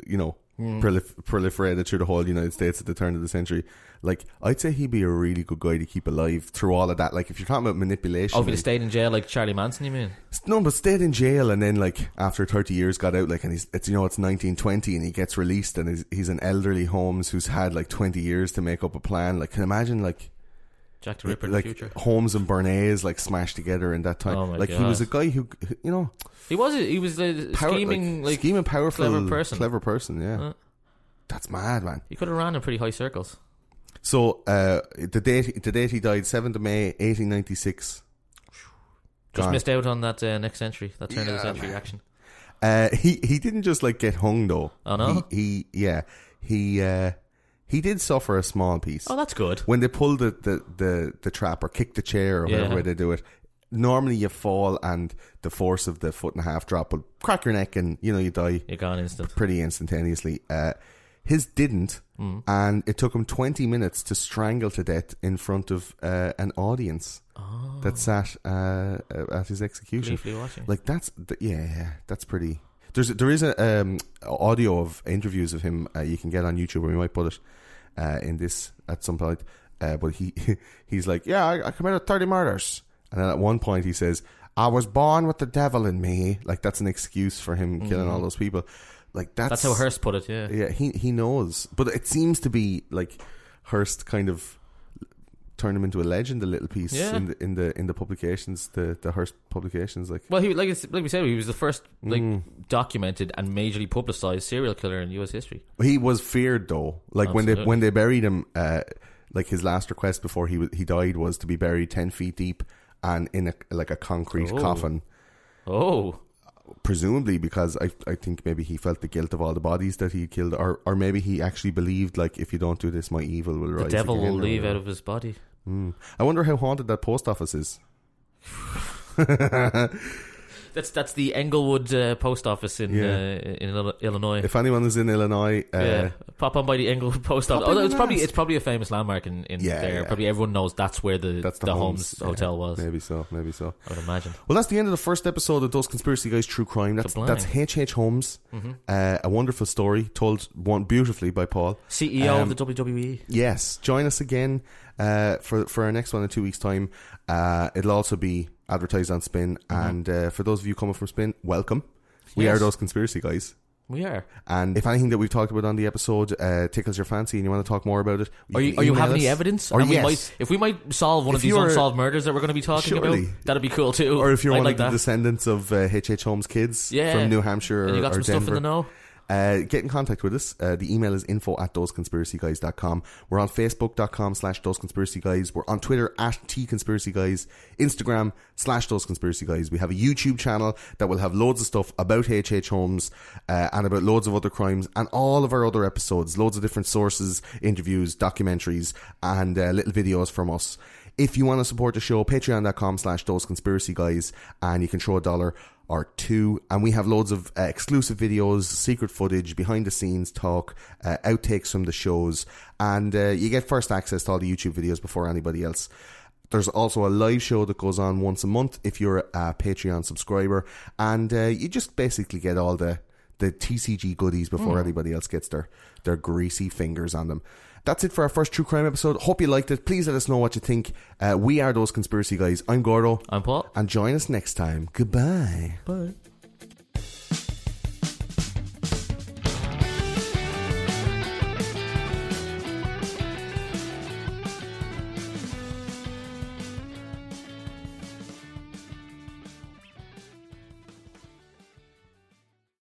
S2: you know,
S3: Hmm.
S2: prolif- proliferated through the whole United States at the turn of the century. Like, I'd say he'd be a really good guy to keep alive through all of that. Like, if you're talking about manipulation,
S3: Oh, if he'd
S2: like-
S3: have stayed in jail like Charlie Manson, you mean?
S2: no, but stayed in jail and then like after thirty years got out. Like, and he's it's you know it's nineteen twenty and he gets released and he's he's in elderly homes who's had like twenty years to make up a plan. Like, can you imagine like
S3: Jack the Ripper in
S2: like oh.
S3: the future.
S2: Holmes and Bernays like smashed together in that time.
S3: Oh my
S2: like he
S3: God.
S2: was a guy who you know
S3: He was a- he was a
S2: power,
S3: scheming like,
S2: scheming powerful
S3: clever person.
S2: clever person, yeah.
S3: Uh.
S2: That's mad, man.
S3: He could have ran in pretty high circles.
S2: So uh, the date the date he died, seventh of May, eighteen ninety six.
S3: Just
S2: Gone.
S3: missed out on that uh, next century, that turn of
S2: Yeah,
S3: the century
S2: man.
S3: action.
S2: Uh, he he didn't just like get hung though.
S3: Oh, no?
S2: He, he yeah he uh, he did suffer a small piece
S3: Oh, that's good.
S2: when they pull the the, the the trap or kick the chair or
S3: Yeah.
S2: whatever way they do it. Normally you fall and the force of the foot and a half drop will crack your neck and you know you die
S3: You're gone instant.
S2: pretty instantaneously. Uh, his didn't, and it took him 20 minutes to strangle to death in front of uh, an audience that sat uh, at his execution.
S3: Briefly watching.
S2: Like that's th- yeah, yeah, that's pretty. There's there is a um, audio of interviews of him uh, you can get on YouTube, and we might put it uh, in this at some point. Uh, but he he's like, yeah, I, I committed 30 murders, and then at one point he says, I was born with the devil in me. Like that's an excuse for him killing all those people. Like
S3: Mm-hmm. That's how Hearst put it, yeah.
S2: yeah, he he knows, but it seems to be like Hearst kind of turned him into a legend a little piece
S3: Yeah.
S2: in the in the in the publications, the the Hearst publications. Like,
S3: Well, he like it's- like we said, he was the first like
S2: Mm.
S3: documented and majorly publicized serial killer in U.S. history.
S2: he was feared though. Like when they
S3: Absolutely.
S2: when they buried him, uh, like his last request before he wa- he died was to be buried ten feet deep and in a like a concrete
S3: Oh.
S2: coffin.
S3: Oh,
S2: presumably because I I think maybe he felt the guilt of all the bodies that he killed, or or maybe he actually believed like if you don't do this, my evil will
S3: the
S2: rise.
S3: devil
S2: again
S3: will
S2: or
S3: leave out
S2: whatever.
S3: of his body.
S2: I wonder how haunted that post office is.
S3: That's that's the Englewood uh, post office in
S2: Yeah.
S3: uh, in Illi- Illinois.
S2: If anyone is in Illinois, uh,
S3: yeah, pop on by the Englewood post office.
S2: Pop in
S3: Although it's
S2: and
S3: probably
S2: ask.
S3: it's probably a famous landmark in, in
S2: Yeah,
S3: there.
S2: yeah.
S3: Probably everyone knows that's where the
S2: that's the,
S3: Holmes, hotel
S2: Yeah,
S3: was.
S2: Maybe so. Maybe so.
S3: I would imagine.
S2: Well, that's the end of the first episode of those conspiracy guys, true crime. That's
S3: Sublime. Mm-hmm.
S2: that's H. H. Holmes, uh, a wonderful story told one beautifully by Paul.
S3: CEO E
S2: Um,
S3: of the WWE.
S2: Yes, join us again uh, for for our next one in two weeks' time. Uh, it'll also be advertised on Spin, and uh, for those of you coming from Spin, welcome. We
S3: Mm-hmm. Yes.
S2: are those conspiracy guys.
S3: We are.
S2: And if anything that we've talked about on the episode uh, tickles your fancy and you want to talk more about it,
S3: Or you,
S2: can
S3: or you have
S2: email
S3: any
S2: us.
S3: evidence?
S2: Or
S3: and we
S2: yes.
S3: might, if we might solve one
S2: If
S3: of these
S2: you're-
S3: unsolved murders that we're going to be talking
S2: Surely.
S3: about, that'd be cool too.
S2: or if you're
S3: I'd
S2: one
S3: like
S2: of the
S3: that.
S2: descendants of uh, H.H. H. Holmes kids
S3: Yeah.
S2: from New Hampshire or,
S3: and you got
S2: or
S3: some
S2: Denver.
S3: stuff in the know.
S2: Uh, get in contact with us. Uh, the email is info at thoseconspiracyguys.com. We're on facebook.com slash thoseconspiracyguys. We're on Twitter at tconspiracyguys. Instagram slash thoseconspiracyguys. We have a YouTube channel that will have loads of stuff about H.H. Holmes uh, and about loads of other crimes and all of our other episodes. Loads of different sources, interviews, documentaries, and uh, little videos from us. If you want to support the show, patreon.com slash those conspiracy guys, and you can throw a dollar or two. And we have loads of uh, exclusive videos, secret footage, behind the scenes talk, uh, outtakes from the shows, and uh, you get first access to all the YouTube videos before anybody else. There's also a live show that goes on once a month if you're a Patreon subscriber, and uh, you just basically get all the the TCG goodies before anybody else gets their their greasy fingers on them. That's it for our first true crime episode. Hope you liked it. Please let us know what you think. Uh, we are those conspiracy guys. I'm Gordo,
S3: I'm Paul.
S2: and join us next time. Goodbye.
S3: Bye.